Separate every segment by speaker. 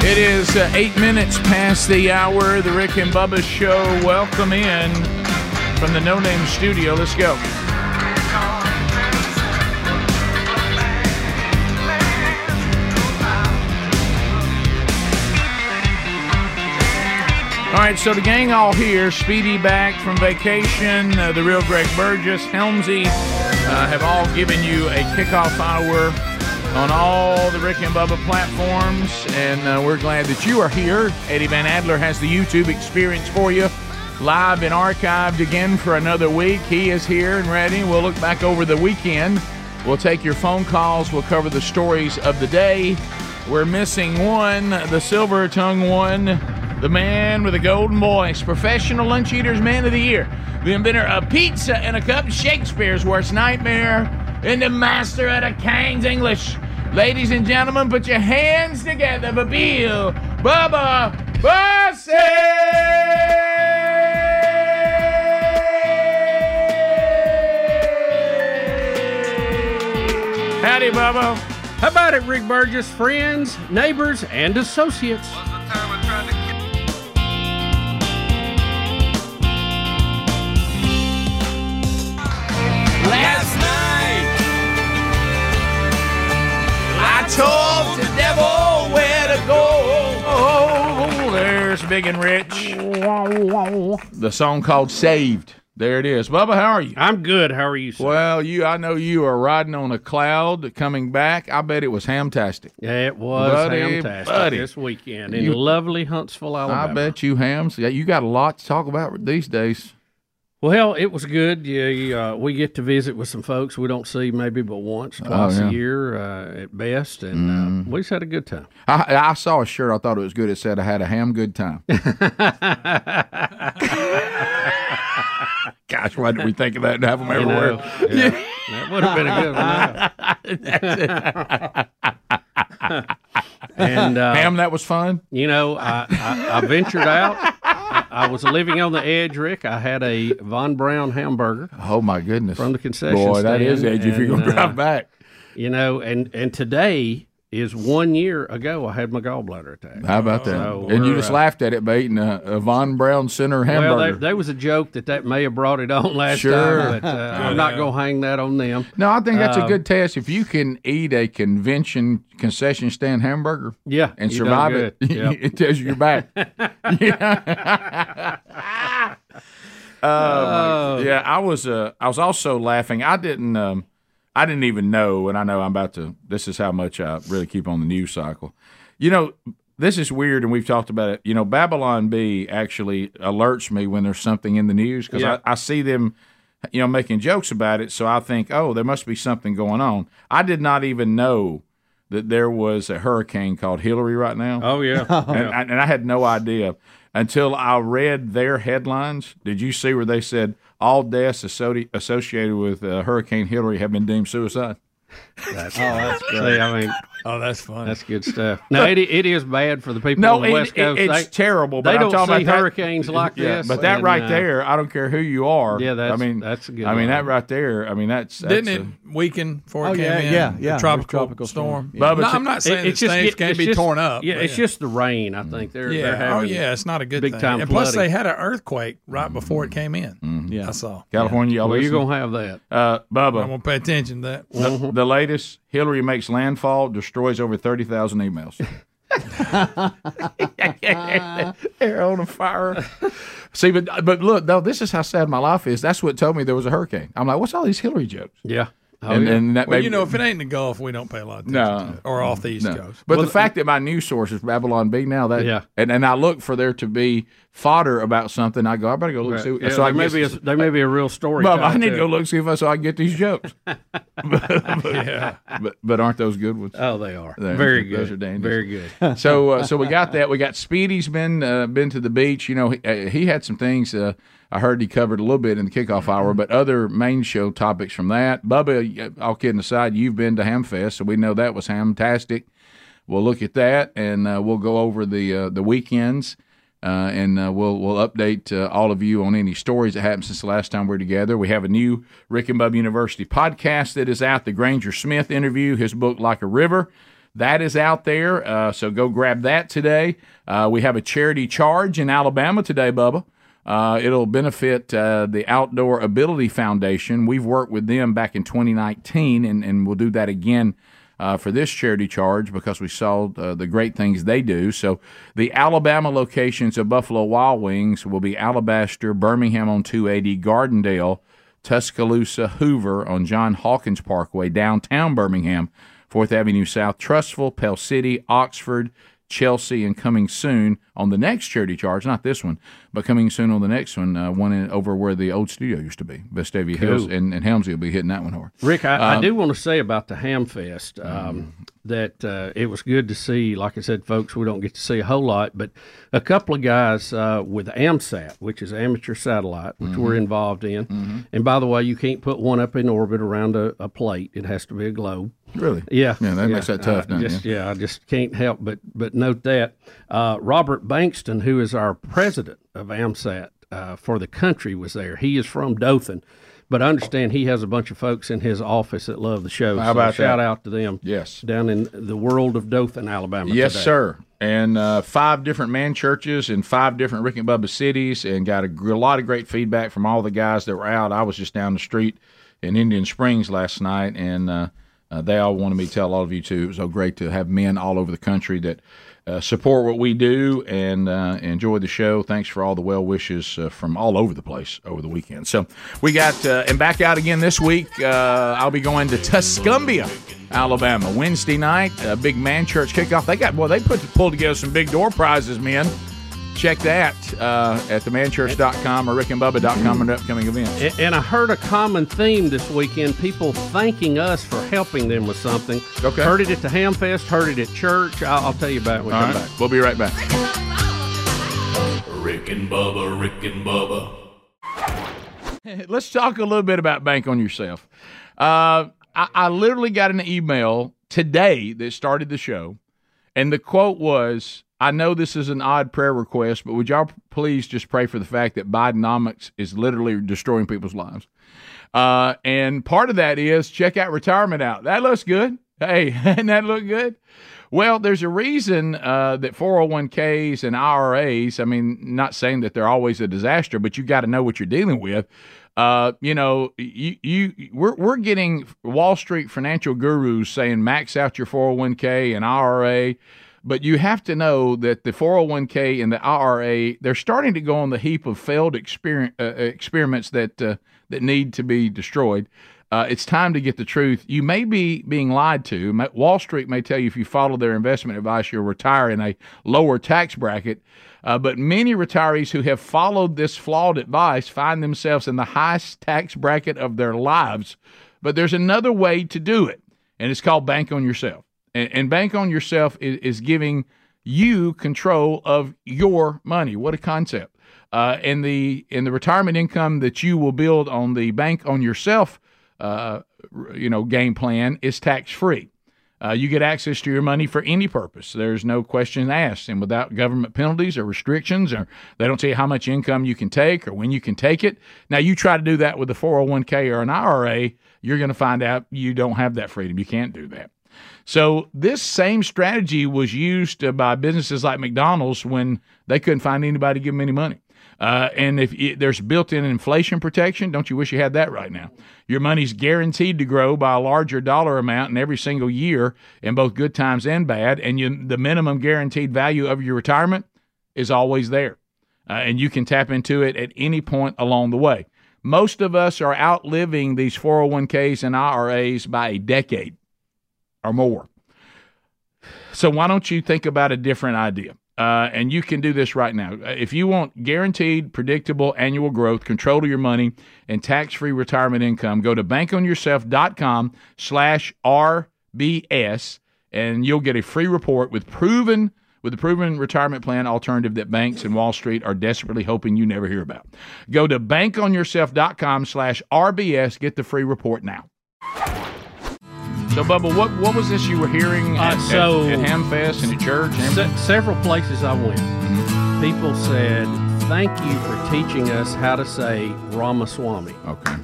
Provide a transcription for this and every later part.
Speaker 1: It is uh, eight minutes past the hour. The Rick and Bubba show. Welcome in from the No Name Studio. Let's go. All right, so the gang all here. Speedy back from vacation. Uh, the real Greg Burgess, Helmsy, uh, have all given you a kickoff hour on all the Rick and Bubba platforms, and uh, we're glad that you are here. Eddie Van Adler has the YouTube experience for you, live and archived again for another week. He is here and ready. We'll look back over the weekend. We'll take your phone calls. We'll cover the stories of the day. We're missing one, the silver tongue one. The man with the golden voice, professional lunch eater's man of the year, the inventor of pizza and a cup, Shakespeare's worst nightmare, and the master of the King's English. Ladies and gentlemen, put your hands together for Bill Bubba Bussey! Howdy, Bubba.
Speaker 2: How about it, Rick Burgess? Friends, neighbors, and associates.
Speaker 1: Last night, I told the devil where to go. There's Big and Rich. The song called Saved. There it is. Bubba, how are you?
Speaker 2: I'm good. How are you, sir?
Speaker 1: Well, you, I know you are riding on a cloud coming back. I bet it was hamtastic.
Speaker 2: Yeah, it was
Speaker 1: Buddy,
Speaker 2: fantastic
Speaker 1: buddy.
Speaker 2: this weekend in
Speaker 1: You-
Speaker 2: lovely Huntsville, Alabama.
Speaker 1: I bet you hams. Yeah, you got a lot to talk about these days.
Speaker 2: Well, it was good. Yeah, you, uh, we get to visit with some folks we don't see maybe but once, twice
Speaker 1: Oh, yeah. Mm-hmm.
Speaker 2: a year uh, at best, and uh, we just had a good time.
Speaker 1: I, I saw a shirt. I thought it was good. It said, "I had a ham good time." Gosh, why did we think of that and have them
Speaker 2: You
Speaker 1: everywhere?
Speaker 2: know, yeah, that would have been a good one. and uh,
Speaker 1: Ham, that was fun.
Speaker 2: you know, I, I, I ventured out. I, I was living on the edge, Rick. I had a Von Brown hamburger,
Speaker 1: Oh my goodness!
Speaker 2: From the concession
Speaker 1: boy, that is
Speaker 2: stand,
Speaker 1: edgy. if you're gonna
Speaker 2: and, uh,
Speaker 1: drive back,
Speaker 2: you know, and and today is one year ago I had my gallbladder attack.
Speaker 1: how about that?
Speaker 2: uh, So
Speaker 1: and you
Speaker 2: we're,
Speaker 1: just
Speaker 2: uh,
Speaker 1: laughed at it by eating a, a Von Brown Center hamburger.
Speaker 2: Well, there, there was a joke that that may have brought it on last
Speaker 1: Sure.
Speaker 2: time, but uh, I'm not going to hang that on them. Um,
Speaker 1: no, I think that's a good test. If you can eat a convention concession stand hamburger
Speaker 2: Yeah,
Speaker 1: and
Speaker 2: you done
Speaker 1: survive it,
Speaker 2: good. Yep.
Speaker 1: it tells you you're back.
Speaker 2: Oh,
Speaker 1: Yeah, I was. Uh, I was also laughing. I didn't. Um, I didn't even know, and I know I'm about to. This is how much I really keep on the news cycle. You know, this is weird, and we've talked about it. You know, Babylon B actually alerts me when there's something in the news because
Speaker 2: Yeah.
Speaker 1: I, I see them, you know, making jokes about it. So I think, oh, there must be something going on. I did not even know that there was a hurricane called Hillary right now
Speaker 2: oh yeah.
Speaker 1: and, I, and I had no idea until I read their headlines. Did you see where they said all deaths associated associated with uh, Hurricane Hillary have been deemed suicide?
Speaker 2: That's, oh, that's great. I mean,
Speaker 3: Oh, that's funny.
Speaker 2: that's good stuff. No, it, it is bad for the people on
Speaker 1: No,
Speaker 2: the
Speaker 1: it-
Speaker 2: West
Speaker 1: it-
Speaker 2: Coast.
Speaker 1: it's
Speaker 2: They-
Speaker 1: terrible.
Speaker 2: They
Speaker 1: but I'm
Speaker 2: don't
Speaker 1: talking
Speaker 2: see
Speaker 1: about that-
Speaker 2: hurricanies like
Speaker 1: Yeah,
Speaker 2: this.
Speaker 1: But that
Speaker 2: and,
Speaker 1: right
Speaker 2: uh,
Speaker 1: there, I don't care who you are.
Speaker 2: Yeah, that's-
Speaker 1: I mean,
Speaker 2: that's a good
Speaker 1: I mean,
Speaker 2: one.
Speaker 1: that right there. I mean, that's, that's
Speaker 3: Didn't it weaken before it
Speaker 4: Oh,
Speaker 3: came
Speaker 4: yeah,
Speaker 3: in?
Speaker 4: yeah, yeah.
Speaker 3: The tropical,
Speaker 4: Tropical
Speaker 3: storm.
Speaker 4: storm.
Speaker 1: Yeah. Bubba,
Speaker 3: no,
Speaker 1: it's-
Speaker 3: I'm not
Speaker 2: it-
Speaker 3: saying
Speaker 2: it's
Speaker 3: that
Speaker 2: just
Speaker 3: things
Speaker 2: it-
Speaker 3: can't
Speaker 2: it's
Speaker 3: be
Speaker 2: just-
Speaker 3: torn up.
Speaker 2: Yeah,
Speaker 3: but
Speaker 2: it's just the rain. I think they're,
Speaker 3: yeah.
Speaker 2: they're
Speaker 3: oh
Speaker 2: having
Speaker 3: yeah, it's not a good
Speaker 2: big
Speaker 3: thing.
Speaker 2: time
Speaker 3: and plus,
Speaker 2: flooding.
Speaker 1: Mm-hmm.
Speaker 3: they had an earthquake right before it came in.
Speaker 2: Yeah.
Speaker 3: I saw.
Speaker 1: California, y'all
Speaker 2: Well, you're
Speaker 1: listen?
Speaker 2: gonna have that. Uh-huh.
Speaker 1: uh, Bubba,
Speaker 3: I'm gonna pay attention to that.
Speaker 1: the, the latest Hillary makes landfall, destroys over 30,000 emails. They're on a fire. See, but but look, though, this is how sad my life is. That's what told me there was a hurricane. I'm like, what's all these Hillary jokes?
Speaker 2: Yeah. Oh,
Speaker 1: and
Speaker 2: yeah.
Speaker 1: and that
Speaker 3: Well,
Speaker 1: made
Speaker 3: you
Speaker 1: me-
Speaker 3: know, if it ain't in the Gulf, we don't pay a lot of attention.
Speaker 1: No.
Speaker 3: to it. Or off the East
Speaker 1: No.
Speaker 3: Coast.
Speaker 1: But the fact that my news source is Babylon B now that
Speaker 2: Yeah.
Speaker 1: and, and I look for there to be fodder about something, I go, I better go look
Speaker 2: Right.
Speaker 1: see.
Speaker 2: Yeah,
Speaker 1: so I
Speaker 2: there may
Speaker 1: guess
Speaker 2: be a, there may be a real story.
Speaker 1: Bub,
Speaker 2: tied
Speaker 1: I need to
Speaker 2: it.
Speaker 1: go look see if I so I can get these jokes. but, but, but aren't those good ones?
Speaker 2: Oh, they are
Speaker 1: They're-
Speaker 2: very good.
Speaker 1: those are dangerous.
Speaker 2: Very good.
Speaker 1: so uh, so we got that. We got Speedy's been uh, been to the beach. You know, he, uh, he had some things uh, I heard he covered a little bit in the
Speaker 2: Mm-hmm.
Speaker 1: kickoff hour, but other main show topics from that. Bubba, uh, all kidding aside, you've been to Hamfest, so we know that was hamtastic. We'll look at that, and uh, we'll go over the uh, the weekends. Uh, and uh, we'll we'll update uh, all of you on any stories that happened since the last time we were together. We have a new Rick and Bub University podcast that is out. The Granger Smith interview, his book Like a River, that is out there. Uh, so go grab that today. Uh, we have a charity charge in Alabama today, Bubba. Uh, it'll benefit uh, the Outdoor Ability Foundation. We've worked with them back in 2019, and, and we'll do that again uh, for this charity charge because we saw uh, the great things they do. So the Alabama locations of Buffalo Wild Wings will be Alabaster, Birmingham on 280, Gardendale, Tuscaloosa, Hoover on John Hawkins Parkway, downtown Birmingham, 4th Avenue South, Trustful, Pell City, Oxford, Chelsea, and coming soon on the next charity charge, not this one, but coming soon on the next one, uh, one in, over where the old studio used to be, Vestavia Hills, and, and Helmsley will be hitting that one hard.
Speaker 2: Rick, I,
Speaker 1: Um,
Speaker 2: I do want to say about the Hamfest
Speaker 1: Mm-hmm.
Speaker 2: um, that uh, it was good to see. Like I said, folks, we don't get to see a whole lot, but a couple of guys uh, with AMSAT, which is Amateur Satellite, which we're
Speaker 1: Mm-hmm.
Speaker 2: involved in. And by the way, you can't put one up in orbit around a, a plate; it has to be a globe.
Speaker 1: Really?
Speaker 2: Yeah,
Speaker 1: Yeah, that makes that tough,
Speaker 2: I
Speaker 1: doesn't
Speaker 2: just, Yeah, I just can't help but but note that uh, Robert Bankston, who is our president of AMSAT uh, for the country, was there. He is from Dothan, but I understand he has a bunch of folks in his office that love the show. so
Speaker 1: about
Speaker 2: shout
Speaker 1: that?
Speaker 2: out to them.
Speaker 1: Yes.
Speaker 2: down in the world of Dothan, Alabama.
Speaker 1: Yes,
Speaker 2: today.
Speaker 1: sir. And uh, five different man churches in five different Rick and Bubba cities, and got a, gr- lot of great feedback from all the guys that were out. I was just down the street in Indian Springs last night, and uh, uh, they all wanted me to tell all of you too. It was so great to have men all over the country that uh, support what we do and uh, enjoy the show. Thanks for all the well wishes uh, from all over the place over the weekend. So we got uh, and back out again this week. Uh, I'll be going to Tuscumbia, Alabama, Wednesday night. A big man church kickoff. They got boy, they put pulled together some big door prizes, men. Check that uh, at themanchurch.com or rickandbubba.com under upcoming events.
Speaker 2: And, and I heard a common theme this weekend: people thanking us for helping them with something.
Speaker 1: Okay.
Speaker 2: Heard it at the Hamfest. Heard it at church. I'll, I'll tell you about it when we
Speaker 1: All
Speaker 2: come
Speaker 1: right,
Speaker 2: back.
Speaker 1: we'll be right back.
Speaker 5: Rick and Bubba, Rick and Bubba,
Speaker 1: Let's talk a little bit about bank on yourself. Uh, I, I literally got an email today that started the show, and the quote was, "I know this is an odd prayer request, but would y'all please just pray for the fact that Bidenomics is literally destroying people's lives?" Uh, and part of that is check out retirement out. That looks good. Hey, and that look good. Well, there's a reason uh, that 401ks and IRAs, I mean, not saying that they're always a disaster, but you got to know what you're dealing with. Uh, you know, you, you we're, we're getting Wall Street financial gurus saying max out your 401k and IRA, but you have to know that the 401k and the IRA, they're starting to go on the heap of failed experiment, uh, experiments that uh, that need to be destroyed. Uh, it's time to get the truth. You may be being lied to. Ma- Wall Street may tell you if you follow their investment advice, you'll retire in a lower tax bracket. Uh, but many retirees who have followed this flawed advice find themselves in the highest tax bracket of their lives. But there's another way to do it, and it's called bank on yourself. And, and bank on yourself is, is giving you control of your money. What a concept! Uh, and the and the retirement income that you will build on the bank on yourself, uh, r- you know, game plan is tax free. Uh, you get access to your money for any purpose. There's no question asked, and without government penalties or restrictions, or they don't tell you how much income you can take or when you can take it. Now, you try to do that with a 401k or an IRA, you're going to find out you don't have that freedom. You can't do that. So this same strategy was used uh, by businesses like McDonald's when they couldn't find anybody to give them any money. Uh, and if it, there's built-in inflation protection, don't you wish you had that right now? Your money's guaranteed to grow by a larger dollar amount in every single year, in both good times and bad. And you, the minimum guaranteed value of your retirement is always there, uh, and you can tap into it at any point along the way. Most of us are outliving these 401ks and IRAs by a decade or more. So why don't you think about a different idea? Uh, and you can do this right now. Uh, If you want guaranteed, predictable annual growth, control of your money, and tax-free retirement income, go to bankonyourself.com slash RBS, and you'll get a free report with proven with the proven retirement plan alternative that banks and Wall Street are desperately hoping you never hear about. Go to bankonyourself.com slash RBS. Get the free report now. So, Bubba, what, what was this you were hearing
Speaker 2: Uh,
Speaker 1: at, at-
Speaker 2: so-
Speaker 1: at, Hamfest and at church? and everything? Mm-hmm.
Speaker 2: Se- several places I went, people said, "Thank you for teaching us how to say Ramaswamy."
Speaker 1: Okay.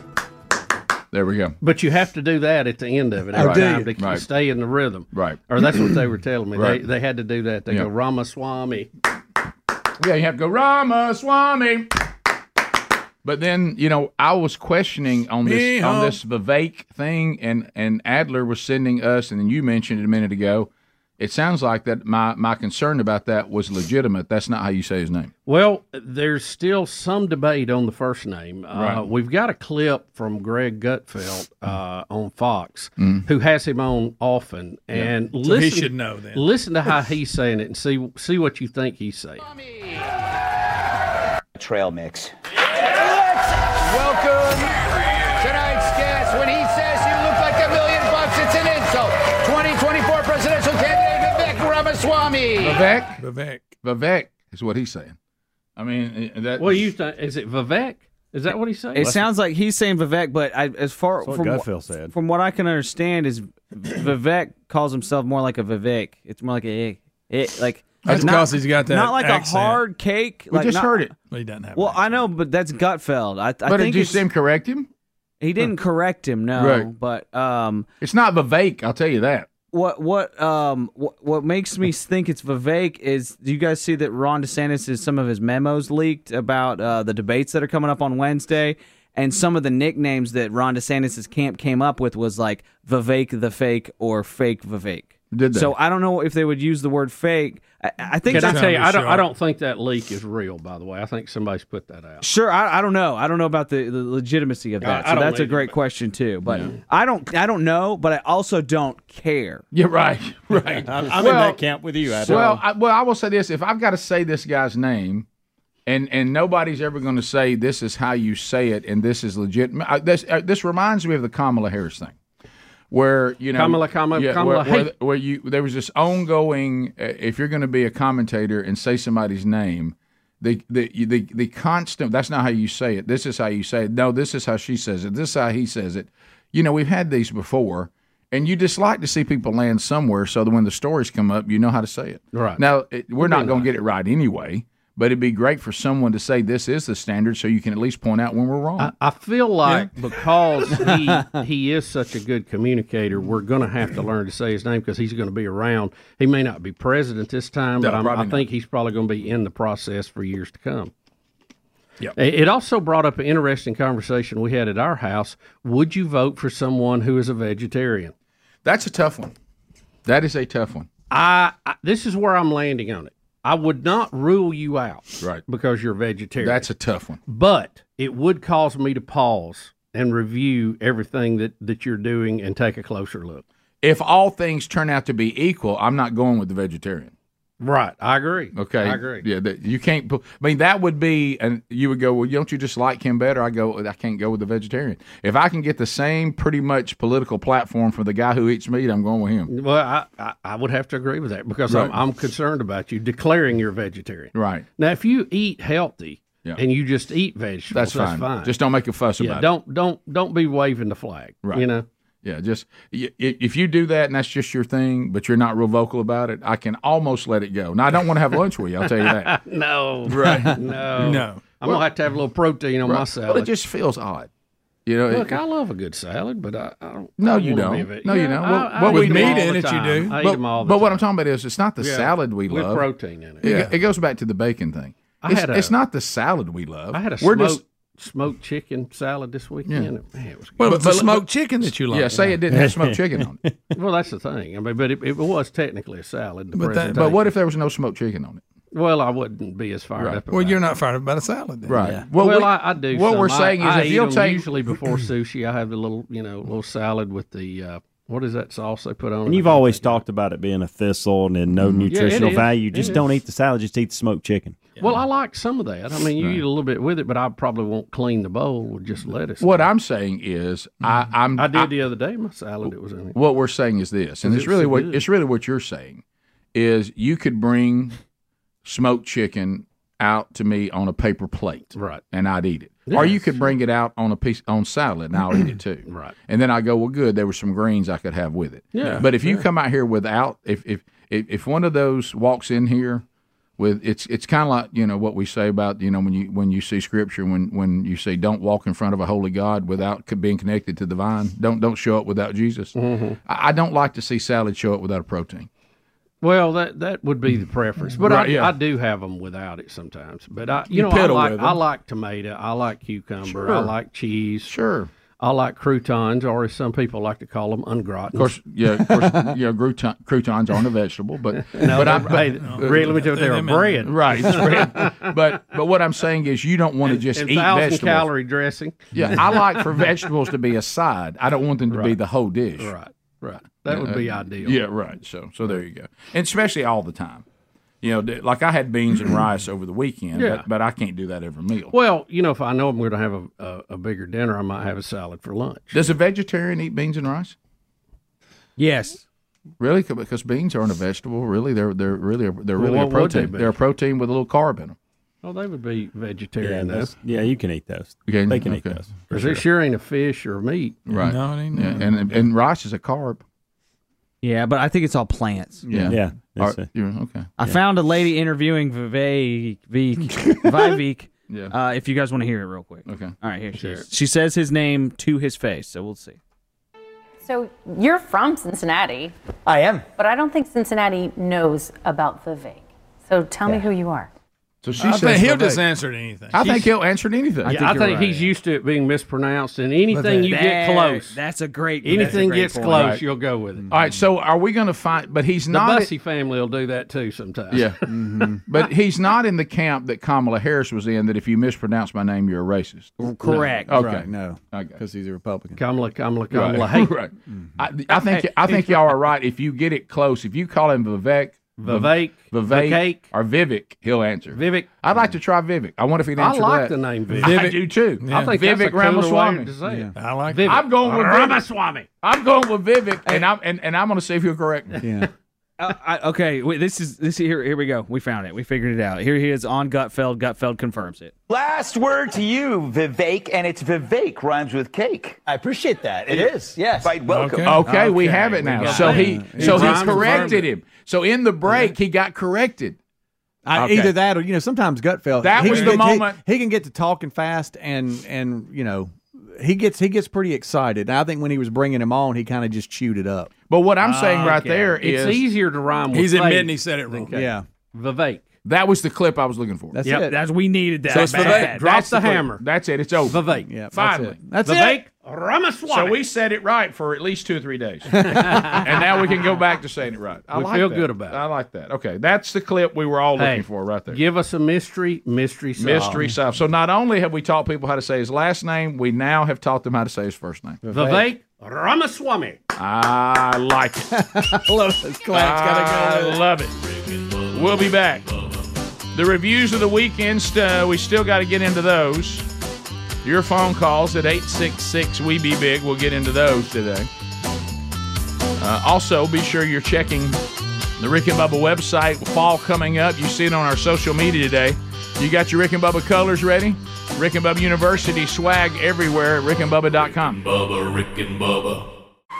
Speaker 1: There we go.
Speaker 2: But you have to do that at the end of it every
Speaker 3: do
Speaker 2: time
Speaker 3: you?
Speaker 2: to keep-
Speaker 1: Right.
Speaker 2: stay in the rhythm.
Speaker 1: Right.
Speaker 2: Or that's what they were telling me.
Speaker 1: Right.
Speaker 2: They, they had to do that. They
Speaker 1: Yeah.
Speaker 2: go Ramaswamy.
Speaker 1: Yeah, you have to go Ramaswamy. But then, you know, I was questioning on this on
Speaker 3: Yeehaw.
Speaker 1: this Vivek thing, and and Adler was sending us, and then you mentioned it a minute ago. It sounds like that my my concern about that was legitimate. That's not how you say his name.
Speaker 2: Well, there's still some debate on the first name.
Speaker 1: Right.
Speaker 2: Uh, we've got a clip from Greg Gutfeld
Speaker 3: Mm.
Speaker 2: uh, on Fox, who has him on often, and
Speaker 3: So he
Speaker 2: listen.
Speaker 3: should know then.
Speaker 2: Listen to how he's saying it and see see what you think he's saying.
Speaker 6: trail mix.
Speaker 7: Welcome tonight's guest. When he says you look like a million bucks, it's an insult. 2024 presidential candidate Vivek Ramaswamy.
Speaker 1: Vivek,
Speaker 3: Vivek.
Speaker 1: Vivek is what he's saying. I mean, eh, that
Speaker 2: What do you think? Is it Vivek? Is that what he's saying?
Speaker 8: It sounds like he's saying Vivek, but I, as far from what-
Speaker 9: said.
Speaker 8: from what I can understand is Vivek calls himself more like a Vivek. It's more like a it like
Speaker 3: That's because he's got that
Speaker 8: not like
Speaker 3: accent.
Speaker 8: a hard cake.
Speaker 1: We
Speaker 8: like
Speaker 1: just
Speaker 8: not-
Speaker 1: heard it.
Speaker 3: Well, he doesn't have.
Speaker 8: Well,
Speaker 3: an
Speaker 8: I
Speaker 3: accent.
Speaker 8: know, but that's Gutfeld. I, I
Speaker 1: But
Speaker 8: think
Speaker 1: did you see him
Speaker 8: it's-
Speaker 1: correct him?
Speaker 8: he didn't correct him. No,
Speaker 1: Right.
Speaker 8: but um,
Speaker 1: It's not Vivek. I'll tell you that.
Speaker 8: what what um what, what makes me think it's Vivek is do you guys see that Ron DeSantis is some of his memos leaked about uh, the debates that are coming up on Wednesday and some of the nicknames that Ron DeSantis' camp came up with was like Vivek the fake or fake Vivek.
Speaker 1: Did they?
Speaker 8: So I don't know if they would use the word fake. I, I think
Speaker 2: Can I
Speaker 8: that's,
Speaker 2: tell you? I don't. I
Speaker 3: sharp.
Speaker 2: don't think that leak is real. By the way, I think somebody's put that out.
Speaker 8: sure. I, I don't know. I don't know about the, the legitimacy of that.
Speaker 2: I
Speaker 8: so
Speaker 2: don't
Speaker 8: that's a
Speaker 2: either,
Speaker 8: great question too. But I don't I don't know. But I also don't care.
Speaker 1: Yeah, right, right.
Speaker 9: I'm in
Speaker 1: Well,
Speaker 9: that camp with you. Adam.
Speaker 1: Well, I, well, I will say this: if I've got to say this guy's name, and and nobody's ever going to say this is how you say it, and this is legit. Uh, this uh, this reminds me of the Kamala Harris thing, where you know
Speaker 2: Kamala, Kamala, Kamala,
Speaker 1: where, where,
Speaker 2: hey.
Speaker 1: where you there was this ongoing. Uh, if you're going to be a commentator and say somebody's name. The, the the the constant that's not how you say it this is how you say it no this is how she says it this is how he says it you know we've had these before and you just like to see people land somewhere so that when the stories come up you know how to say it
Speaker 2: Right.
Speaker 1: now, it, we're not going to get it right anyway, but it'd be great for someone to say this is the standard so you can at least point out when we're wrong.
Speaker 2: I, I feel like because he he is such a good communicator, we're going to have to learn to say his name because he's going to be around. He may not be president this time, but I'm,
Speaker 1: probably
Speaker 2: I
Speaker 1: not.
Speaker 2: think he's probably going to be in the process for years to come. It it also brought up an interesting conversation we had at our house. Would you vote for someone who is a vegetarian?
Speaker 1: That's a tough one. That is a tough one.
Speaker 2: I, I this is where I'm landing on it. I would not rule you out,
Speaker 1: Right.
Speaker 2: Because you're a vegetarian.
Speaker 1: That's a tough one.
Speaker 2: but it would cause me to pause and review everything that that you're doing and take a closer look.
Speaker 1: If all things turn out to be equal, I'm not going with the vegetarian.
Speaker 2: Right, I agree.
Speaker 1: Okay,
Speaker 2: I agree.
Speaker 1: Yeah, that, you can't. pu- I mean, that would be, and you would go, well, don't you just like him better? I go, I can't go with the vegetarian. If I can get the same pretty much political platform from the guy who eats meat, I'm going with him.
Speaker 2: Well, I, I, I would have to agree with that because
Speaker 1: Right.
Speaker 2: I'm, I'm concerned about you declaring you're vegetarian.
Speaker 1: Right.
Speaker 2: Now, if you eat healthy
Speaker 1: Yeah.
Speaker 2: and you just eat vegetables,
Speaker 1: That's,
Speaker 2: that's,
Speaker 1: fine. Just don't make a fuss
Speaker 2: yeah,
Speaker 1: about it.
Speaker 2: don't don't don't be waving the flag.
Speaker 1: Right.
Speaker 2: You know.
Speaker 1: Yeah, just y- i- if you do that and that's just your thing, but you're not real vocal about it, I can almost let it go. Now I don't want to have lunch with you. I'll tell you that.
Speaker 2: No.
Speaker 1: Right.
Speaker 2: No.
Speaker 3: No.
Speaker 2: I'm gonna have to have a little protein on my salad.
Speaker 1: Well, it just feels odd. You know, it-
Speaker 2: Look, I love a good salad, but I, I don't.
Speaker 1: No,
Speaker 2: I don't
Speaker 1: you
Speaker 2: wanna be
Speaker 1: don't.
Speaker 2: a veg-
Speaker 1: No, you
Speaker 2: Yeah,
Speaker 1: don't.
Speaker 2: I-
Speaker 1: Well,
Speaker 2: I
Speaker 1: what
Speaker 2: eat
Speaker 1: we
Speaker 2: them
Speaker 3: need
Speaker 2: all the
Speaker 3: in it, you
Speaker 2: time.
Speaker 3: do.
Speaker 2: I eat
Speaker 1: but,
Speaker 2: them all the
Speaker 1: but
Speaker 2: time.
Speaker 1: what I'm talking about is it's not the salad we
Speaker 2: with
Speaker 1: love.
Speaker 2: protein in it.
Speaker 1: It, go- it goes back to the bacon thing.
Speaker 2: I
Speaker 1: it's,
Speaker 2: had a-
Speaker 1: it's not the salad we love.
Speaker 2: I had a
Speaker 1: We're
Speaker 2: smoked,
Speaker 1: just
Speaker 2: smoked chicken salad this weekend. Man, it was
Speaker 3: Well,
Speaker 1: But-
Speaker 3: but, the
Speaker 1: but-
Speaker 3: smoked chicken that you like.
Speaker 1: yeah. Say it didn't have smoked chicken on it.
Speaker 2: well, that's the thing. I mean, but it, it was technically a salad. The
Speaker 3: But that-
Speaker 1: But what if there was no smoked chicken on it?
Speaker 2: Well, I wouldn't be as fired up.
Speaker 3: Well,
Speaker 2: about
Speaker 3: you're
Speaker 2: it.
Speaker 3: not fired up about a salad, then.
Speaker 1: Right.
Speaker 2: Well,
Speaker 1: we-
Speaker 2: I, I do.
Speaker 1: What
Speaker 2: some.
Speaker 1: we're
Speaker 2: I-
Speaker 1: saying is,
Speaker 2: I
Speaker 1: if
Speaker 2: eat
Speaker 1: you'll
Speaker 2: 'em
Speaker 1: take
Speaker 2: usually before sushi, I have the little, you know, little salad with the uh, what is that sauce they put on?
Speaker 6: And
Speaker 2: it?
Speaker 6: you've always talked about it being a thistle and then no nutritional
Speaker 2: is.
Speaker 6: value.
Speaker 2: It
Speaker 6: Just don't
Speaker 2: is.
Speaker 6: eat the salad. Just eat the smoked chicken.
Speaker 2: Well, I like some of that. I mean, you eat a little bit with it, but I probably won't clean the bowl with just lettuce. Mm-hmm.
Speaker 1: what I'm saying is, I, I'm
Speaker 2: I did the other day, my salad it was in it.
Speaker 1: what we're saying is this, and it's
Speaker 2: it was
Speaker 1: really
Speaker 2: so
Speaker 1: what
Speaker 2: good.
Speaker 1: it's really what you're saying is you could bring smoked chicken out to me on a paper plate,
Speaker 2: Right.
Speaker 1: and I'd eat it. Or you could bring it out on a piece on salad, and I'll eat it too.
Speaker 2: Right.
Speaker 1: And then I go, well, good. There were some greens I could have with it.
Speaker 2: Yeah.
Speaker 1: But if you come out here without, if if if, if one of those walks in here. With it's it's kind of like you know what we say about you know when you when you see scripture when when you say don't walk in front of a holy God without co- being connected to the vine don't don't show up without Jesus
Speaker 2: Mm-hmm.
Speaker 1: I, I don't like to see salad show up without a protein
Speaker 2: Well, that that would be the preference, but
Speaker 1: Right,
Speaker 2: I,
Speaker 1: yeah.
Speaker 2: I do have them without it sometimes. But I, you, know, I
Speaker 3: piddle
Speaker 2: like
Speaker 3: with 'em.
Speaker 2: I like tomato, I like cucumber, I
Speaker 1: Sure.
Speaker 2: like cheese,
Speaker 1: sure
Speaker 2: I like croutons, or as some people like to call them, ungratins.
Speaker 1: of course yeah of course you know crouton, croutons aren't a vegetable but but I'm
Speaker 2: hey, really, let me tell you, they're bread.
Speaker 1: right it's bread. but but what I'm saying is you don't want to just
Speaker 2: and
Speaker 1: eat
Speaker 2: thousand
Speaker 1: vegetables
Speaker 2: calorie dressing.
Speaker 1: yeah I like for vegetables to be a side I don't want them to be the whole dish Uh,
Speaker 2: Right, right. That would be ideal.
Speaker 1: Yeah, right. So, so there you go. And especially all the time. You know, d- like I had beans and rice over the weekend,
Speaker 2: Yeah.
Speaker 1: but, but I can't do that every meal.
Speaker 2: Well, you know, if I know I'm going to have a, a, a bigger dinner, I might have a salad for lunch.
Speaker 1: Does a vegetarian eat beans and rice?
Speaker 8: Yes.
Speaker 1: Really? C- Because beans aren't a vegetable. Really, they're they're really a, they're really a
Speaker 2: what would they
Speaker 1: protein.
Speaker 2: be?
Speaker 1: They're a protein with a little carb in them.
Speaker 2: Oh, they would be
Speaker 6: Yeah,
Speaker 2: vegetarian. though.
Speaker 6: that's- yeah, you can eat those.
Speaker 1: Okay,
Speaker 6: They can eat
Speaker 1: okay.
Speaker 6: those.
Speaker 2: 'Cause there sure ain't a fish or meat.
Speaker 1: Right.
Speaker 3: No, it ain't.
Speaker 1: Yeah, and and rice is a carb.
Speaker 8: Yeah, but I think it's all plants.
Speaker 1: Yeah.
Speaker 6: Yeah.
Speaker 1: All
Speaker 6: that's
Speaker 1: right,
Speaker 6: it.
Speaker 1: you're- Mm, okay.
Speaker 8: I found a lady interviewing Vivek, Vivek, Vivek
Speaker 1: Yeah.
Speaker 8: uh, if you guys want to hear it real quick.
Speaker 1: Okay.
Speaker 8: All right, here she is. She says his name to his face, so we'll see.
Speaker 9: So you're from Cincinnati,
Speaker 10: I am.
Speaker 9: but I don't think Cincinnati knows about Vivek. So tell me who you are.
Speaker 1: So she
Speaker 3: I
Speaker 1: says
Speaker 3: think he'll
Speaker 1: Vivek.
Speaker 3: just answer to anything.
Speaker 1: I think he'll answer to anything.
Speaker 2: Yeah, I think he's used to it being mispronounced, and anything you get
Speaker 8: There,
Speaker 2: close,
Speaker 8: That's a great. that's a
Speaker 2: anything
Speaker 8: great
Speaker 2: gets
Speaker 8: point.
Speaker 2: close,
Speaker 1: Right.
Speaker 2: you'll go with it.
Speaker 1: All right. So are we going to find? But he's
Speaker 2: The
Speaker 1: not.
Speaker 2: Bussy family will do that too sometimes.
Speaker 1: Yeah. Mm-hmm. But he's not in the camp that Kamala Harris was in that if you mispronounce my name, you're a racist.
Speaker 8: Correct.
Speaker 1: Okay.
Speaker 10: No,
Speaker 1: Okay.
Speaker 10: because he's a Republican.
Speaker 2: Kamala, Kamala,
Speaker 1: Right.
Speaker 2: Kamala. Hey,
Speaker 1: Right.
Speaker 2: Mm-hmm.
Speaker 1: I, I think I think y'all are right. If you get it close, if you call him Vivek,
Speaker 2: Vivek,
Speaker 1: Vivek,
Speaker 2: Vivek,
Speaker 1: or Vivek, he'll answer.
Speaker 2: Vivek.
Speaker 1: I'd like to try Vivek. I wonder if he'd
Speaker 2: I
Speaker 1: answer
Speaker 2: like
Speaker 1: that.
Speaker 2: the name Vivek.
Speaker 1: I do too.
Speaker 2: I think
Speaker 1: Vivek
Speaker 2: that's a cooler way
Speaker 1: Ramaswamy.
Speaker 2: to say it.
Speaker 3: I like
Speaker 2: Vivek.
Speaker 1: I'm going with Vivek.
Speaker 2: Ramaswamy.
Speaker 1: I'm going with Vivek, and I'm and, and I'm going to see if you're correct. me.
Speaker 10: Yeah.
Speaker 8: Uh, I, okay, wait, this is this here. Here we go. We found it. We figured it out. Here he is on Gutfeld. Gutfeld confirms it.
Speaker 10: Last word to you, Vivek, and it's Vivek rhymes with cake. I appreciate that. It is. Yes. Quite welcome.
Speaker 1: Okay, we have it now. So he so
Speaker 2: Rhymes
Speaker 1: he
Speaker 2: confirmed
Speaker 1: corrected him. So in the break, he got corrected.
Speaker 10: I,
Speaker 1: Okay.
Speaker 10: Either that, or you know, sometimes gut fail.
Speaker 1: That
Speaker 10: he
Speaker 1: was
Speaker 10: can
Speaker 1: the
Speaker 10: get- he-
Speaker 1: moment-
Speaker 10: he, can get to talking fast, and and you know, he gets he gets pretty excited. And I think when he was bringing him on, he kind of just chewed it up.
Speaker 1: But what I'm saying right there is
Speaker 2: It's easier to rhyme with
Speaker 3: He's
Speaker 2: Vivek.
Speaker 3: admitting he said it wrong.
Speaker 10: Yeah,
Speaker 2: Vivek.
Speaker 1: that was the clip I was looking for.
Speaker 10: that's it.
Speaker 8: That's we needed that.
Speaker 3: it's
Speaker 8: bad.
Speaker 3: Vivek.
Speaker 2: Drop
Speaker 1: That's
Speaker 2: the
Speaker 1: clip.
Speaker 2: hammer.
Speaker 1: That's it. It's over.
Speaker 2: Vivek.
Speaker 10: yeah, that's
Speaker 1: Finally.
Speaker 10: it. that's it.
Speaker 2: Vivek Ramaswamy.
Speaker 1: So we said it right for at least two or three days, and now we can go back to saying it right. I
Speaker 2: We
Speaker 1: like
Speaker 2: feel
Speaker 1: that.
Speaker 2: good about it.
Speaker 1: I like that. Okay, that's the clip we were all looking
Speaker 2: Hey,
Speaker 1: for right there.
Speaker 2: Give us a mystery, mystery, solved.
Speaker 1: Mystery solved. So not only have we taught people how to say his last name, we now have taught them how to say his first name.
Speaker 2: Vivek Ramaswamy.
Speaker 1: I like it.
Speaker 10: I love this class.
Speaker 1: I love it. We'll be back. The reviews of the weekend, st- uh, we still got to get into those. Your phone calls at 866 We Be Big. We'll get into those today. Uh, also, be sure you're checking the Rick and Bubba website. Fall coming up. You see it on our social media today. You got your Rick and Bubba colors ready? Rick and Bubba University swag everywhere at rickandbubba.com.
Speaker 5: Bubba, Rick and Bubba.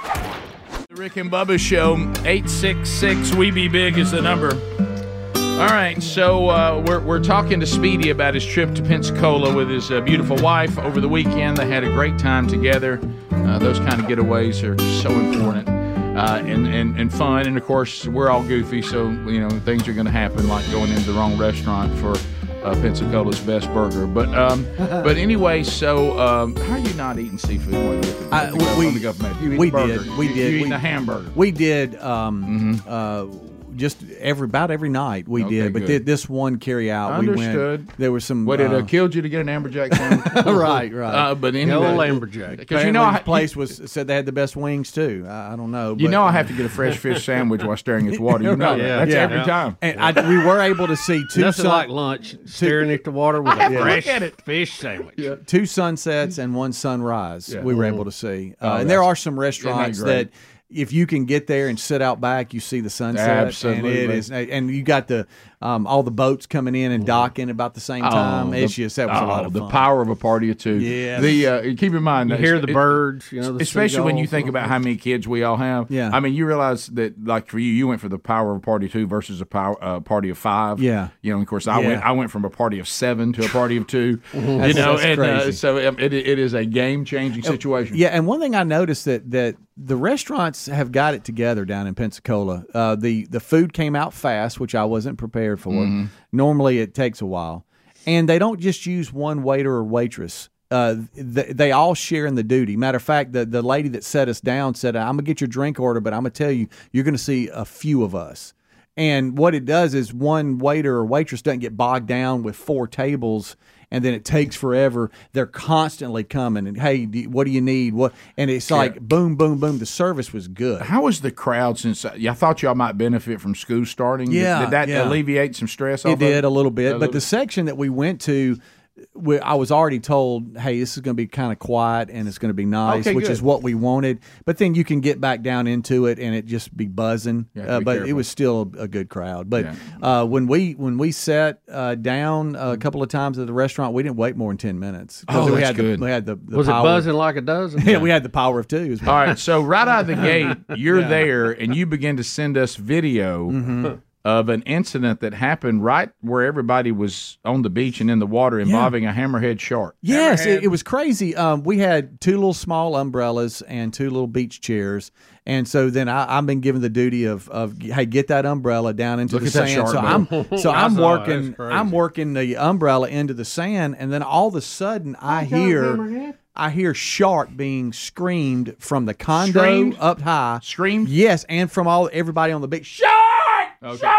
Speaker 1: The Rick and Bubba Show, 866 We Be Big is the number. All right, so uh, we're, we're talking to Speedy about his trip to Pensacola with his uh, beautiful wife over the weekend. They had a great time together. Uh, those kind of getaways are so important uh, and, and, and fun. And of course, we're all goofy, so you know things are going to happen, like going into the wrong restaurant for uh, Pensacola's best burger. But um, but anyway, so um, how are you not eating seafood? When you're
Speaker 10: I- we-
Speaker 1: on
Speaker 10: we-
Speaker 1: the Gulf, man? You eat
Speaker 10: we
Speaker 1: a burger.
Speaker 10: did. We
Speaker 1: You-
Speaker 10: did.
Speaker 1: You
Speaker 10: we,
Speaker 1: eating a hamburger? Mm-hmm.
Speaker 10: We did. Um, uh, just every about every night we
Speaker 1: Okay,
Speaker 10: did, but
Speaker 1: good.
Speaker 10: thi- this one carry out we
Speaker 1: Understood.
Speaker 10: went. There was some.
Speaker 1: What it uh,
Speaker 10: uh,
Speaker 1: killed you to get an amberjack? sandwich?
Speaker 10: right, right.
Speaker 1: Uh, but anyway, because you
Speaker 10: Apparently
Speaker 1: know, I,
Speaker 10: the place was said they had the best wings too. I, I don't know.
Speaker 1: You
Speaker 10: but-
Speaker 1: know I have to get a fresh fish sandwich while staring at the water. You know
Speaker 10: Right.
Speaker 1: that. That's every time.
Speaker 10: And I, we were able to see two
Speaker 2: Nothing
Speaker 10: sun-
Speaker 2: like lunch, staring at the water with a
Speaker 10: Yeah.
Speaker 2: fresh
Speaker 10: Look at
Speaker 2: fish sandwich.
Speaker 10: two sunsets and one sunrise
Speaker 2: Yeah.
Speaker 10: we were able to see.
Speaker 2: Oh,
Speaker 10: Uh, and there
Speaker 2: that's-
Speaker 10: are some restaurants
Speaker 2: isn't that
Speaker 10: that
Speaker 2: great?
Speaker 10: if you can get there and sit out back, you see the sunset. And it
Speaker 1: Absolutely.
Speaker 10: is, and you got the um, all the boats coming in and docking about the same time.
Speaker 1: the-
Speaker 10: it's just that was a lot
Speaker 1: oh,
Speaker 10: of
Speaker 1: the
Speaker 10: fun.
Speaker 1: power of a party of two.
Speaker 10: Yes.
Speaker 1: The uh, keep in mind
Speaker 10: You
Speaker 1: that
Speaker 10: hear
Speaker 1: it's-
Speaker 10: the birds, you know, the
Speaker 1: especially when you
Speaker 10: seagulls.
Speaker 1: think about how many kids we all have.
Speaker 10: Yeah.
Speaker 1: I mean, you realize that like for you, you went for the power of a party of two versus a power uh, party of five.
Speaker 10: Yeah.
Speaker 1: You know, of course, I
Speaker 10: Yeah.
Speaker 1: went I went from a party of seven to a party of two. you know,
Speaker 10: That's- that's
Speaker 1: and uh,
Speaker 10: crazy.
Speaker 1: so um, it, it is a game changing situation.
Speaker 10: Yeah, and one thing I noticed that that the restaurants have got it together down in Pensacola. Uh, the the food came out fast, which I wasn't prepared for.
Speaker 1: Mhm.
Speaker 10: Normally, it takes a while, and they don't just use one waiter or waitress. Uh, they, they all share in the duty. Matter of fact, the, the lady that set us down said, "I'm gonna get your drink order, but I'm gonna tell you, you're gonna see a few of us." And what it does is one waiter or waitress doesn't get bogged down with four tables and then it takes forever. They're constantly coming and hey, do, what do you need? What and it's
Speaker 1: Yeah.
Speaker 10: like boom, boom, boom. The service was good.
Speaker 1: How was the crowd since I thought y'all might benefit from school starting? Did-
Speaker 10: Yeah,
Speaker 1: Did that
Speaker 10: yeah.
Speaker 1: alleviate some stress? off
Speaker 10: It
Speaker 1: of
Speaker 10: did a little bit,
Speaker 1: A
Speaker 10: but the section that we went to, we, I was already told, hey, this is going to be kind of quiet and it's going to be nice,
Speaker 1: Okay,
Speaker 10: which
Speaker 1: good.
Speaker 10: is what we wanted. But then you can get back down into it and it just be buzzing.
Speaker 1: You have to
Speaker 10: Uh,
Speaker 1: be
Speaker 10: but it
Speaker 1: careful.
Speaker 10: was still a good crowd. But uh, when we when we sat uh, down a couple of times at the restaurant, we didn't wait more than ten minutes. 'Cause
Speaker 1: Oh,
Speaker 10: we
Speaker 1: that's
Speaker 10: had
Speaker 1: good.
Speaker 10: The, we had the, the
Speaker 2: Was it
Speaker 10: power-
Speaker 2: buzzing like a dozen?
Speaker 10: Yeah, we had the power of two. is what-
Speaker 1: All right, so right out of the gate, you're
Speaker 10: Yeah.
Speaker 1: there, and you begin to send us video
Speaker 10: Mhm.
Speaker 1: of an incident that happened right where everybody was on the beach and in the water involving a hammerhead shark.
Speaker 10: Yes, it, it was crazy. Um, we had two little small umbrellas and two little beach chairs, and so then I, I've been given the duty of, of hey, get that umbrella down into
Speaker 1: Look
Speaker 10: the
Speaker 1: at that
Speaker 10: sand.
Speaker 1: shark,
Speaker 10: so
Speaker 1: man.
Speaker 10: I'm so
Speaker 1: I
Speaker 10: I'm
Speaker 1: saw it. That's
Speaker 10: working
Speaker 1: crazy.
Speaker 10: I'm working the umbrella into the sand, and then all of a sudden I hear I hear shark being screamed from the condo
Speaker 1: Screamed?
Speaker 10: up high.
Speaker 1: Screamed.
Speaker 10: Yes, and from all everybody on the beach. Shark.
Speaker 1: Okay.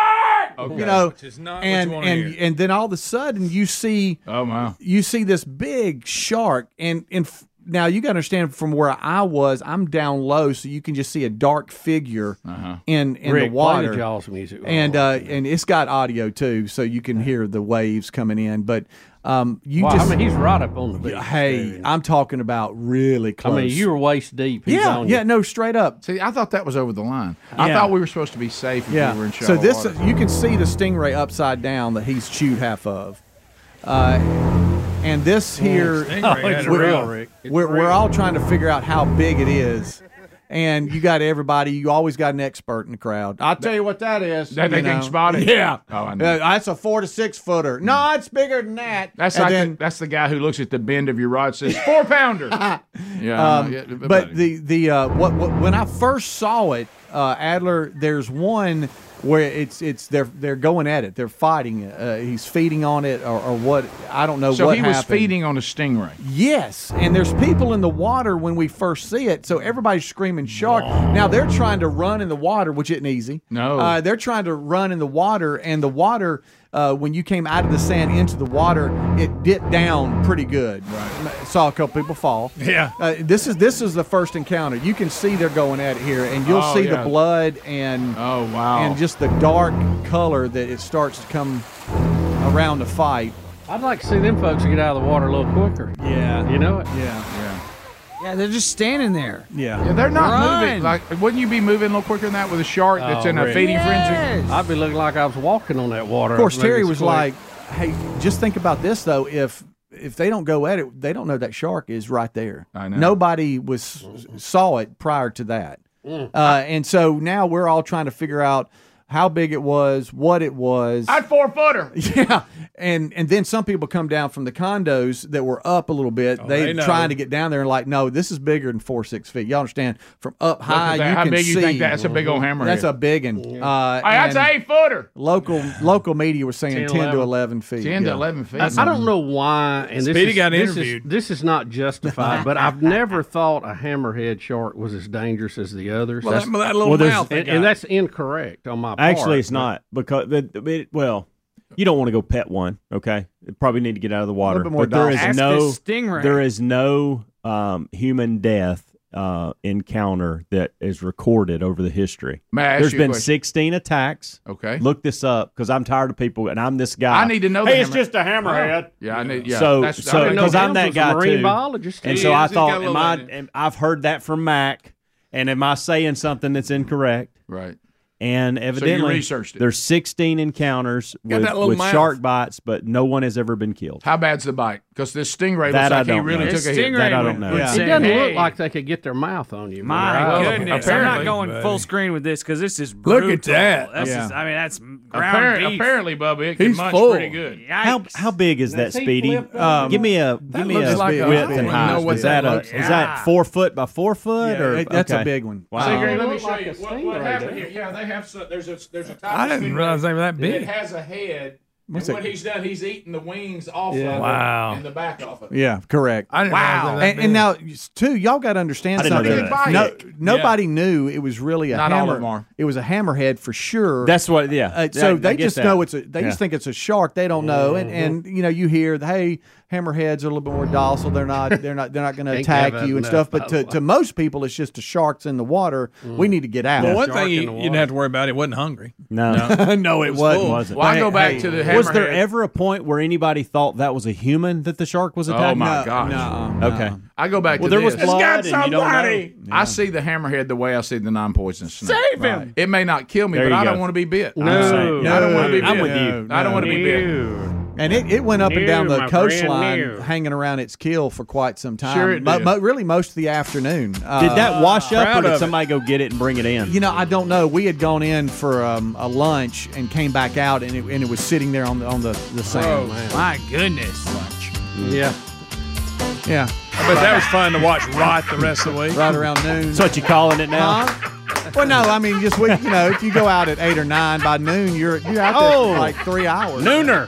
Speaker 10: You know,
Speaker 1: Which is not what you
Speaker 10: and
Speaker 1: wanna
Speaker 10: and
Speaker 1: hear.
Speaker 10: and then all of a sudden you see
Speaker 1: oh wow
Speaker 10: you see this big shark and and f- now you got to understand from where I was I'm down low so you can just see a dark figure
Speaker 1: Uh-huh.
Speaker 10: in in
Speaker 2: Rick,
Speaker 10: the
Speaker 2: play
Speaker 10: water
Speaker 2: the Jaws music. Oh,
Speaker 10: and uh, and it's got audio too so you can hear the waves coming in but um you
Speaker 2: Wow, I
Speaker 10: just
Speaker 2: mean, he's right up on the beach,
Speaker 10: hey I'm talking about really
Speaker 2: I
Speaker 10: close
Speaker 2: mean, you were waist deep. He's
Speaker 10: yeah
Speaker 2: on
Speaker 10: yeah no straight up
Speaker 1: See, I thought that was over the line. I
Speaker 10: Yeah.
Speaker 1: thought we were supposed to be safe if we were in
Speaker 10: so
Speaker 1: shallow
Speaker 10: this
Speaker 1: water.
Speaker 10: you can see the stingray upside down that he's chewed half of, uh, and this here,
Speaker 1: stingray, Oh, it's that's
Speaker 10: we're,
Speaker 1: real, Rick. It's
Speaker 10: we're, we're
Speaker 1: real.
Speaker 10: all trying to figure out how big it is, and you got everybody. You always got an expert in the crowd. I'll tell you what that is.
Speaker 1: That they
Speaker 10: you
Speaker 1: can
Speaker 10: know.
Speaker 1: spot it.
Speaker 10: Yeah,
Speaker 1: Oh, I
Speaker 10: Uh,
Speaker 1: know.
Speaker 10: that's a four to six footer. No, it's bigger than that.
Speaker 1: that's
Speaker 10: And
Speaker 1: like
Speaker 10: then-
Speaker 1: the, that's the guy who looks at the bend of your rod and says four pounder. yeah, I know.
Speaker 10: Um,
Speaker 1: Yeah,
Speaker 10: but the the uh, what, what when I first saw it, uh, Adler, there's one where it's it's they're they're going at it, they're fighting. Uh, he's feeding on it or, or what I don't know.
Speaker 1: so
Speaker 10: Uh, what
Speaker 1: he was
Speaker 10: happened.
Speaker 1: feeding on a stingray.
Speaker 10: Yes, and there's people in the water when we first see it, so everybody's screaming shark. Now they're trying to run in the water, which isn't easy.
Speaker 1: No.
Speaker 10: uh, they're trying to run in the water, and the water uh, when you came out of the sand into the water, it dipped down pretty good. Right, saw a couple people fall.
Speaker 3: Yeah.
Speaker 10: uh, this is this is the first encounter. You can see they're going at it here, and you'll
Speaker 1: Oh,
Speaker 10: see
Speaker 1: yeah.
Speaker 10: the blood and
Speaker 1: oh wow,
Speaker 10: and just the dark color that it starts to come around the fight.
Speaker 2: I'd like to see them folks get out of the water a little quicker.
Speaker 10: Yeah,
Speaker 2: You know it?
Speaker 10: yeah.
Speaker 8: Yeah, they're just standing there.
Speaker 1: Yeah, they're not
Speaker 8: Run.
Speaker 1: moving. Like, wouldn't you be moving a little quicker than that with a shark that's
Speaker 2: Oh,
Speaker 1: in a
Speaker 2: Rick.
Speaker 1: feeding frenzy?
Speaker 2: I'd be looking like I was walking on that water.
Speaker 10: Of course,
Speaker 2: Maybe
Speaker 10: Terry
Speaker 2: it's
Speaker 10: was
Speaker 2: quick.
Speaker 10: like, "Hey, just think about this though. If if they don't go at it, they don't know that shark is right there.
Speaker 1: I know.
Speaker 10: Nobody Uh, was saw it prior to that, uh, and so now we're all trying to figure out how big it was, what it was.
Speaker 1: I'd four footer.
Speaker 10: Yeah, and and then some people come down from the condos that were up a little bit. they
Speaker 1: Oh, they know.
Speaker 10: trying to get down there and like, no, this is bigger than four six feet. Y'all understand? From up
Speaker 1: at
Speaker 10: high,
Speaker 1: that.
Speaker 10: you
Speaker 1: How
Speaker 10: can
Speaker 1: big
Speaker 10: see.
Speaker 1: you think that- that's a big old hammer
Speaker 10: That's
Speaker 1: here.
Speaker 10: a big one. Uh,
Speaker 1: Hey, that's
Speaker 10: and
Speaker 1: an eight footer.
Speaker 10: Local local media was saying
Speaker 2: 10,
Speaker 10: ten, to eleven feet.
Speaker 1: 10 to
Speaker 10: Yeah.
Speaker 1: 11 feet.
Speaker 2: I, I don't know why. And this
Speaker 10: Speedy
Speaker 2: is,
Speaker 10: got
Speaker 2: this is-
Speaker 10: interviewed.
Speaker 2: This is, not justified, but I've never thought a hammerhead shark was as dangerous as the others.
Speaker 11: Well, that- well, that little Well, there's- mouth they
Speaker 2: and,
Speaker 11: got.
Speaker 2: and that's incorrect on my part.
Speaker 11: Actually, it's
Speaker 2: but-
Speaker 11: not because the- the- it, well, you don't want to go pet one. Okay, you probably need to get out of the water.
Speaker 2: bit more
Speaker 11: but there is
Speaker 2: docile. Ask
Speaker 11: no
Speaker 2: this stingray.
Speaker 11: There is no um, human death uh, encounter that is recorded over the history.
Speaker 1: May I ask
Speaker 11: There's
Speaker 1: you a
Speaker 11: been
Speaker 1: question?
Speaker 11: 16 attacks.
Speaker 1: Okay,
Speaker 11: look this up because I'm tired of people, and I'm this guy.
Speaker 1: I need to know.
Speaker 11: Hey,
Speaker 1: the
Speaker 11: it's
Speaker 1: hammer-
Speaker 11: just a hammerhead.
Speaker 1: Yeah, I need. Yeah,
Speaker 11: so
Speaker 1: that's- I
Speaker 11: so
Speaker 1: didn't know
Speaker 11: because
Speaker 1: Ham's
Speaker 11: I'm that
Speaker 1: was
Speaker 11: guy
Speaker 1: a marine
Speaker 11: too,
Speaker 1: biologist.
Speaker 11: and
Speaker 1: He
Speaker 11: so
Speaker 1: is.
Speaker 11: I
Speaker 1: He's got a
Speaker 11: thought,
Speaker 1: little
Speaker 11: am I?
Speaker 1: in
Speaker 11: Am, I've heard that from Mac, and am I saying something that's incorrect?
Speaker 1: Right.
Speaker 11: And evidently,
Speaker 1: researched it.
Speaker 11: there's 16 encounters
Speaker 1: Got
Speaker 11: with,
Speaker 1: that little
Speaker 11: with
Speaker 1: mouth.
Speaker 11: shark bites, but no one has ever been killed.
Speaker 1: How bad's the bite? Because this stingray
Speaker 11: That I
Speaker 1: looks like he
Speaker 11: don't
Speaker 1: really
Speaker 11: know.
Speaker 1: took a
Speaker 11: This
Speaker 1: hit.
Speaker 11: stingray That I don't would- know. would
Speaker 2: It doesn't look like they could get their mouth on you.
Speaker 8: My
Speaker 2: Right.
Speaker 8: goodness, Oh, I'm not going full screen with this because this is
Speaker 2: Look
Speaker 8: brutal.
Speaker 2: at that.
Speaker 8: This
Speaker 2: Yeah.
Speaker 8: is, I mean, that's ground
Speaker 1: Appar-
Speaker 8: beef.
Speaker 1: apparently, Bubba, it can munch pretty good.
Speaker 11: How how big is that,
Speaker 1: Does he
Speaker 11: Speedy? Um,
Speaker 1: flip over?
Speaker 11: give me a
Speaker 1: That
Speaker 11: give me
Speaker 1: looks
Speaker 11: a
Speaker 1: like a-
Speaker 11: width
Speaker 1: I
Speaker 11: and
Speaker 1: don't know
Speaker 11: height.
Speaker 1: what
Speaker 11: is
Speaker 1: that
Speaker 11: that, a,
Speaker 1: looks
Speaker 11: is
Speaker 1: like.
Speaker 11: that four foot by four foot?
Speaker 1: Yeah,
Speaker 11: or
Speaker 1: it- that's a
Speaker 11: okay.
Speaker 10: big one.
Speaker 11: Wow.
Speaker 1: Cigarette, let me show you what, what happened here. Yeah, they have so, there's a there's a type
Speaker 10: I
Speaker 1: of
Speaker 10: didn't
Speaker 1: stingray
Speaker 10: realize they were that big.
Speaker 1: It has a head.
Speaker 10: What's
Speaker 1: and
Speaker 10: that?
Speaker 1: what he's done, he's eaten the wings off
Speaker 10: Yeah.
Speaker 1: of
Speaker 10: Wow.
Speaker 1: it and the back off of it.
Speaker 10: Yeah, correct.
Speaker 1: I didn't realize Wow. they were that
Speaker 10: And, and now, too, y'all got to understand
Speaker 1: I didn't know
Speaker 10: something.
Speaker 1: that.
Speaker 10: No,
Speaker 1: Big bite.
Speaker 10: nobody knew it was really a
Speaker 1: Not all
Speaker 10: hammer.
Speaker 1: of 'em are.
Speaker 10: It was a hammerhead for sure.
Speaker 11: That's what-
Speaker 10: Uh,
Speaker 11: yeah. Yeah, I-
Speaker 10: so
Speaker 11: I
Speaker 10: they
Speaker 11: get
Speaker 10: just
Speaker 11: that.
Speaker 10: know it's a. They
Speaker 11: Yeah.
Speaker 10: just think it's a shark. They don't know,
Speaker 1: Mm-hmm.
Speaker 10: and and you know, you hear, hey, hammerheads are a little bit more docile. They're not. They're not. They're not going to
Speaker 3: Think
Speaker 10: attack
Speaker 3: they have
Speaker 10: you and
Speaker 3: enough
Speaker 10: stuff. But to, to most people, it's just the sharks in the water.
Speaker 1: Mm.
Speaker 10: We need to get out.
Speaker 3: Well, one thing you, you didn't have to worry about, it wasn't hungry.
Speaker 10: No. No, it wasn't.
Speaker 3: full.
Speaker 10: Wasn't.
Speaker 3: Well, I go back
Speaker 10: Hey,
Speaker 3: to the
Speaker 10: hey,
Speaker 11: Was there
Speaker 3: hammerhead.
Speaker 11: ever a point where anybody thought that was a human that the shark was
Speaker 1: Oh,
Speaker 11: attacking?
Speaker 1: my No, gosh. no,
Speaker 11: okay.
Speaker 1: I go back
Speaker 11: Well,
Speaker 1: to
Speaker 11: there
Speaker 1: this.
Speaker 11: was blood, and you don't know.
Speaker 1: I see the hammerhead the way I see the non-poisonous snake.
Speaker 11: Save him!
Speaker 1: Right. It may not kill me,
Speaker 11: There
Speaker 1: but
Speaker 11: you
Speaker 1: I
Speaker 11: go.
Speaker 1: don't want to be bit.
Speaker 11: I'm the
Speaker 1: I
Speaker 11: same.
Speaker 1: don't, I don't want to be bit.
Speaker 11: I'm with you.
Speaker 1: I don't want to be bit.
Speaker 10: And it, it went up and
Speaker 1: New,
Speaker 10: down the
Speaker 1: my friend, new.
Speaker 10: coastline, hanging around its kill for quite some time.
Speaker 11: Sure it
Speaker 10: Mo-
Speaker 11: did.
Speaker 10: mo- really, most of the afternoon.
Speaker 3: Uh,
Speaker 11: Did that wash up, or did
Speaker 10: somebody?
Speaker 11: somebody go get it and bring it in?
Speaker 10: You know, I don't know. We had gone in for um, a lunch and came back out, and it, and it was sitting there on the on the, the sand.
Speaker 8: my goodness.
Speaker 10: Yeah. Yeah.
Speaker 3: But that was fun to watch right the rest of the week.
Speaker 10: Right around noon.
Speaker 11: That's what you calling it now?
Speaker 10: Huh? Well, no, I mean, just we, you know, if you go out at eight or nine by noon, you're you're out there
Speaker 11: Oh.
Speaker 10: for like three hours.
Speaker 11: Nooner.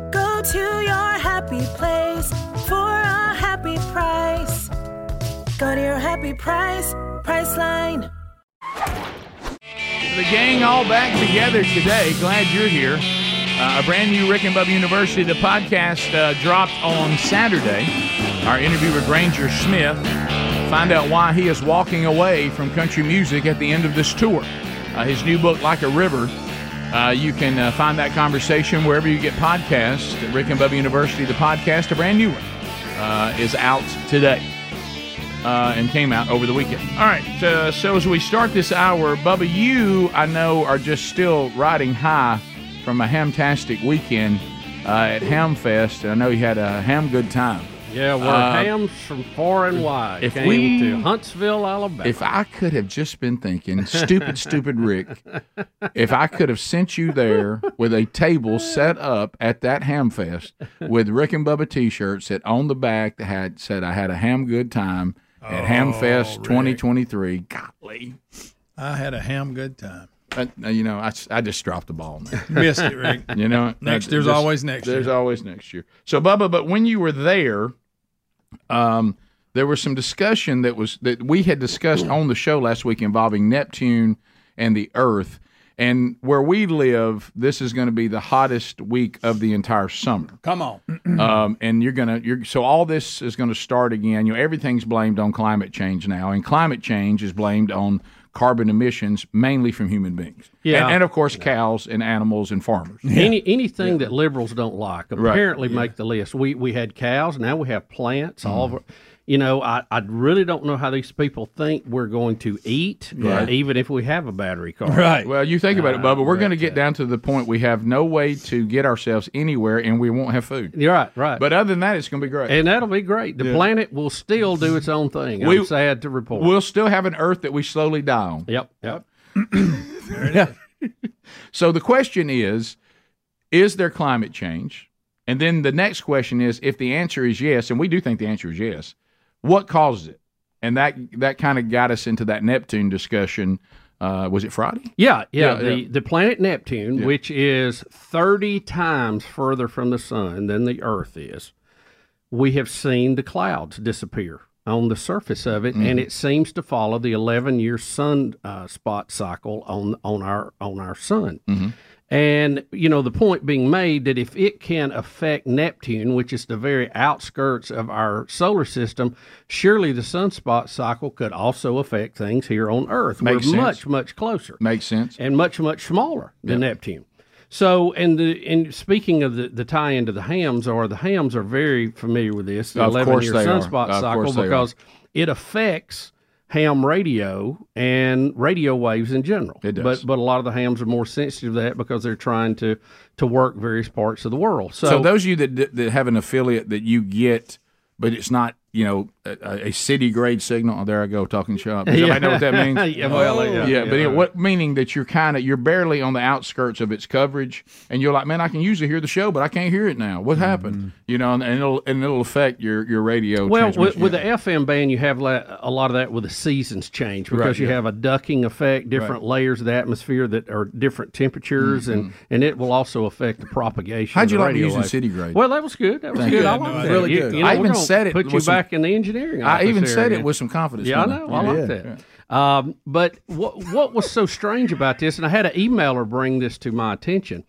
Speaker 12: Go to your happy place for a happy price. Go to your happy price, Priceline.
Speaker 1: The gang all back together today. Glad you're here. Uh, a brand new Rick and Bubba University, the podcast uh, dropped on Saturday. Our interview with Granger Smith. Find out why he is walking away from country music at the end of this tour. Uh, his new book, Like a River. Uh, you can uh, find that conversation wherever you get podcasts. At Rick and Bubba University, the podcast, a brand new one, uh, is out today uh, and came out over the weekend. All right. Uh, so as we start this hour, Bubba, you I know are just still riding high from a hamtastic weekend uh, at Hamfest. I know you had a ham good time.
Speaker 2: Yeah, where
Speaker 1: Uh,
Speaker 2: hams from far and wide
Speaker 1: if
Speaker 2: came
Speaker 1: we-
Speaker 2: to Huntsville, Alabama.
Speaker 1: If I could have just been thinking, stupid, stupid Rick, if I could have sent you there with a table set up at that ham fest with Rick and Bubba t shirts that on the back that had said I had a ham good time at Ham Hamfest 2023. Golly.
Speaker 3: I had a ham good time.
Speaker 1: Uh, you know, I, I just dropped the ball. Man.
Speaker 3: Missed it, Rick.
Speaker 1: You know,
Speaker 3: Next-
Speaker 1: uh,
Speaker 3: there's
Speaker 1: just-
Speaker 3: always next
Speaker 1: There's
Speaker 3: year.
Speaker 1: always next year. So, Bubba, but when you were there, um, there was some discussion that was that we had discussed on the show last week involving Neptune and the Earth, and where we live, this is going to be the hottest week of the entire summer.
Speaker 3: Come on.
Speaker 1: Um, and you're gonna, you're so all this is gonna start again. You know, everything's blamed on climate change now, and climate change is blamed on carbon emissions mainly from human beings.
Speaker 2: Yeah.
Speaker 1: and, and of course cows and animals and farmers.
Speaker 2: Any anything that liberals don't like
Speaker 1: Right.
Speaker 2: apparently make the list. We we had cows, now we have plants. All
Speaker 1: Mm.
Speaker 2: over, you know, I, I really don't know how these people think we're going to eat,
Speaker 1: Right.
Speaker 2: uh, even if we have a battery car.
Speaker 1: Well, you think about it, Bubba. We're
Speaker 2: but,
Speaker 1: going to get down to the point we have no way to get ourselves anywhere, and we won't have food.
Speaker 2: You're right, right.
Speaker 1: But other than that, it's going to be great.
Speaker 2: And that'll be great. The
Speaker 1: Yeah.
Speaker 2: planet will still do its own thing.
Speaker 1: We-
Speaker 2: I'm sad to report.
Speaker 1: We'll still have an Earth that we slowly die on.
Speaker 2: Yep. Yep.
Speaker 1: so the question is, is there climate change? And then the next question is, if the answer is yes, and we do think the answer is yes, what causes it? And that that kind of got us into that Neptune discussion. Uh, was it Friday?
Speaker 2: Yeah, yeah.
Speaker 1: Yeah,
Speaker 2: the,
Speaker 1: yeah.
Speaker 2: the planet Neptune,
Speaker 1: Yeah.
Speaker 2: which is 30 times further from the sun than the Earth is, we have seen the clouds disappear on the surface of it, and
Speaker 1: Mhm.
Speaker 2: it seems to follow the 11 year sun uh, spot cycle on on our on our sun.
Speaker 1: Mm-hmm.
Speaker 2: And you know the point being made that if it can affect Neptune, which is the very outskirts of our solar system, surely the sunspot cycle could also affect things here on Earth.
Speaker 1: Makes
Speaker 2: We're
Speaker 1: sense.
Speaker 2: much much closer
Speaker 1: Makes sense.
Speaker 2: and much much smaller than
Speaker 1: Yeah.
Speaker 2: Neptune. So, and the and speaking of the, the tie into the hams, are the hams are very familiar with this the
Speaker 1: Of
Speaker 2: eleven
Speaker 1: course
Speaker 2: year
Speaker 1: they are.
Speaker 2: sunspot
Speaker 1: Of
Speaker 2: cycle
Speaker 1: course they are.
Speaker 2: because it affects ham radio and radio waves in general. It
Speaker 1: does.
Speaker 2: But but a lot of the hams are more sensitive to that because they're trying to to work various parts of the world. So,
Speaker 1: So, those of you that that have an affiliate that you get, but it's not you know a, a city grade signal. Oh, there I go talking shop. Does
Speaker 2: Yeah.
Speaker 1: everybody know what that means?
Speaker 2: Yeah, well, yeah.
Speaker 1: yeah, But
Speaker 2: Yeah.
Speaker 1: it, what meaning that you're kind of you're barely on the outskirts of its coverage, and you're like, man, I can usually hear the show, but I can't hear it now. What happened? You know, and, and it'll and it'll affect your your radio.
Speaker 2: Mm-hmm. well, with,
Speaker 1: transmission.
Speaker 2: with the FM band, you have la- a lot of that with the seasons change because
Speaker 1: Right,
Speaker 2: you
Speaker 1: yeah.
Speaker 2: have a ducking effect, different
Speaker 1: Right.
Speaker 2: layers of the atmosphere that are different temperatures, and and it will also affect the propagation.
Speaker 1: Mm-hmm. How'd
Speaker 2: of
Speaker 1: you
Speaker 2: the
Speaker 1: like me
Speaker 2: radio
Speaker 1: using
Speaker 2: waves.
Speaker 1: city grade?
Speaker 2: Well, that was good. That was
Speaker 1: Thank
Speaker 2: good.
Speaker 1: you.
Speaker 2: I
Speaker 1: No,
Speaker 2: like
Speaker 1: I
Speaker 2: that.
Speaker 1: really
Speaker 2: You-
Speaker 1: good.
Speaker 2: you know,
Speaker 1: I
Speaker 2: we're
Speaker 1: even
Speaker 2: gonna
Speaker 1: said it
Speaker 2: Put
Speaker 1: with
Speaker 2: you
Speaker 1: some-
Speaker 2: back in the engineering.
Speaker 1: I
Speaker 2: office
Speaker 1: even said
Speaker 2: area.
Speaker 1: it with some confidence.
Speaker 2: Yeah, I
Speaker 1: didn't
Speaker 2: know. I like
Speaker 1: Yeah.
Speaker 2: that. Um, but what what was so strange about this? And I had an emailer bring this to my attention.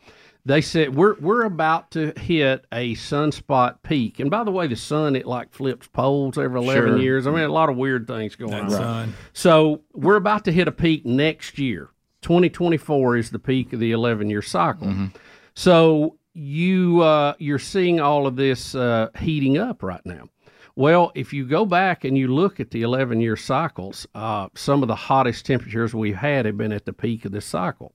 Speaker 2: They said we're we're about to hit a sunspot peak. And by the way, the sun it like flips poles every eleven
Speaker 1: Sure.
Speaker 2: years. I mean, a lot of weird things going
Speaker 1: That
Speaker 2: on.
Speaker 1: sun.
Speaker 2: So we're about to hit a peak next year. Twenty twenty four is the peak of the eleven year cycle.
Speaker 1: Mm-hmm.
Speaker 2: So you uh, you're seeing all of this uh, heating up right now. Well, if you go back and you look at the 11 year cycles, uh, some of the hottest temperatures we've had have been at the peak of this cycle.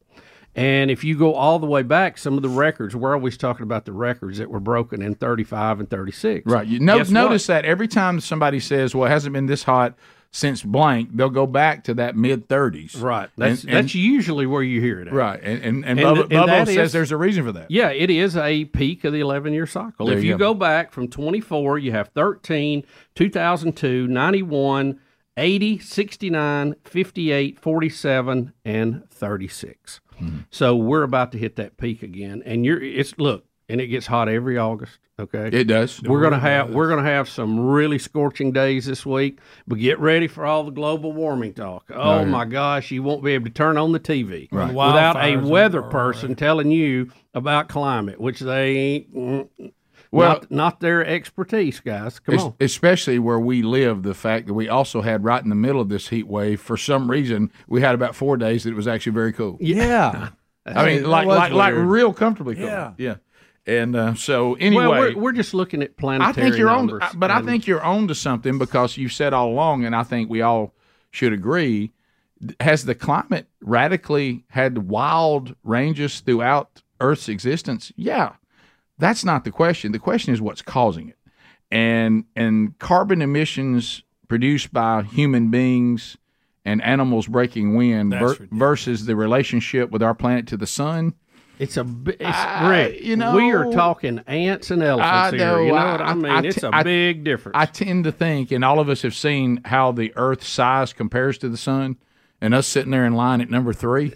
Speaker 2: And if you go all the way back, some of the records, we're always talking about the records that were broken in 35 and 36.
Speaker 1: Right. You no,
Speaker 2: Guess
Speaker 1: notice that every time somebody says, "Well, it hasn't been this hot since blank," they'll go back to that mid thirties. Right.
Speaker 2: That's- that's usually where you hear it. At.
Speaker 1: Right. And and,
Speaker 2: And-
Speaker 1: and, Bubba,
Speaker 2: and
Speaker 1: Bubba
Speaker 2: that
Speaker 1: says
Speaker 2: is-
Speaker 1: there's a reason for that.
Speaker 2: Yeah, it is a peak of the 11 year cycle.
Speaker 1: There
Speaker 2: if
Speaker 1: you
Speaker 2: you go.
Speaker 1: go.
Speaker 2: back from 24, you have 13, 2002, 91, 80, 69, 58, 47, and 36.
Speaker 1: Hmm.
Speaker 2: So we're about to hit that peak again. And you're, it's, look, and it gets hot every August. Okay.
Speaker 1: It does.
Speaker 2: We're gonna
Speaker 1: It
Speaker 2: have we're gonna have some really scorching days this week, but get ready for all the global warming talk. Oh
Speaker 1: yeah.
Speaker 2: my gosh, you won't be able to turn on the TV
Speaker 1: Right.
Speaker 2: without a
Speaker 1: Wildfires and-
Speaker 2: weather person telling you about climate, which they ain't mm,
Speaker 1: Well-
Speaker 2: not, not their expertise, guys. Come
Speaker 1: Es-
Speaker 2: on.
Speaker 1: Especially where we live, the fact that we also had right in the middle of this heat wave, for some reason, we had about four days that it was actually very cool.
Speaker 10: Yeah.
Speaker 1: I mean,
Speaker 2: That
Speaker 1: like
Speaker 2: was
Speaker 1: like, like
Speaker 2: weird.
Speaker 1: real comfortably cool.
Speaker 2: Yeah.
Speaker 1: Yeah. And uh, so anyway,
Speaker 2: well, we're, we're just looking at
Speaker 1: I
Speaker 2: planetary
Speaker 1: think you're
Speaker 2: numbers,
Speaker 1: on, but I
Speaker 2: and-
Speaker 1: think you're on to something because you said all along, and I think we all should agree. th- Has the climate radically had wild ranges throughout Earth's existence? Yeah, that's not the question. The question is what's causing it, and and carbon emissions produced by human beings and animals breaking wind
Speaker 2: That's
Speaker 1: ver-
Speaker 2: ridiculous.
Speaker 1: versus the relationship with our planet to the sun.
Speaker 2: it's a bi- it's
Speaker 1: I-
Speaker 2: Rick,
Speaker 1: you know-
Speaker 2: we are talking ants and elephants here. You know what I, mean?
Speaker 1: t-
Speaker 2: it's a
Speaker 1: I-
Speaker 2: big difference.
Speaker 1: I tend to think, and all of us have seen how the Earth's size compares to the sun, and us sitting there in line at number three.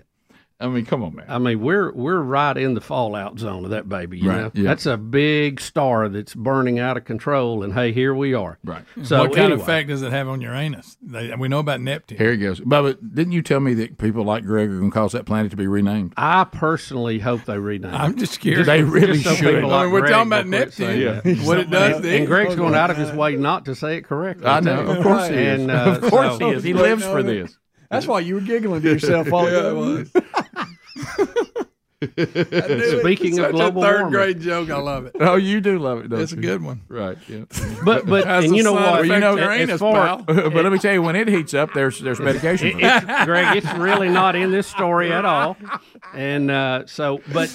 Speaker 1: I mean, come on, man.
Speaker 2: I mean, we're we're right in the fallout zone of that baby. You
Speaker 1: Right,
Speaker 2: know,
Speaker 1: yeah.
Speaker 2: that's a big star that's burning out of control, and hey, here we are.
Speaker 1: Right.
Speaker 2: So
Speaker 3: what kind
Speaker 2: anyway,
Speaker 3: of effect does it have on Uranus? They, we know about Neptune.
Speaker 1: Here it goes. Bubba, didn't you tell me that people like Greg are going to cause that planet to be renamed?
Speaker 2: I personally hope they rename.
Speaker 3: I'm just curious.
Speaker 1: They really
Speaker 2: just so
Speaker 1: should.
Speaker 2: people
Speaker 1: I mean,
Speaker 2: like
Speaker 1: we're
Speaker 2: Greg
Speaker 1: talking about
Speaker 2: will quit saying
Speaker 1: Neptune,
Speaker 2: that.
Speaker 1: what it
Speaker 2: Something
Speaker 1: does
Speaker 2: like-
Speaker 1: to
Speaker 2: And
Speaker 1: it.
Speaker 2: Greg's
Speaker 1: Oh,
Speaker 2: going
Speaker 1: my
Speaker 2: out of his way not to say it correctly.
Speaker 1: I know. Of course he is.
Speaker 2: And, uh,
Speaker 1: Of course
Speaker 2: so-
Speaker 1: he is. He lives for this.
Speaker 10: That's why you were giggling to yourself all
Speaker 1: Yeah,
Speaker 10: the
Speaker 1: it
Speaker 10: time.
Speaker 2: Speaking of
Speaker 3: Such
Speaker 2: global
Speaker 3: a third
Speaker 2: warming.
Speaker 3: grade joke, I love it.
Speaker 1: Oh, you do love it. Don't
Speaker 3: It's a
Speaker 1: you?
Speaker 3: good one.
Speaker 1: right? Yeah.
Speaker 2: But but
Speaker 1: That's
Speaker 2: and
Speaker 1: a
Speaker 2: you know
Speaker 1: side
Speaker 2: what?
Speaker 1: effect of
Speaker 2: As
Speaker 1: Uranus,
Speaker 2: far-
Speaker 1: pal. but let me tell you, when it heats up, there's there's medication.
Speaker 2: It-
Speaker 1: for
Speaker 2: it's-
Speaker 1: it.
Speaker 2: Greg, it's really not in this story at all. And uh, so, but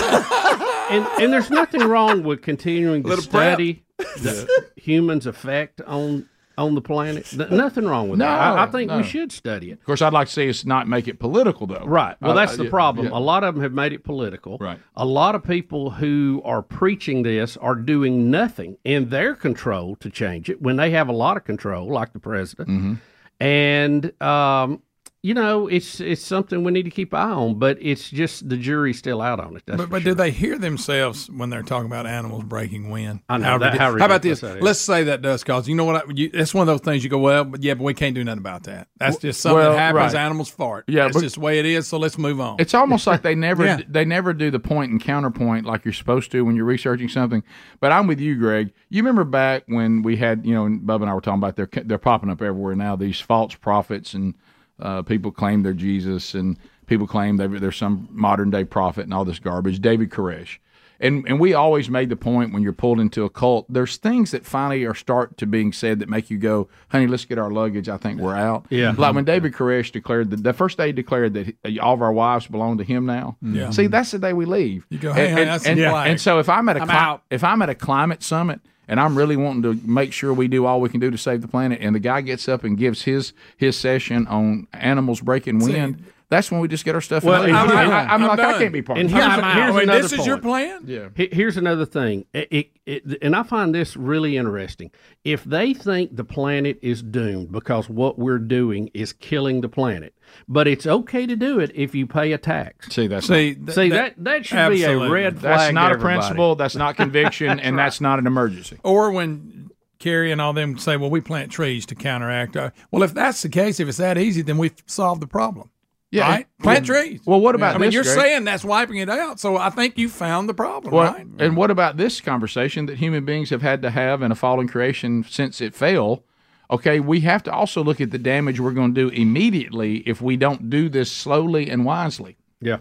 Speaker 2: and and there's nothing wrong with continuing to
Speaker 1: Little prep.
Speaker 2: study the humans' effect on on the planet. Th- nothing wrong with that. I, I think we should. study it.
Speaker 1: Of course, I'd like to see us not make it political, though.
Speaker 2: Right. Well,
Speaker 1: I-
Speaker 2: that's
Speaker 1: I-
Speaker 2: the
Speaker 1: yeah,
Speaker 2: problem.
Speaker 1: yeah.
Speaker 2: A lot of them have made it political. Right. A lot of people who are preaching this are doing nothing in their control to change it when they have a lot of control, like the president. And um, you know, it's it's something we need to keep an eye on, but it's just the jury's still out on it. That's
Speaker 3: but but do they hear themselves when they're talking about animals breaking wind?
Speaker 2: I know, that-
Speaker 3: ridic-
Speaker 2: how
Speaker 3: about
Speaker 2: ridiculous
Speaker 3: this?
Speaker 2: that is.
Speaker 3: Let's say that does cause. You know what? I, you, it's one of those things you go, well, but yeah, but we can't do nothing about that. That's just something
Speaker 1: Well,
Speaker 3: that happens.
Speaker 1: right.
Speaker 3: Animals fart.
Speaker 1: Yeah,
Speaker 3: that's
Speaker 1: but-
Speaker 3: just the way it is. So let's move on.
Speaker 1: It's almost like they never
Speaker 3: Yeah.
Speaker 1: they never do the point and counterpoint like you're supposed to when you're researching something. But I'm with you, Greg. You remember back when we had you know and Bub and I were talking about they're they're popping up everywhere now these false prophets and uh, people claim they're Jesus and people claim they they're some modern day prophet and all this garbage. David Koresh. And, and we always made the point when you're pulled into a cult, there's things that finally are start to being said that make you go, honey, let's get our luggage. I think we're out.
Speaker 2: Yeah.
Speaker 1: Like when David Koresh declared that the first day he declared that he- uh, all of our wives belong to him now.
Speaker 3: Yeah. Mm-hmm.
Speaker 1: See, that's the day we leave. You
Speaker 3: go, hey,
Speaker 1: and,
Speaker 3: hey, that's
Speaker 1: and,
Speaker 3: the
Speaker 1: and,
Speaker 3: flag.
Speaker 1: and so if I'm at a
Speaker 3: I'm
Speaker 1: cli-
Speaker 3: out.
Speaker 1: if I'm at a climate summit and I'm really wanting to make sure we do all we can do to save the planet, and the guy gets up and gives his his session on animals breaking
Speaker 3: See.
Speaker 1: wind, that's when we just get our stuff.
Speaker 2: Well,
Speaker 1: and
Speaker 2: and
Speaker 1: leave.
Speaker 2: here's-
Speaker 1: I, am
Speaker 2: I'm
Speaker 1: like, I
Speaker 2: done.
Speaker 1: can't be part
Speaker 2: And
Speaker 1: of it.
Speaker 2: here's- I'm out. here's
Speaker 3: Wait,
Speaker 2: another
Speaker 3: this is your
Speaker 2: point.
Speaker 3: plan.
Speaker 1: Yeah.
Speaker 2: He- Here's another thing, it, it, it, and I find this really interesting. If they think the planet is doomed because what we're doing is killing the planet, but it's okay to do it if you pay a tax.
Speaker 1: See that's
Speaker 3: See,
Speaker 2: not, see that that, should be a red flag.
Speaker 1: That's
Speaker 2: to
Speaker 1: not a
Speaker 2: everybody.
Speaker 1: principle. That's not conviction, and that's not an emergency.
Speaker 3: Or when Kerry and all them say, well, we plant trees to counteract. uh, Our, well, if that's the case, if it's that easy, then we've solved the problem.
Speaker 1: Yeah.
Speaker 3: Right? Plant trees.
Speaker 1: Well, what about
Speaker 3: I mean,
Speaker 1: this,
Speaker 3: you're
Speaker 1: Greg?
Speaker 3: saying that's wiping it out. So I think you found the problem,
Speaker 1: Well,
Speaker 3: right?
Speaker 1: and what about this conversation that human beings have had to have in a fallen creation since it fell? Okay, we have to also look at the damage we're going to do immediately if we don't do this slowly and wisely.
Speaker 2: Yeah.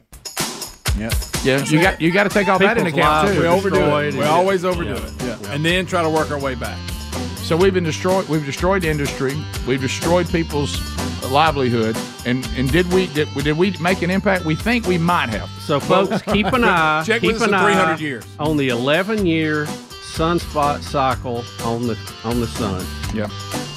Speaker 1: Yeah. Yeah. You got you got to take all that into
Speaker 3: People's
Speaker 1: account
Speaker 3: lives
Speaker 1: too.
Speaker 3: We overdo it. We always overdo it. And then try to work our way back.
Speaker 1: So we've been destroyed. We've destroyed industry. We've destroyed people's livelihood. And and did we did, we- did we make an impact? We think we might have.
Speaker 2: So, folks, keep an eye.
Speaker 1: Check
Speaker 2: keep
Speaker 1: with us
Speaker 2: an
Speaker 1: in 300
Speaker 2: eye
Speaker 1: years.
Speaker 2: on the 11 year sunspot cycle on the on the sun.
Speaker 1: Yeah.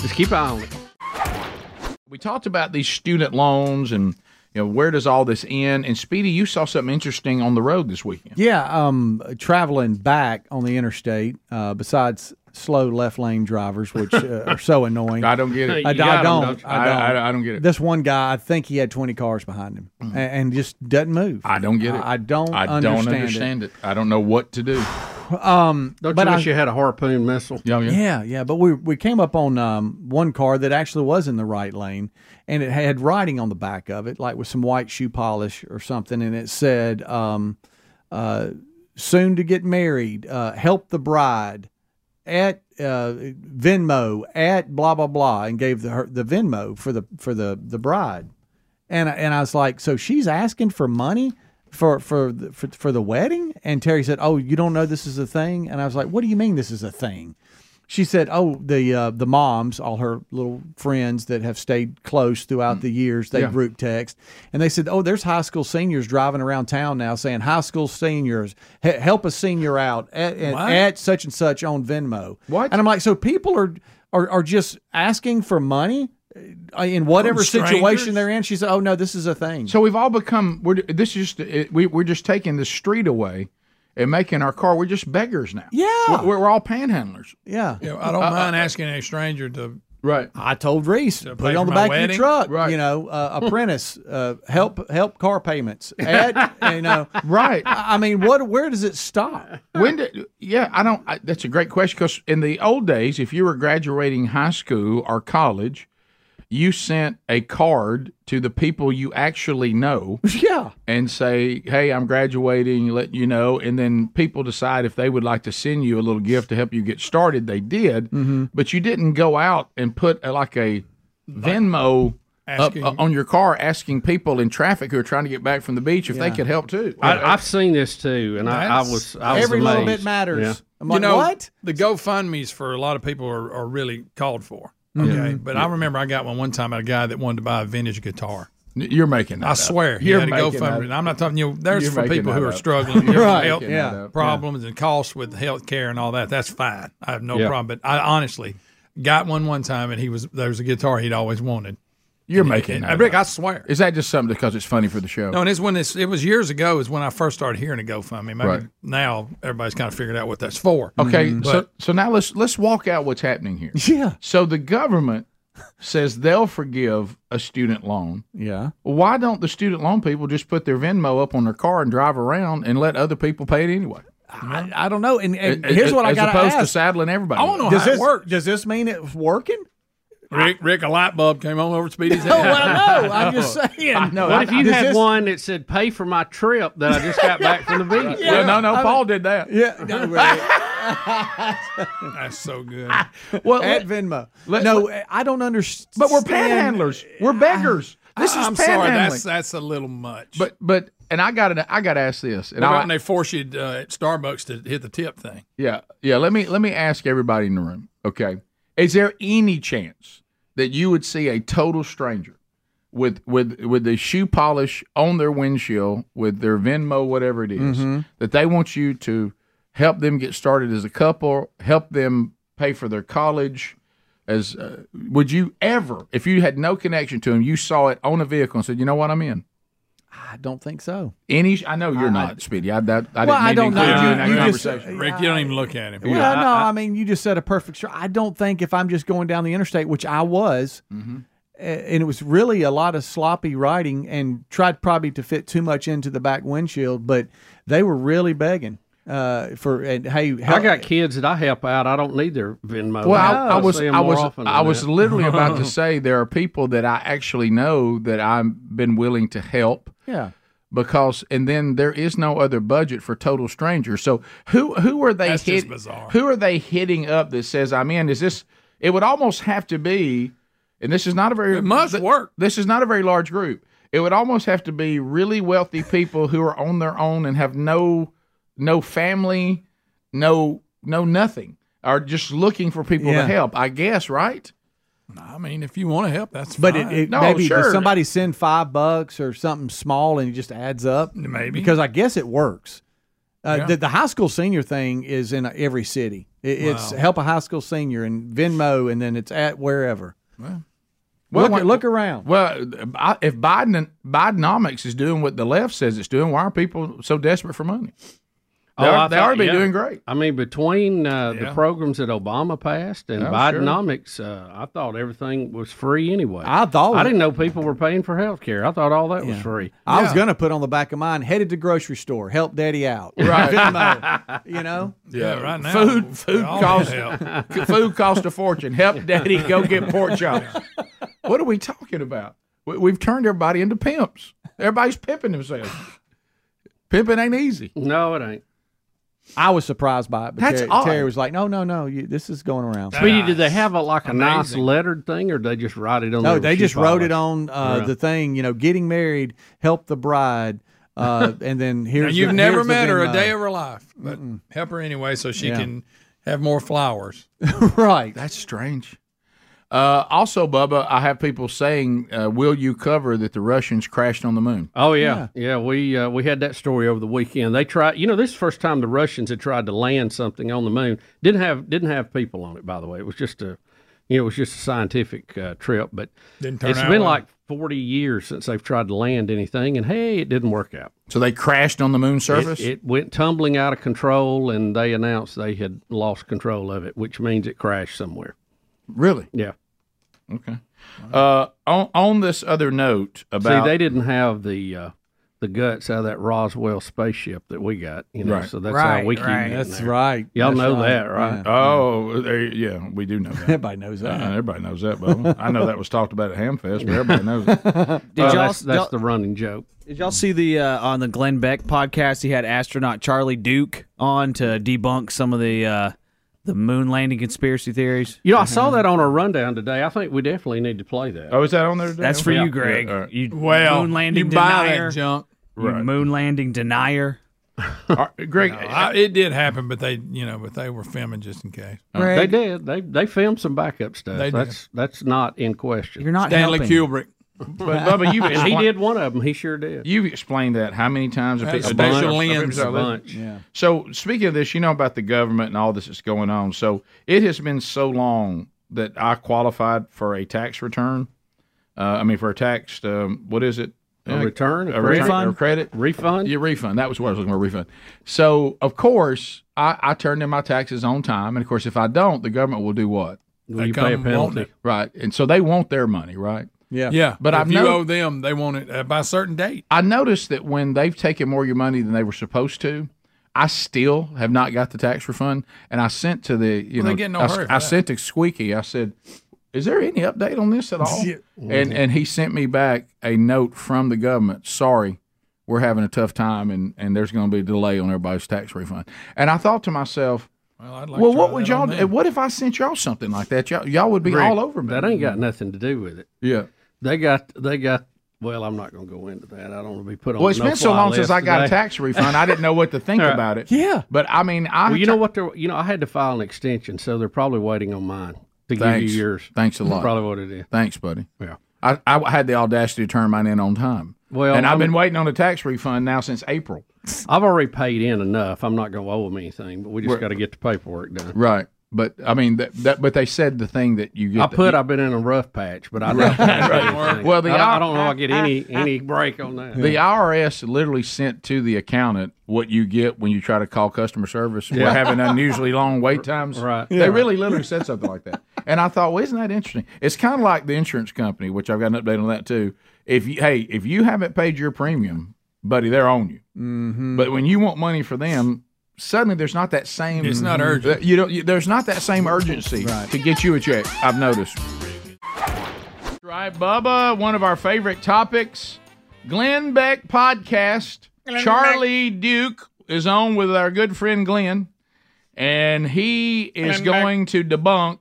Speaker 2: Just keep an eye on it.
Speaker 1: We talked about these student loans and you know where does all this end? And Speedy, you saw something interesting on the road this weekend.
Speaker 10: Yeah, um, traveling back on the interstate, uh, besides slow left lane drivers, which uh, are so annoying.
Speaker 1: I don't get it.
Speaker 10: I, I
Speaker 1: You got 'em,
Speaker 10: don't.
Speaker 1: don't you?
Speaker 10: I don't.
Speaker 1: I- I- I don't get it. Mm-hmm.
Speaker 10: This one guy, I think he had twenty cars behind him, a- and, just doesn't move.
Speaker 1: I don't get it.
Speaker 10: I, I don't.
Speaker 1: I don't
Speaker 10: understand,
Speaker 1: understand it. I don't know what to do.
Speaker 10: it. Um,
Speaker 2: Don't
Speaker 10: but
Speaker 2: you wish
Speaker 10: I-
Speaker 2: you had a harpoon missile?
Speaker 10: yeah. yeah, But we we came up on um, one car that actually was in the right lane, and it had writing on the back of it, like with some white shoe polish or something, and it said, um, uh, "Soon to get married, uh, help the bride." At uh, Venmo at blah blah blah, and gave the her, the Venmo for the for the the bride, and I- and I was like, so she's asking for money for for the, for, for the wedding, and Terry said, oh, you don't know this is a thing, and I was like, what do you mean this is a thing? She said, "Oh, the uh, the moms, all her little friends that have stayed close throughout the years, they
Speaker 13: Yeah.
Speaker 10: group text, and they said, oh, there's high school seniors driving around town now saying, high school seniors, he- help a senior out at, at,
Speaker 13: What?
Speaker 10: at such and such on Venmo.' What? And I'm like, so people are are, are just asking for money uh, in whatever
Speaker 1: strangers?
Speaker 10: situation they're in." She said, "Oh no, this is a thing."
Speaker 1: So we've all become. We're this is just it, we, we're just taking the street away and making our car. We're just beggars now. Yeah, we're, we're- we're all panhandlers.
Speaker 10: Yeah.
Speaker 3: Yeah, I don't
Speaker 1: Uh,
Speaker 3: mind asking a stranger to.
Speaker 1: Right.
Speaker 10: I told Reese, put
Speaker 3: pay
Speaker 10: it on
Speaker 3: for
Speaker 10: the
Speaker 3: my
Speaker 10: back of
Speaker 3: wedding?
Speaker 10: your truck. Right. You know, uh, apprentice, uh, help help car payments. At, you know,
Speaker 1: right.
Speaker 10: I I mean, what? Where does it stop?
Speaker 1: When did? Yeah, I don't. I, that's a great question because in the old days, if you were graduating high school or college, you sent a card to the people you actually know.
Speaker 10: Yeah.
Speaker 1: And say, hey, I'm graduating. Let you know, and then people decide if they would like to send you a little gift to help you get started. They did, but you didn't go out and put a, Mm-hmm. like a uh, Venmo Asking, on your car asking people in traffic who are trying to get back from the beach if they could help too.
Speaker 2: I, I've seen this too, and I, I was I was amazed. Yeah.
Speaker 3: you know, The GoFundMe's for a lot of people are, are really called for.
Speaker 1: Mhm.
Speaker 3: Okay,
Speaker 1: Yeah.
Speaker 3: but I remember I got one one time at a guy that wanted to buy a vintage guitar.
Speaker 1: You're making that
Speaker 3: I
Speaker 1: up.
Speaker 3: swear, he
Speaker 1: You're
Speaker 3: had a
Speaker 1: making that
Speaker 3: GoFundMe.
Speaker 1: up.
Speaker 3: And I'm not talking. You know, there's
Speaker 1: You're
Speaker 3: for
Speaker 1: making
Speaker 3: people who
Speaker 1: that
Speaker 3: are
Speaker 1: up.
Speaker 3: struggling,
Speaker 1: You're
Speaker 3: with
Speaker 1: making
Speaker 3: health
Speaker 1: that up. Yeah.
Speaker 3: problems and costs with health care and all that. That's fine. I have no
Speaker 1: Yeah.
Speaker 3: problem. But I honestly got one one time, and he was there was a guitar he'd always wanted.
Speaker 1: You're
Speaker 3: And-
Speaker 1: making
Speaker 3: and-
Speaker 1: that
Speaker 3: Rick, I swear.
Speaker 1: Is that just something because it's funny for the show?
Speaker 3: No, and it's when this it was years ago is when I first started hearing a GoFundMe. Maybe
Speaker 1: Right.
Speaker 3: now everybody's kind of figured out what that's for.
Speaker 1: Okay,
Speaker 3: But-
Speaker 1: so so now let's let's walk out what's happening here.
Speaker 10: Mm-hmm. Yeah.
Speaker 1: So the government says they'll forgive a student loan.
Speaker 10: Yeah.
Speaker 1: Why don't the student loan people just put their Venmo up on their car and drive around and let other people pay it anyway?
Speaker 10: I, I don't know. And, and
Speaker 1: A- a-
Speaker 10: here's what I
Speaker 1: as
Speaker 10: got
Speaker 1: opposed to
Speaker 10: ask.
Speaker 1: saddling everybody. I wanna know
Speaker 10: does
Speaker 1: how it
Speaker 10: this, work. Does this mean it's working?
Speaker 3: Rick, Rick, a light bulb came on over Speedy's head.
Speaker 10: No, well, no, I'm just saying.
Speaker 2: No,
Speaker 10: No,
Speaker 2: what
Speaker 10: I-
Speaker 2: if you
Speaker 10: does
Speaker 2: had
Speaker 10: this-
Speaker 2: one that said "Pay for my trip" that I just got back from the beach?
Speaker 1: Yeah. Well, no, no, Paul did that.
Speaker 10: Yeah, no,
Speaker 3: That's so good.
Speaker 1: Well,
Speaker 10: at Venmo. no, I don't understand.
Speaker 1: But we're panhandlers. We're beggars. This is
Speaker 3: I'm sorry,
Speaker 1: panhandling.
Speaker 3: that's that's a little much.
Speaker 1: But but and I got to I got to ask this.
Speaker 3: What
Speaker 1: And
Speaker 3: about
Speaker 1: I,
Speaker 3: when they force you uh, at Starbucks to hit the tip thing?
Speaker 1: Yeah, yeah. Let me let me ask everybody in the room. Okay, is there any chance that you would see a total stranger with with with the shoe polish on their windshield, with their Venmo, whatever it is,
Speaker 10: Mhm.
Speaker 1: that they want you to help them get started as a couple, help them pay for their college? As uh, would you ever, if you had no connection to them, you saw it on a vehicle and said, "You know what, I'm in."
Speaker 10: I don't think so.
Speaker 1: Any, I know you're not, Speedy. I, that, I
Speaker 10: Well, I
Speaker 1: didn't mean
Speaker 10: don't
Speaker 1: to include
Speaker 10: know.
Speaker 1: you in that
Speaker 10: You just-
Speaker 1: conversation.
Speaker 3: Rick, you don't even look at him.
Speaker 10: Well, no, I, mean, you just said a perfect story. I don't think if I'm just going down the interstate, which I was,
Speaker 3: Mm-hmm.
Speaker 10: a- and it was really a lot of sloppy riding and tried probably to fit too much into the back windshield, but they were really begging uh, for, and hey,
Speaker 2: I
Speaker 10: help-
Speaker 2: got kids that I help out. I don't need their Venmo.
Speaker 1: Well, I, I was
Speaker 2: see 'em
Speaker 1: I
Speaker 2: more
Speaker 1: was
Speaker 2: often than
Speaker 1: I was
Speaker 2: that.
Speaker 1: literally about to say there are people that I actually know that I've been willing to help
Speaker 10: Yeah.
Speaker 1: because and then there is no other budget for total strangers. So who who are they
Speaker 3: That's just
Speaker 1: hit-
Speaker 3: bizarre.
Speaker 1: who are they hitting up that says I'm in? Is this it would almost have to be and this is not a very it must work. This is not a very large group. It would almost have to be really wealthy people who are on their own and have no no family, no no nothing. Are just looking for people
Speaker 10: Yeah.
Speaker 1: to help, I guess, right?
Speaker 3: I mean, if you want to help, that's
Speaker 10: But
Speaker 3: fine.
Speaker 10: it, it, maybe does somebody send five bucks or something small and it just adds up?
Speaker 3: Maybe.
Speaker 10: Because I guess it works. Uh,
Speaker 3: Yeah.
Speaker 10: the, the high school senior thing is in every city. It, It's
Speaker 3: Wow.
Speaker 10: help a high school senior and Venmo, and then it's at wherever.
Speaker 3: Well.
Speaker 10: Well, look,
Speaker 1: Well,
Speaker 10: look around.
Speaker 1: Well, I- if Biden Bidenomics is doing what the left says it's doing, why are people so desperate for money?
Speaker 2: Oh,
Speaker 1: They,
Speaker 2: I
Speaker 1: are, they
Speaker 2: thought-
Speaker 1: ought to be
Speaker 2: yeah.
Speaker 1: doing great.
Speaker 2: I mean, between uh,
Speaker 1: Yeah.
Speaker 2: the programs that Obama passed and
Speaker 1: Oh, sure.
Speaker 2: Bidenomics, uh, I thought everything was free anyway.
Speaker 10: I thought
Speaker 2: I didn't know people were paying for health care. I thought all that was
Speaker 10: Yeah.
Speaker 2: free.
Speaker 10: I was going to put on the back of mine, headed to grocery store, help daddy out. Venmo, you know?
Speaker 3: Yeah, right now.
Speaker 1: Food food
Speaker 3: we all
Speaker 1: cost
Speaker 3: need help.
Speaker 1: food cost a fortune. Help daddy go get pork chops. What are we talking about? We, we've turned everybody into pimps. Everybody's pimping themselves. pimping ain't easy.
Speaker 2: No, it ain't.
Speaker 10: I was surprised by it. But
Speaker 2: That's
Speaker 10: Terry,
Speaker 2: odd.
Speaker 10: Terry was like, no, no, no, you, this is going around.
Speaker 2: Speedy, did they have a, like a nice lettered thing, or they just write it on?
Speaker 10: No,
Speaker 2: there
Speaker 10: they
Speaker 2: with
Speaker 10: just
Speaker 2: shoe
Speaker 10: wrote it on
Speaker 2: polish?
Speaker 10: uh,
Speaker 2: Yeah.
Speaker 10: the thing, you know, getting married, help the bride, uh, and then
Speaker 3: Now,
Speaker 10: here's.
Speaker 3: you've
Speaker 10: the-
Speaker 3: never
Speaker 10: here's the uh,
Speaker 3: met her a
Speaker 10: Venmo.
Speaker 3: day of her life, but help her anyway so she
Speaker 10: Yeah.
Speaker 3: can have more flowers.
Speaker 10: right.
Speaker 1: That's strange. Uh, also, Bubba, I have people saying, uh, "Will you cover that the Russians crashed on the moon?"
Speaker 2: Oh yeah, yeah. we uh, we had that story over the weekend. They tried, you know, this is the first time the Russians had tried to land something on the moon. Didn't have didn't have people on it, by the way. It was just a, you know, it was just a scientific uh, trip. But
Speaker 3: Didn't turn
Speaker 2: it's
Speaker 3: out
Speaker 2: been
Speaker 3: well.
Speaker 2: like forty years since they've tried to land anything, and hey, it didn't work out.
Speaker 1: So they crashed on the moon surface.
Speaker 2: It, it went tumbling out of control, and they announced they had lost control of it, which means it crashed somewhere.
Speaker 1: Really?
Speaker 2: Yeah.
Speaker 1: Okay. Uh, on on this other note about
Speaker 2: See, they didn't have the uh, the guts out of that Roswell spaceship that we got, you know.
Speaker 1: Right.
Speaker 2: So that's
Speaker 1: Right,
Speaker 2: how we keep
Speaker 1: right.
Speaker 2: it in
Speaker 1: That's
Speaker 2: there.
Speaker 10: right.
Speaker 2: Y'all
Speaker 1: That's
Speaker 2: know
Speaker 1: right.
Speaker 2: that, right?
Speaker 1: Yeah. Oh, they, yeah, we do know that.
Speaker 10: Everybody knows that.
Speaker 1: Uh, everybody knows that, Bubba. I know that was talked about at Hamfest, but everybody knows it.
Speaker 2: Did
Speaker 8: y'all-
Speaker 2: that's, that's
Speaker 8: y'all-
Speaker 2: the running joke.
Speaker 8: Did y'all see the uh, on the Glenn Beck podcast? He had astronaut Charlie Duke on to debunk some of the uh, the moon landing conspiracy theories.
Speaker 2: You know, I saw that on our rundown today. I think we definitely need to play that.
Speaker 1: Oh, is that on there?
Speaker 8: That's for
Speaker 2: Yeah.
Speaker 8: you, Greg.
Speaker 2: Yeah, all right.
Speaker 8: You
Speaker 2: Well,
Speaker 8: moon landing
Speaker 2: you buy that
Speaker 8: denier.
Speaker 2: junk.
Speaker 8: You
Speaker 2: Right.
Speaker 8: moon landing denier.
Speaker 1: Greg,
Speaker 3: it did happen, but they, you know, but they were filming just in case.
Speaker 1: Oh, Uh-huh.
Speaker 2: They did. They they filmed some backup stuff.
Speaker 3: They did.
Speaker 2: that's that's not in question. You're
Speaker 3: not Stanley helping.
Speaker 1: Kubrick. But Bubba, you
Speaker 2: he did one of them. He sure did.
Speaker 1: You've explained that how many times?
Speaker 2: A
Speaker 1: people-
Speaker 2: bunch.
Speaker 1: people-
Speaker 2: Lens.
Speaker 1: people-
Speaker 2: A bunch.
Speaker 1: Yeah. So speaking of this, you know about the government and all this that's going on. So it has been so long that I qualified for a tax return. Uh, I mean, for a tax, um, what is it?
Speaker 2: A return?
Speaker 1: a return,
Speaker 2: Refund?
Speaker 1: or credit,
Speaker 2: refund.
Speaker 1: Yeah, refund. That was what I was looking for. Refund. So of course, I, I turned in my taxes on time, and of course, if I don't, the government will do what?
Speaker 2: Will you pay a penalty?
Speaker 1: right? And so they want their money, right?
Speaker 3: Yeah, yeah.
Speaker 1: But
Speaker 3: if
Speaker 1: I've
Speaker 3: you
Speaker 1: no-
Speaker 3: owe them, they want it uh, by a certain date.
Speaker 1: I noticed that when they've taken more of your money than they were supposed to, I still have not got the tax refund. And I sent to the you
Speaker 3: Well, they
Speaker 1: know
Speaker 3: get in no
Speaker 1: I,
Speaker 3: hurry for
Speaker 1: I
Speaker 3: that.
Speaker 1: sent to Squeaky. I said, "Is there any update on this at all?"
Speaker 3: Yeah.
Speaker 1: And and he sent me back a note from the government. Sorry, we're having a tough time, and and there's going to be a delay on everybody's tax refund. And I thought to myself. Well,
Speaker 3: I'd like to
Speaker 1: what
Speaker 3: try
Speaker 1: would
Speaker 3: that on
Speaker 1: y'all?
Speaker 3: them.
Speaker 1: do? What if I sent y'all something like that? Y'all, y'all would be
Speaker 2: Rick,
Speaker 1: all over me.
Speaker 2: That ain't
Speaker 3: Mm-hmm.
Speaker 2: got nothing to do with it.
Speaker 1: Yeah.
Speaker 2: They got they got well, I'm not gonna go into that. I don't want to be put on
Speaker 1: Well, it's
Speaker 2: no
Speaker 1: been so
Speaker 2: fly
Speaker 1: long since
Speaker 2: list
Speaker 1: I got a
Speaker 2: today.
Speaker 1: tax refund, I didn't know what to think
Speaker 2: All right.
Speaker 1: about it. Yeah, but I mean, I
Speaker 2: well, you know what? They're, you know, I had to file an extension, so they're probably waiting on mine to give
Speaker 1: Thanks.
Speaker 2: you yours.
Speaker 1: Thanks a
Speaker 2: That's
Speaker 1: lot.
Speaker 2: Probably what it is.
Speaker 1: Thanks, buddy.
Speaker 2: Yeah.
Speaker 1: I, I had the audacity to turn mine in on time.
Speaker 2: Well,
Speaker 1: and I've
Speaker 2: I'm-
Speaker 1: been waiting on a tax refund now since April.
Speaker 2: I've already paid in enough. I'm not going to owe them anything, but we just
Speaker 1: We're-
Speaker 2: got to get the paperwork done.
Speaker 1: Right, but I mean that. that but they said the thing that you get.
Speaker 2: I put
Speaker 1: the,
Speaker 2: I've been in a rough patch, but I don't, well,
Speaker 1: Well, the
Speaker 2: I, don't, I
Speaker 1: I-
Speaker 2: don't know. I get any any break on that.
Speaker 1: The IRS literally sent to the accountant what you get when you try to call customer service. We're
Speaker 2: Yeah.
Speaker 1: having unusually long wait times.
Speaker 2: Right.
Speaker 1: They
Speaker 2: Yeah.
Speaker 1: really literally said something like that. And I thought, well, isn't that interesting? It's kind of like the insurance company, which I've got an update on that too. If you, hey, if you haven't paid your premium, buddy, they're on you.
Speaker 3: Mm-hmm.
Speaker 1: But when you want money for them, suddenly there's not that same.
Speaker 3: It's not urgent.
Speaker 1: You don't. You, there's not that same urgency to get you a check. I've noticed. Right, Bubba. One of our favorite topics, Glenn Beck podcast. Charlie Duke is on with our good friend Glenn, and he is
Speaker 14: Glenn Beck.
Speaker 1: going to debunk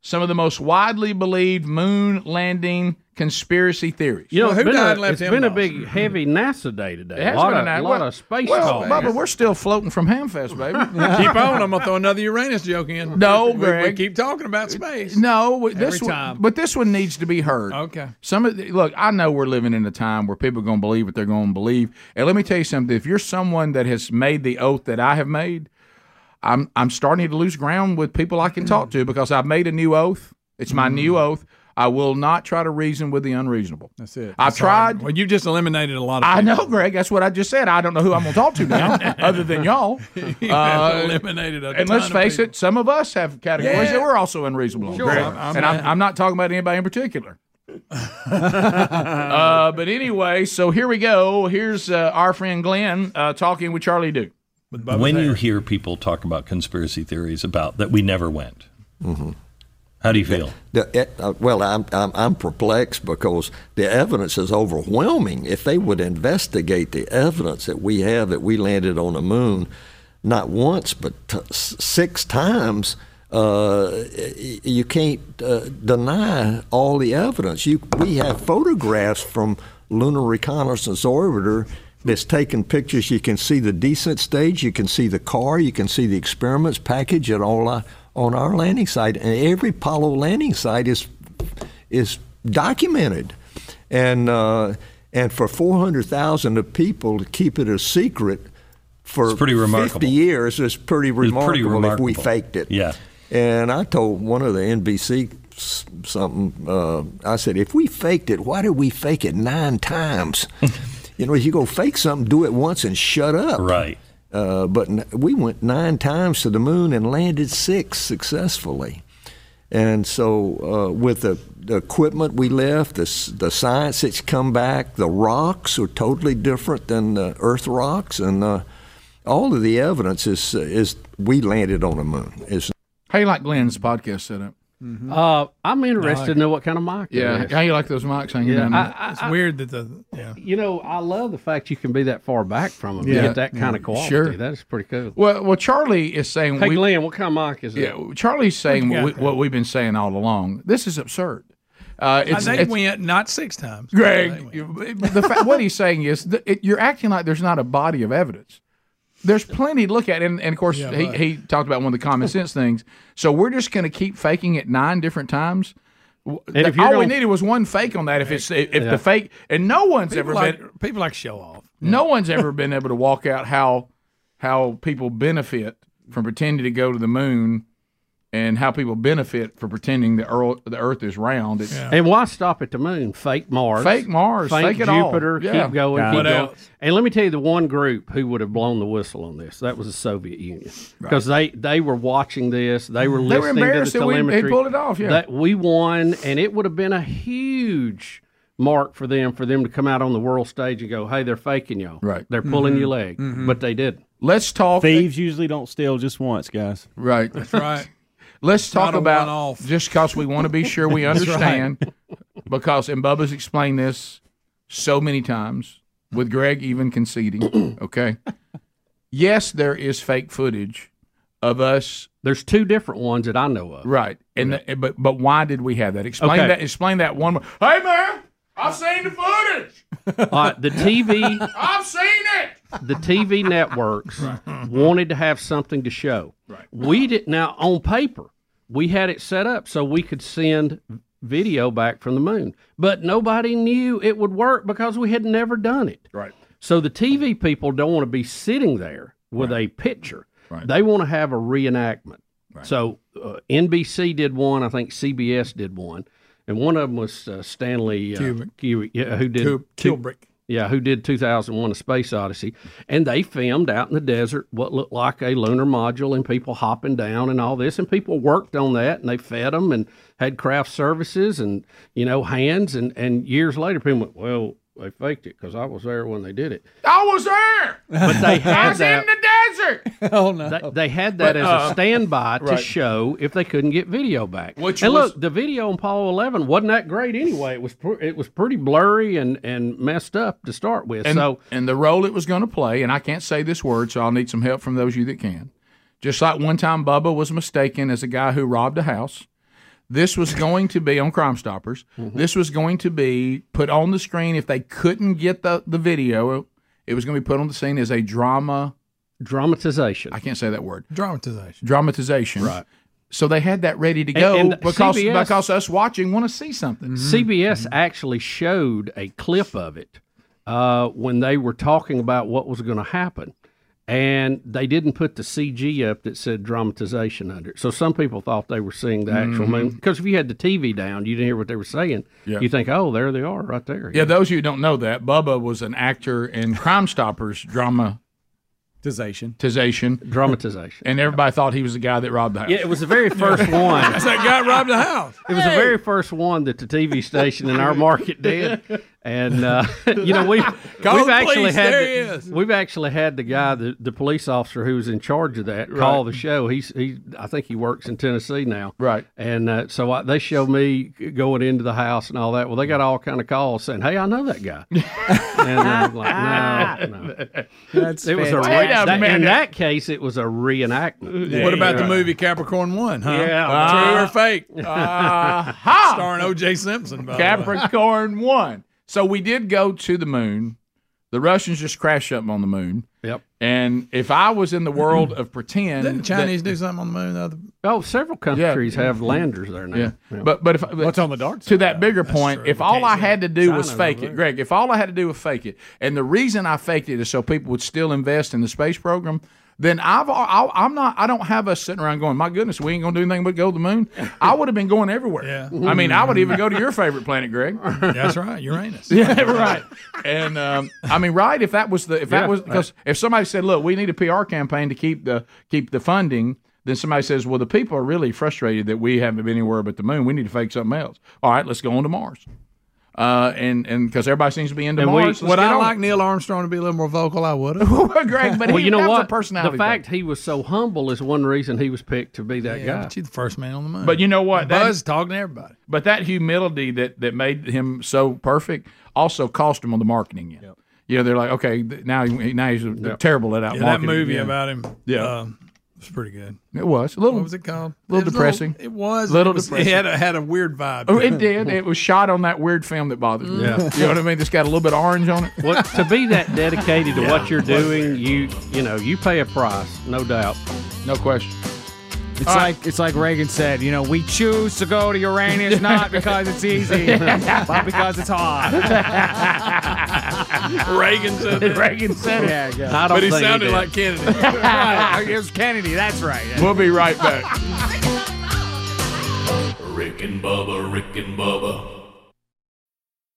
Speaker 1: some of the most widely believed moon landing conspiracy theories.
Speaker 2: You know, it's been, a, it's been a
Speaker 1: Mm-hmm.
Speaker 2: big, heavy NASA day today.
Speaker 1: It has
Speaker 2: a lot
Speaker 1: been
Speaker 2: of,
Speaker 1: a night-
Speaker 2: lot
Speaker 1: well-
Speaker 2: of space
Speaker 1: Well,
Speaker 2: talk.
Speaker 1: Bubba, we're still floating from Hamfest, baby.
Speaker 3: keep on. I'm gonna throw another Uranus joke in.
Speaker 1: No,
Speaker 3: We- we,
Speaker 1: Greg.
Speaker 3: keep talking about space.
Speaker 1: No, w- this
Speaker 3: Every
Speaker 1: one,
Speaker 3: time.
Speaker 1: but this one needs to be heard.
Speaker 3: Okay.
Speaker 1: Some of the, look, I know we're living in a time where people are going to believe what they're going to believe, and let me tell you something. If you're someone that has made the oath that I have made, I'm I'm starting to lose ground with people I can talk
Speaker 3: Mm.
Speaker 1: to because I've made a new oath. It's my new oath. I will not try to reason with the unreasonable.
Speaker 3: That's it.
Speaker 1: I've tried.
Speaker 3: Well, you just eliminated a lot of.
Speaker 1: I
Speaker 3: people.
Speaker 1: know, Greg. That's what I just said. I don't know who I'm going to talk to now, other than y'all.
Speaker 3: You
Speaker 1: Uh,
Speaker 3: have eliminated a
Speaker 1: and let's
Speaker 3: ton of
Speaker 1: face it, some of us have categories
Speaker 3: Yeah.
Speaker 1: that we're also unreasonable on.
Speaker 3: Sure.
Speaker 1: Greg.
Speaker 3: I'm-
Speaker 1: and I'm,
Speaker 3: I'm-
Speaker 1: I'm not talking about anybody in particular. uh, but anyway, so here we go. Here's uh, our friend Glenn uh, talking with Charlie Duke.
Speaker 13: when you hear people talk about conspiracy theories about that we never went,
Speaker 15: Mhm.
Speaker 13: how do you feel?
Speaker 15: The- it- uh, well, I'm, I'm, I'm perplexed because the evidence is overwhelming. If they would investigate the evidence that we have that we landed on the moon, not once, but t- s- six times, uh, y- y- you can't uh, deny all the evidence. You, we have photographs from Lunar Reconnaissance Orbiter that's taken pictures. You can see the descent stage, you can see the car, you can see the experiments package and all uh, on our landing site. And every Apollo landing site is is documented. And uh, and for four hundred thousand of people to keep it a secret for
Speaker 13: It's pretty remarkable.
Speaker 15: fifty years is pretty
Speaker 13: pretty
Speaker 15: remarkable, if we
Speaker 13: remarkable.
Speaker 15: faked it.
Speaker 13: Yeah.
Speaker 15: And I told one of the NBC s- something. Uh, I said, if we faked it, why did we fake it nine times? you know, if you go fake something, do it once and shut up.
Speaker 13: Right.
Speaker 15: Uh, but n- we went nine times to the moon and landed six successfully. And so, uh, with the, the equipment we left, the, s- the science that's come back, the rocks are totally different than the Earth rocks, and uh, all of the evidence is is we landed on the moon. It's
Speaker 1: How you like Glenn's podcast setup?
Speaker 2: Uh, I'm interested to know what kind of mic. it
Speaker 1: Yeah,
Speaker 2: is.
Speaker 1: how you like those mics hanging
Speaker 2: Yeah,
Speaker 1: down?
Speaker 2: I-
Speaker 1: there?
Speaker 2: I-
Speaker 3: It's weird that the yeah.
Speaker 2: You know, I love the fact you can be that far back from them.
Speaker 1: Yeah.
Speaker 2: You get that kind of
Speaker 1: Yeah.
Speaker 2: quality.
Speaker 1: Sure.
Speaker 2: That is pretty cool.
Speaker 1: Well, well, Charlie is saying.
Speaker 2: Hey, Glenn, what kind of mic is
Speaker 1: Yeah,
Speaker 2: it?
Speaker 1: Charlie's saying
Speaker 3: Yeah.
Speaker 1: what, we, what we've been saying all along. This is absurd. Uh, it's,
Speaker 3: they
Speaker 1: it's-
Speaker 3: went not six times.
Speaker 1: Greg, you- the fa- what he's saying is that it, you're acting like there's not a body of evidence. There's plenty to look at, and, and of course
Speaker 3: Yeah,
Speaker 1: he,
Speaker 3: right.
Speaker 1: he talked about one of the common sense things. So we're just going to keep faking it nine different times. W-
Speaker 3: And if
Speaker 1: the-
Speaker 3: you're
Speaker 1: all we
Speaker 3: gonna-
Speaker 1: needed was one fake on that. If it's if
Speaker 3: Yeah.
Speaker 1: the fake, and no one's ever
Speaker 3: people like,
Speaker 1: been
Speaker 3: people like show off.
Speaker 1: no one's ever been able to walk out how how people benefit from pretending to go to the moon, and how people benefit for pretending the earth the Earth is round. It's,
Speaker 2: And why stop at the moon? Fake Mars.
Speaker 1: Fake Mars.
Speaker 2: Fake,
Speaker 1: Fake it all.
Speaker 2: Jupiter.
Speaker 1: Yeah.
Speaker 2: Keep going.
Speaker 1: Got
Speaker 2: keep
Speaker 1: it. What
Speaker 2: going.
Speaker 1: else?
Speaker 2: And let me tell you the one group who would have blown the whistle on this. That was the Soviet Union. Because they, they were watching this. They were
Speaker 1: They were
Speaker 2: listening to the
Speaker 1: embarrassed that we- they
Speaker 2: telemetry.
Speaker 1: pulled it off, yeah.
Speaker 2: That we won, and it would have been a huge mark for them for them to come out on the world stage and go, hey, they're faking y'all.
Speaker 1: Right.
Speaker 2: They're pulling
Speaker 1: Mhm.
Speaker 2: your leg.
Speaker 1: Mhm.
Speaker 2: But they didn't.
Speaker 1: Let's talk.
Speaker 6: Thieves usually don't steal just once, guys.
Speaker 1: Right. That's right. Let's talk
Speaker 6: Not a
Speaker 1: about
Speaker 6: one-off.
Speaker 1: just because we want to be sure we
Speaker 6: That's right.
Speaker 1: understand. Because and Bubba's explained this so many times with Greg even conceding. Okay. Yes, there is fake footage of us.
Speaker 2: There's two different ones that I know of.
Speaker 1: Right. And the- but but why did we have that? Explain
Speaker 2: Okay.
Speaker 1: that. Explain that one more. Hey man, I've seen the footage.
Speaker 2: All right, the TV
Speaker 1: I've seen it.
Speaker 2: the TV networks wanted to have something to show. Right. We did now on paper. We had it set up so we could send video back from the moon, but nobody knew it would work because we had never done it.
Speaker 1: Right.
Speaker 2: So the TV people don't want to be sitting there with a picture.
Speaker 1: Right.
Speaker 2: They want to have a reenactment. So uh, NBC did one. I think CBS did one, and one of them was uh, Stanley uh,
Speaker 3: Kubrick.
Speaker 2: Kubrick, yeah, who did
Speaker 3: Kub-
Speaker 2: two-
Speaker 3: Kubrick.
Speaker 2: yeah, who did 2001: A Space Odyssey, and they filmed out in the desert what looked like a lunar module and people hopping down and all this, and people worked on that and they fed them and had craft services and you know hands and and years later people went, well, they faked it because I was there when they did it,
Speaker 1: I was there.
Speaker 2: but they
Speaker 1: I
Speaker 2: had
Speaker 1: was
Speaker 2: that.
Speaker 1: in the desert.
Speaker 2: Oh no! They, they had that
Speaker 1: But,
Speaker 2: as
Speaker 1: uh,
Speaker 2: a standby to
Speaker 1: right.
Speaker 2: show if they couldn't get video back.
Speaker 1: Which
Speaker 2: and
Speaker 1: was-
Speaker 2: look, the video on Apollo Eleven wasn't that great anyway. It was pr- it was pretty blurry and, and messed up to start with.
Speaker 1: And,
Speaker 2: so
Speaker 1: and the role it was going to play, and I can't say this word, so I'll need some help from those of you that can. Just like one time Bubba was mistaken as a guy who robbed a house, this was going to be on Crime Stoppers.
Speaker 2: Mm-hmm.
Speaker 1: This was going to be put on the screen if they couldn't get the, the video. It was going to be put on the scene as a drama.
Speaker 2: Dramatization.
Speaker 1: I can't say that word.
Speaker 3: Dramatization.
Speaker 1: Dramatization. Right. So they had that ready to
Speaker 2: And-
Speaker 1: go
Speaker 2: and
Speaker 1: because
Speaker 2: CBS
Speaker 1: because us watching want to see something.
Speaker 2: CBS
Speaker 1: Mm-hmm.
Speaker 2: actually showed a clip of it uh, when they were talking about what was going to happen. And they didn't put the CG up that said dramatization under it. So some people thought they were seeing the actual
Speaker 1: Mhm.
Speaker 2: moon. Because if you had the TV down, you didn't hear what they were saying.
Speaker 1: Yeah.
Speaker 2: You think, oh, there they are right there.
Speaker 1: Yeah, those of you who don't know that, Bubba was an actor in Crime Stoppers dramatization.
Speaker 2: Dramatization.
Speaker 1: And everybody thought he was the guy that robbed the house.
Speaker 2: Yeah, it was the very first one.
Speaker 3: That's that guy robbed the house.
Speaker 2: It was the very first one that the TV station in our market did, and uh, you know we've
Speaker 3: Call
Speaker 2: we've
Speaker 3: the
Speaker 2: actually
Speaker 3: police,
Speaker 2: had
Speaker 3: there
Speaker 2: the-
Speaker 3: he is.
Speaker 2: we've actually had the guy the, the police officer who was in charge of that call the show. He's he I think he works in Tennessee now,
Speaker 1: right?
Speaker 2: And uh, so I, they show me going into the house and all that. Well, they got all kind of calls saying, "Hey, I know that guy," and I'm like, "No, no."
Speaker 3: That's
Speaker 2: it was a, re-
Speaker 3: fantastic. Wait a
Speaker 2: that- in
Speaker 3: minute.
Speaker 2: that case, it was a reenactment.
Speaker 3: what about the
Speaker 2: Right.
Speaker 3: movie Capricorn One? Huh? Ah.
Speaker 2: Yeah.
Speaker 3: true
Speaker 2: Uh,
Speaker 3: or fake?
Speaker 1: Uh-ha.
Speaker 3: Starring O.J. Simpson. By the way.
Speaker 1: Capricorn one. So we did go to the moon. The Russians just crashed something on the moon.
Speaker 2: Yep.
Speaker 1: And if I was in the world of pretend,
Speaker 3: Didn't the
Speaker 1: that-
Speaker 3: Chinese do something on the moon? The other
Speaker 2: Oh, several countries have landers there now.
Speaker 1: Yeah.
Speaker 2: Yeah.
Speaker 1: But but if what's
Speaker 3: on the dark
Speaker 1: to that bigger point, if all I had to do was
Speaker 2: China's
Speaker 1: fake
Speaker 2: over
Speaker 1: it, Greg, if all I had to do was fake it, and the reason I faked it is so people would still invest in the space program. Then I've al- I, I'm not I don't have us sitting around going my goodness we ain't gonna do anything but go to the moon I would have been going everywhere
Speaker 3: Yeah.
Speaker 1: I mean I would even go to your favorite planet Greg
Speaker 3: That's right, Uranus.
Speaker 1: yeah right and um, I mean right if that was the if
Speaker 3: Yeah,
Speaker 1: that was
Speaker 3: right.
Speaker 1: because if somebody said look we need a PR campaign to keep the keep the funding then somebody says well the people are really frustrated that we haven't been anywhere but the moon we need to fake something else all right let's go on to Mars Uh, and and because everybody seems to be into
Speaker 3: And we-
Speaker 1: Mars, Let's
Speaker 3: would
Speaker 1: get
Speaker 3: I
Speaker 1: on.
Speaker 3: like Neil Armstrong to be a little more vocal? I would.
Speaker 1: Greg, but
Speaker 2: well,
Speaker 1: he-
Speaker 2: you know
Speaker 1: that was a
Speaker 2: what?
Speaker 1: personality
Speaker 2: the fact he was so humble is one reason he was picked to be that
Speaker 3: Yeah,
Speaker 2: guy.
Speaker 3: but you're the first man on the moon.
Speaker 1: But you know what?
Speaker 3: Buzz talking to everybody.
Speaker 1: But that humility that that made him so perfect also cost him on the marketing end. You know, they're like, okay, th- now he- now he's
Speaker 3: Yep.
Speaker 1: terrible at out
Speaker 3: Yeah, that
Speaker 1: marketing.
Speaker 3: movie
Speaker 1: Yeah.
Speaker 3: about him.
Speaker 1: Yeah.
Speaker 3: um, was pretty good.
Speaker 1: It was a little.
Speaker 3: What was it called?
Speaker 1: A little
Speaker 3: It was
Speaker 1: depressing.
Speaker 3: it was
Speaker 1: Little
Speaker 3: it was,
Speaker 1: depressing.
Speaker 3: It had a, had a weird vibe.
Speaker 1: Oh, it did. It was shot on that weird film that bothers me.
Speaker 2: Yeah.
Speaker 3: Mm.
Speaker 1: you know what I mean. It's got a little bit of orange on it.
Speaker 2: Well, to be that dedicated to
Speaker 1: Yeah.
Speaker 2: what you're doing, you you know you pay a price, no doubt,
Speaker 1: no question.
Speaker 8: It's like it's like Reagan said, you know, we choose to go to Uranus not because it's easy, but because it's hard.
Speaker 3: Reagan said it.
Speaker 1: Reagan
Speaker 8: said it. Yeah, yeah.
Speaker 3: I don't But he think he sounded did. like Kennedy. Right.
Speaker 8: It was Kennedy. That's right.
Speaker 1: We'll be right back.
Speaker 5: Rick and Bubba, Rick and Bubba,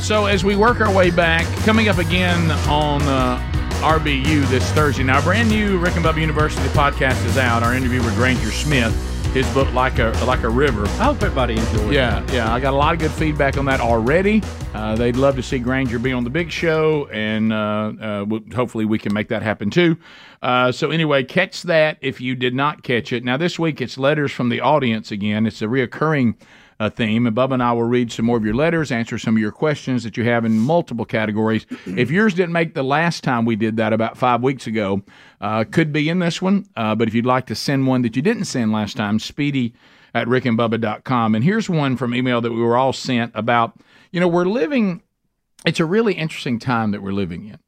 Speaker 1: So as we work our way back, coming up again on uh, RBU this Thursday. Now, our brand new Rick and Bubba University podcast is out. Our interview with Granger Smith, his book like a like a river. I
Speaker 2: hope everybody enjoyed.
Speaker 1: Yeah,
Speaker 2: that.
Speaker 1: yeah. I got a lot of good feedback on that already. Uh, they'd love to see Granger be on the big show, and uh, uh, we'll, hopefully we can make that happen too. Uh, so anyway, catch that if you did not catch it. Now this week it's letters from the audience again. It's a reoccurring uh, theme, and Bubba and I will read some more of your letters, answer some of your questions that you have in multiple categories. if yours didn't make the last time we did that about five weeks ago, uh, could be in this one. Uh, but if you'd like to send one that you didn't send last time, Speedy at rickandbubba.com. And here's one from email that we were all sent about, you know, we're living, it's a really interesting time that we're living in.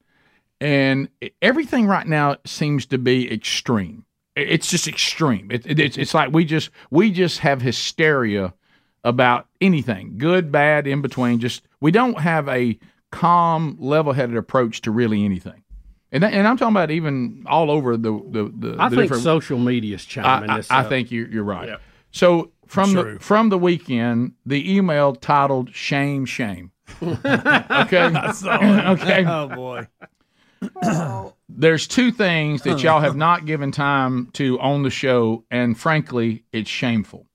Speaker 1: And e, everything right now seems to be extreme. It's just extreme. It, it- it's, it's like we just we just have hysteria about anything, good, bad, in between. Just we don't have a calm, level-headed approach to really anything. And, that, and I'm talking about even all over the the, the
Speaker 2: I
Speaker 1: the
Speaker 2: think
Speaker 1: different-
Speaker 2: social media's chiming
Speaker 1: I, I-
Speaker 2: this.
Speaker 1: I
Speaker 2: up.
Speaker 1: think you're, you're right.
Speaker 2: Yeah.
Speaker 1: So from
Speaker 2: True.
Speaker 1: the from the weekend, the email titled "Shame, Shame." okay,
Speaker 3: I saw it.
Speaker 1: okay.
Speaker 3: Oh boy.
Speaker 1: There's two things that y'all have not given time to on the show, and frankly, it's shameful.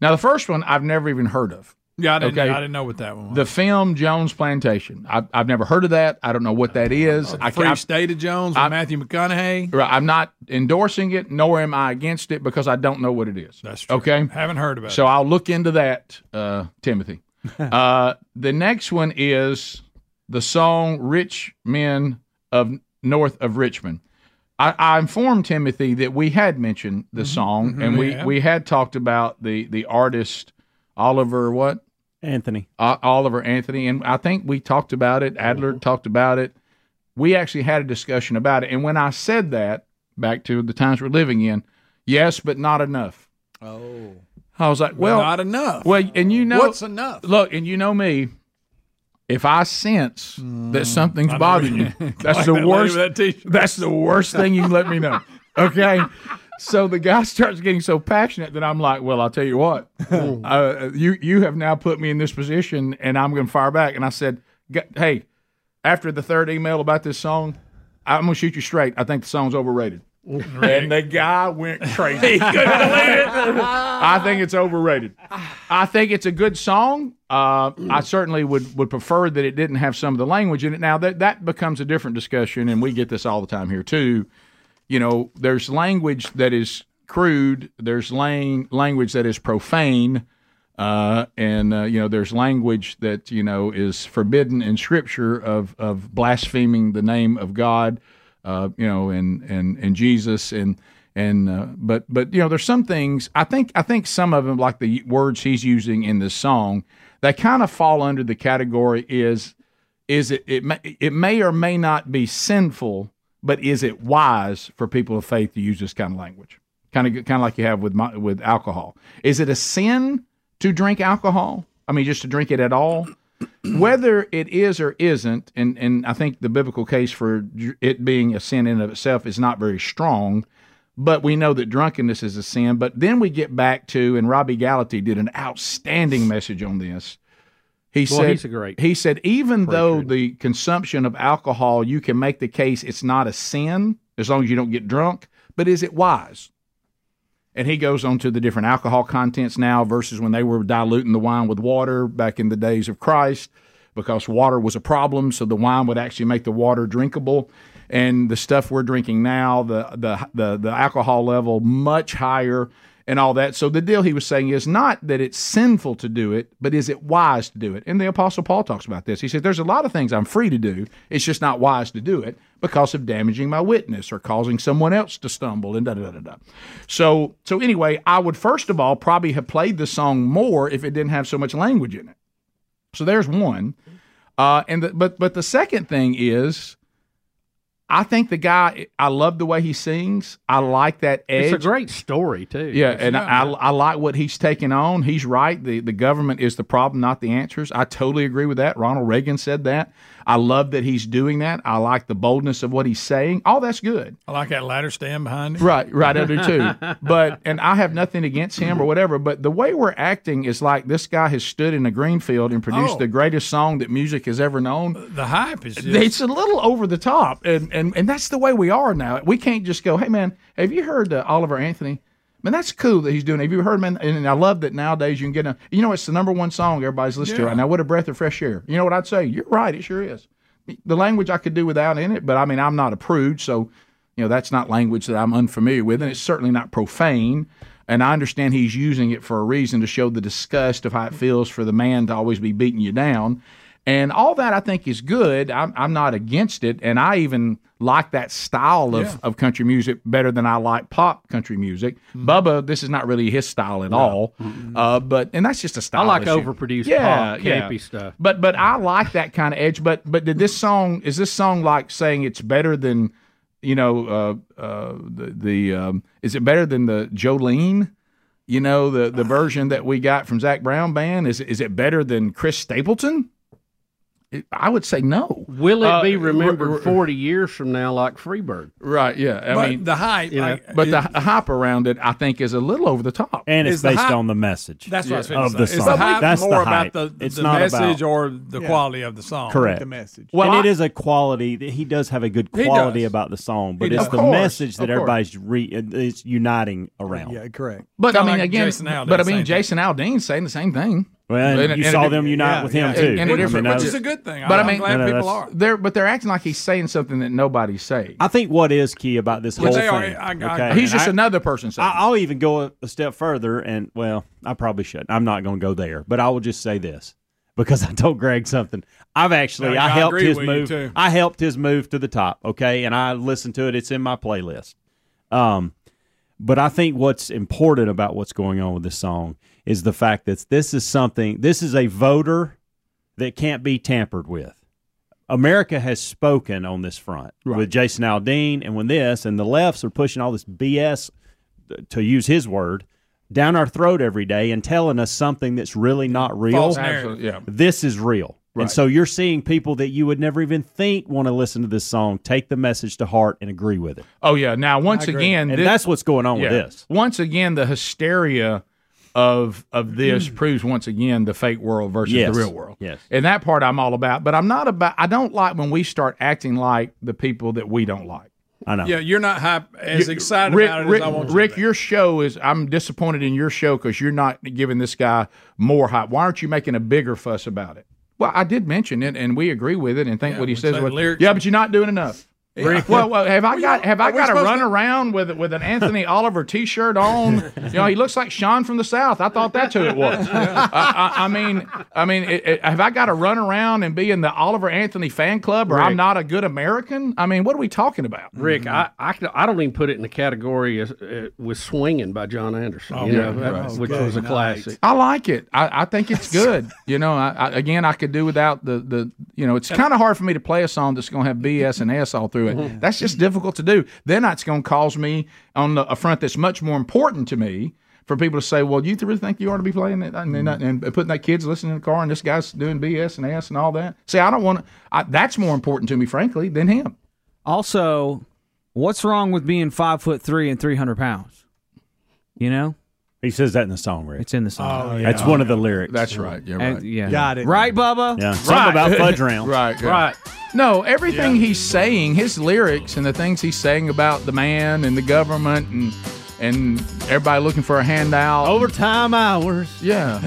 Speaker 1: Now, the first one I've never even heard of.
Speaker 3: Yeah, I didn't. I didn't know what that one was.
Speaker 1: The film Jones Plantation. I, I've never heard of that. I don't know what that is. I
Speaker 3: Uh, Free
Speaker 1: can't-
Speaker 3: State of Jones with Matthew McConaughey.
Speaker 1: Right. I'm not endorsing it, nor am I against it because I don't know what it is. That's
Speaker 3: true.
Speaker 1: Okay.
Speaker 3: Haven't heard about
Speaker 1: So
Speaker 3: it.
Speaker 1: I'll look into that, uh, Timothy. uh, the next one is the song Rich Men of North of Richmond. I, I informed Timothy that we had mentioned the song and we,
Speaker 6: Mm-hmm. Yeah.
Speaker 1: we had talked about the, the artist Oliver what?
Speaker 6: Anthony.
Speaker 1: O- Oliver Anthony, and I think we talked about it.
Speaker 6: Mm-hmm.
Speaker 1: Adler talked about it. We actually had a discussion about it, and when I said that, back to the times we're living in, yes, but not enough.
Speaker 3: Oh.
Speaker 1: I was like, well,
Speaker 3: not enough.
Speaker 1: Well, and you know
Speaker 3: What's enough?
Speaker 1: Look, and you know me. If I sense that something's
Speaker 3: Mm, I know
Speaker 1: bothering you,
Speaker 3: what you-
Speaker 1: that's
Speaker 3: Like
Speaker 1: the
Speaker 3: that lady
Speaker 1: worst.
Speaker 3: with that t-shirt.
Speaker 1: that's the worst thing you can let me know. Okay. So the guy starts getting so passionate that I'm like, well, I'll tell you what, uh, you you have now put me in this position, and I'm going to fire back. And I said, "G- hey, after the third email about this song, I'm going to shoot you straight. I think the song's overrated. And the guy went crazy.
Speaker 3: He couldn't believe it.
Speaker 1: I think it's overrated. I think it's a good song. Uh, I certainly would would prefer that it didn't have some of the language in it. Now that that becomes a different discussion, and we get this all the time here too. You know, there's language that is crude. There's lang- language that is profane. Uh, and uh, you know, there's language that you know is forbidden in Scripture of of blaspheming the name of God, uh, you know, and and and Jesus, and and uh, but but you know, there's some things I think I think some of them, like the words he's using in this song, they kind of fall under the category is is it it may, it may or may not be sinful, but is it wise for people of faith to use this kind of language? Kind of kind of like you have with my, with alcohol. Is it a sin to drink alcohol? I mean, just to drink it at all? whether it is or isn't, and, and I think the biblical case for dr- it being a sin in and of itself is not very strong, but we know that drunkenness is a sin. But then we get back to, and Robbie Gallaty did an outstanding message on this. He
Speaker 2: Boy,
Speaker 1: said,
Speaker 2: he's a great
Speaker 1: He said, even though the consumption of alcohol, you can make the case it's not a sin as long as you don't get drunk, but is it wise? And he goes on to the different alcohol contents now versus when they were diluting the wine with water back in the days of Christ because water was a problem. So the wine would actually make the water drinkable. And the stuff we're drinking now, the, the, the, the alcohol level much higher and all that. So the deal he was saying is not that it's sinful to do it, but is it wise to do it? And the Apostle Paul talks about this. He says, There's a lot of things I'm free to do. It's just not wise to do it because of damaging my witness or causing someone else to stumble and da da da da. da. So so anyway, I would first of all probably have played the song more if it didn't have so much language in it. So there's one. Uh, and the, but but the second thing is, I think the guy. I love the way he sings. I like that edge.
Speaker 2: It's a great story too.
Speaker 1: Yeah, and I, I like what he's taking on. He's right. The the government is the problem, not the answers. I totally agree with that. Ronald Reagan said that. I love that he's doing that. I like the boldness of what he's saying. All that's good.
Speaker 3: I like that ladder stand behind him.
Speaker 1: Right, right, I do too. But and I have nothing against him or whatever. But the way we're acting is like this guy has stood in a green field and produced
Speaker 3: Oh.
Speaker 1: the greatest song that music has ever known.
Speaker 3: The hype is just.
Speaker 1: It's a little over the top, and, and and that's the way we are now. We can't just go, "Hey man, have you heard uh, Oliver Anthony?" Man, that's cool that he's doing. it. Have you heard, man? And I love that nowadays you can get a. You know, it's the number one song everybody's listening
Speaker 3: Yeah.
Speaker 1: to right now. What a breath of fresh air! You know what I'd say? You're right. It sure is. The language I could do without in it, but I mean, I'm not a prude, so you know that's not language that I'm unfamiliar with, and it's certainly not profane. And I understand he's using it for a reason to show the disgust of how it feels for the man to always be beating you down. And all that I think is good. I'm, I'm not against it. And I even like that style of,
Speaker 3: Yeah.
Speaker 1: of country music better than I like pop country music. Bubba, this is not really his style at all. Uh, but and that's just a style.
Speaker 2: I like
Speaker 1: issue.
Speaker 2: overproduced
Speaker 1: yeah,
Speaker 2: pop,
Speaker 1: yeah.
Speaker 2: campy stuff.
Speaker 1: But but I like that kind of edge. But but did this song is this song like saying it's better than you know uh, uh, the the um, is it better than the Jolene? You know the the version that we got from Zach Brown band is is it better than Chris Stapleton? It- I would say no.
Speaker 2: Will it
Speaker 1: Uh,
Speaker 2: be
Speaker 1: r-
Speaker 2: remembered
Speaker 1: r-
Speaker 2: forty years from now like Freebird?
Speaker 1: Right. Yeah. I mean
Speaker 3: hype,
Speaker 1: you know, but the hype around it, I think, is a little over the top.
Speaker 11: And it's Is the based hype- on the message
Speaker 3: That's what I was
Speaker 11: Yeah.
Speaker 3: finna
Speaker 11: of the
Speaker 3: say. It's
Speaker 11: song.
Speaker 3: hype
Speaker 11: That's the
Speaker 3: more
Speaker 11: hype.
Speaker 3: about the,
Speaker 11: It's
Speaker 3: the
Speaker 11: not about-
Speaker 3: message or the quality of the song.
Speaker 11: Correct.
Speaker 3: Well,
Speaker 11: and it
Speaker 3: I-
Speaker 11: is a quality that he does have a good
Speaker 3: He
Speaker 11: quality
Speaker 3: does.
Speaker 11: about the song, but
Speaker 3: He
Speaker 11: it's
Speaker 3: does.
Speaker 11: the
Speaker 3: Of course,
Speaker 11: message
Speaker 3: of
Speaker 11: that
Speaker 3: course.
Speaker 11: everybody's re- is uniting around.
Speaker 10: Yeah, correct.
Speaker 1: But I
Speaker 3: Kinda
Speaker 1: mean,
Speaker 3: like
Speaker 1: again,
Speaker 3: Jason Aldean,
Speaker 1: but I
Speaker 3: same
Speaker 1: mean,
Speaker 3: thing.
Speaker 1: Jason Aldean's saying the same thing.
Speaker 11: Well, and you
Speaker 1: it-
Speaker 11: saw
Speaker 1: it-
Speaker 11: them unite with him,
Speaker 1: and-
Speaker 11: too.
Speaker 1: and it
Speaker 11: Which-
Speaker 1: different-
Speaker 11: I mean,
Speaker 3: which is a good thing.
Speaker 1: But
Speaker 3: I'm
Speaker 1: I mean,
Speaker 3: glad No, no, people
Speaker 11: that's- are.
Speaker 1: They're but they're acting like he's saying something that nobody's saying.
Speaker 11: I think what is key about this
Speaker 1: Which
Speaker 11: whole
Speaker 1: they are-
Speaker 11: thing.
Speaker 1: I- I- He's just another person.
Speaker 11: I, I'll even go a, a step further, and well, I probably shouldn't. I'm not going to go there, but I will just say this because I told Greg something. I've actually
Speaker 3: No,
Speaker 11: I
Speaker 3: I
Speaker 11: helped
Speaker 3: agree
Speaker 11: his
Speaker 3: with you,
Speaker 11: move.
Speaker 3: too.
Speaker 11: I helped his move to the top. Okay, and I listened to it. It's in my playlist. Um, but I think what's important about what's going on with this song is the fact that this is something. This is a voter that can't be tampered with. America has spoken on this front with Jason Aldean and with this, and the lefts are pushing all this BS, th- to use his word, down our throat every day and telling us something that's really not real.
Speaker 1: False narrative. Yeah.
Speaker 11: This is real.
Speaker 1: Right.
Speaker 11: And so you're seeing people that you would never even think want to listen to this song take the message to heart and agree with it.
Speaker 1: Oh yeah. Now once
Speaker 11: agree.
Speaker 1: again,
Speaker 11: And that's what's going on with this.
Speaker 1: Once again, the hysteria of of this proves once again the fake world versus
Speaker 11: Hmm. Yes.
Speaker 1: the real world.
Speaker 11: Yes.
Speaker 1: And that part I'm all about. But I'm not about. I don't like when we start acting like the people that we don't like.
Speaker 11: I know.
Speaker 3: Yeah, you're not hype, as
Speaker 1: You-
Speaker 3: excited
Speaker 1: Rick,
Speaker 3: about it
Speaker 1: Rick,
Speaker 3: as I want you
Speaker 1: Rick, your show is. I'm disappointed in your show because you're not giving this guy more hype. Why aren't you making a bigger fuss about it? Well, I did mention it, and we agree with it, and think what he says.
Speaker 3: say
Speaker 1: was-
Speaker 3: the lyrics-
Speaker 1: yeah, but you're not doing enough.
Speaker 3: Rick-
Speaker 1: well, well, have I got have I
Speaker 3: are we
Speaker 1: got to
Speaker 3: supposed
Speaker 1: run
Speaker 3: to-
Speaker 1: around with with an Anthony Oliver T-shirt on? You know, he looks like Sean from the South. I thought that's who it was. I, I, I mean, I mean, it, it- have I got to run around and be in the Oliver Anthony fan club, or I'm
Speaker 2: Rick.
Speaker 1: not a good American? I mean, what are we talking about?
Speaker 2: Rick, I, I c- I don't even put it in the category as, uh, with "Swinging" by John Anderson,
Speaker 1: Oh,
Speaker 2: you
Speaker 1: yeah,
Speaker 2: know, that-
Speaker 1: right.
Speaker 2: which
Speaker 1: Good
Speaker 2: was a
Speaker 1: night.
Speaker 2: classic.
Speaker 1: I like it. I, I think it's good. you know, I, I, again, I could do without the the. You know, it's kind of hard for me to play a song that's going to have BS and S all through it. That's just difficult to do. Then it's going to cause me on the, a front that's much more important to me. for people to say, "Well, you really think you ought to be playing it and, and, and putting that kids listening in the car and this guy's doing BS and S and all that"? See, I don't want to. That's more important to me, frankly, than him.
Speaker 8: Also, what's wrong with being five foot three and three hundred pounds? You know.
Speaker 11: He says that in the song, Rick.
Speaker 8: It's in the song.
Speaker 1: Oh, yeah.
Speaker 11: That's one of the lyrics.
Speaker 1: That's right. Yeah,
Speaker 8: And-
Speaker 1: right.
Speaker 8: yeah. Got it. Right, Bubba?
Speaker 11: Yeah. Something about fudge round.
Speaker 1: right. Right. No, everything he's saying, his lyrics and the things he's saying about the man and the government and and everybody looking for a handout.
Speaker 11: Overtime hours.
Speaker 1: Yeah.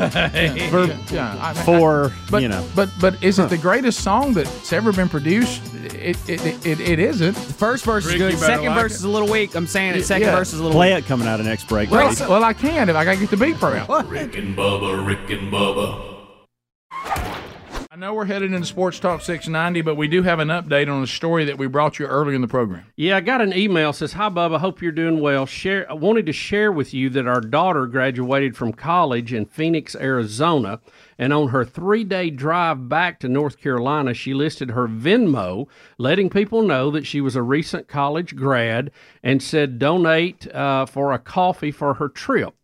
Speaker 1: For- yeah, I mean,
Speaker 11: For,
Speaker 1: but,
Speaker 11: you know.
Speaker 1: But but is it the greatest song that's ever been produced? It it, it, it, it isn't. The
Speaker 8: first verse is good. Second verse is a little weak. I'm saying it. Second verse is a little
Speaker 11: Play
Speaker 8: weak.
Speaker 11: it coming out of next break.
Speaker 8: Well,
Speaker 11: Brady.
Speaker 1: Well, I can if I can get the beat per hour.
Speaker 5: Rick and Bubba, Rick and Bubba.
Speaker 1: I know we're headed into Sports Talk 690, but we do have an update on a story that we brought you earlier in the program.
Speaker 2: Yeah, I got an email says, "Hi Bubba, hope you're doing well. Share I wanted to share with you that our daughter graduated from college in Phoenix, Arizona, and on her 3-day drive back to North Carolina, she listed her Venmo, letting people know that she was a recent college grad and said donate uh, for a coffee for her trip.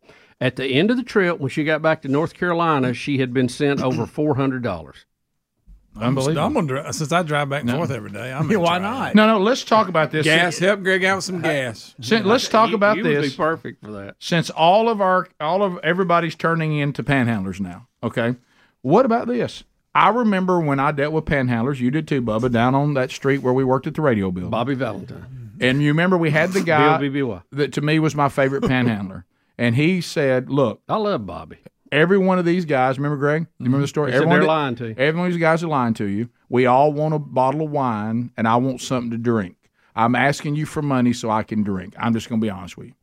Speaker 2: At the end of the trip, when she got back to North Carolina, she had been sent over $400.
Speaker 3: Unbelievable. I'm gonna, dri- since I drive back and forth every day, I'm gonna
Speaker 1: why
Speaker 3: drive.
Speaker 1: not? No, no. Let's talk about this.
Speaker 3: Gas. Help Greg out with some gas.
Speaker 1: Sin- let's talk about this.
Speaker 2: perfect for that.
Speaker 1: Since all of our, all of everybody's turning into panhandlers now. Okay. What about this? I remember when I dealt with panhandlers. You did too, Bubba, down on that street where we worked at the radio building.
Speaker 2: Bobby Valentine.
Speaker 1: And you remember we had the guy
Speaker 2: BLBBY.
Speaker 1: that to me was my favorite panhandler, and he said, "Look,
Speaker 2: I love Bobby.
Speaker 1: Every one of these guys, remember Greg? You remember the story?
Speaker 2: He said they're
Speaker 1: that-
Speaker 2: lying to you.
Speaker 1: Every one of these guys are lying to you. We all want a bottle of wine, and I want something to drink. I'm asking you for money so I can drink. I'm just going to be honest with you."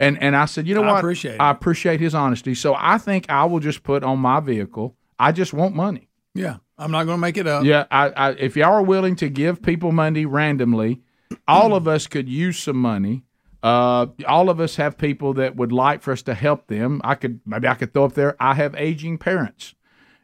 Speaker 1: And and I said, "You know
Speaker 3: I
Speaker 1: what?
Speaker 3: appreciate it.
Speaker 1: I appreciate his honesty. So I think I will just put on my vehicle. I just want money.
Speaker 3: Yeah, I'm not gonna make it up.
Speaker 1: Yeah, I, I, if y'all are willing to give people money randomly, all of us could use some money. Uh, all of us have people that would like for us to help them. I could maybe I could throw up there. I have aging parents,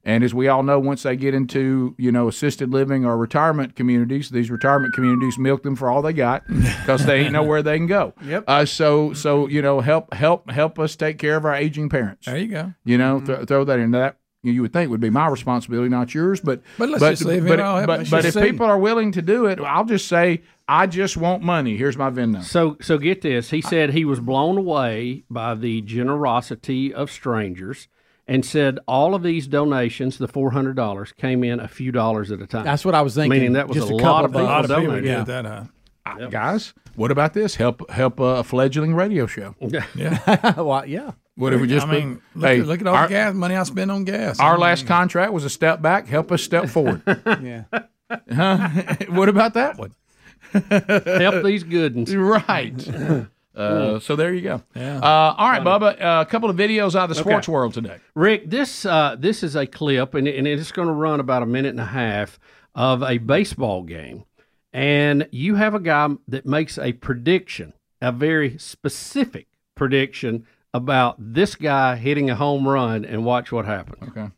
Speaker 1: and as we all know, once they get into you know assisted living or retirement communities, these retirement communities milk them for all they got because they ain't know where they can go.
Speaker 3: Yep. Mm-hmm.
Speaker 1: Uh, so so you know help help help us take care of our aging parents.
Speaker 3: There you go. Mm-hmm.
Speaker 1: You know, th- throw that in that. You would think would be my responsibility, not yours, but
Speaker 3: But let's just leave it
Speaker 1: but,
Speaker 3: all happen.
Speaker 1: but,
Speaker 3: Let's
Speaker 1: but if
Speaker 3: just see.
Speaker 1: people are willing to do it, I'll just say I just want money. Here's my VIN number.
Speaker 2: So, so get this. He said he was blown away by the generosity of strangers, and said all of these donations, the four hundred dollars, came in a few dollars at a time.
Speaker 10: That's what I was thinking.
Speaker 2: Meaning that was
Speaker 10: Just
Speaker 2: a,
Speaker 10: a
Speaker 2: lot
Speaker 10: couple
Speaker 2: of people,
Speaker 10: bucks. A lot of
Speaker 2: donated.
Speaker 3: Yeah. That, huh?
Speaker 1: Uh, Guys, what about this? Help help uh, a fledgling radio show.
Speaker 3: Yeah.
Speaker 10: well, yeah.
Speaker 1: What if we just
Speaker 3: I mean,
Speaker 1: put-
Speaker 3: look,
Speaker 1: hey,
Speaker 3: at, look at all
Speaker 1: our-
Speaker 3: the gas money I spend on gas. I
Speaker 1: Our
Speaker 3: mean,
Speaker 1: last contract was a step back. Help us step forward.
Speaker 10: yeah.
Speaker 1: Huh? what about that one?
Speaker 2: Help these good ones.
Speaker 1: Right. Uh, so there you go.
Speaker 2: Yeah.
Speaker 1: Uh, all right, Bubba. uh, A couple of videos out of the sports world today.
Speaker 2: Rick, this uh, this is a clip, and, it- and it's going to run about a minute and a half of a baseball game, and you have a guy that makes a prediction, a very specific prediction about this guy hitting a home run, and watch what happened.
Speaker 1: Okay.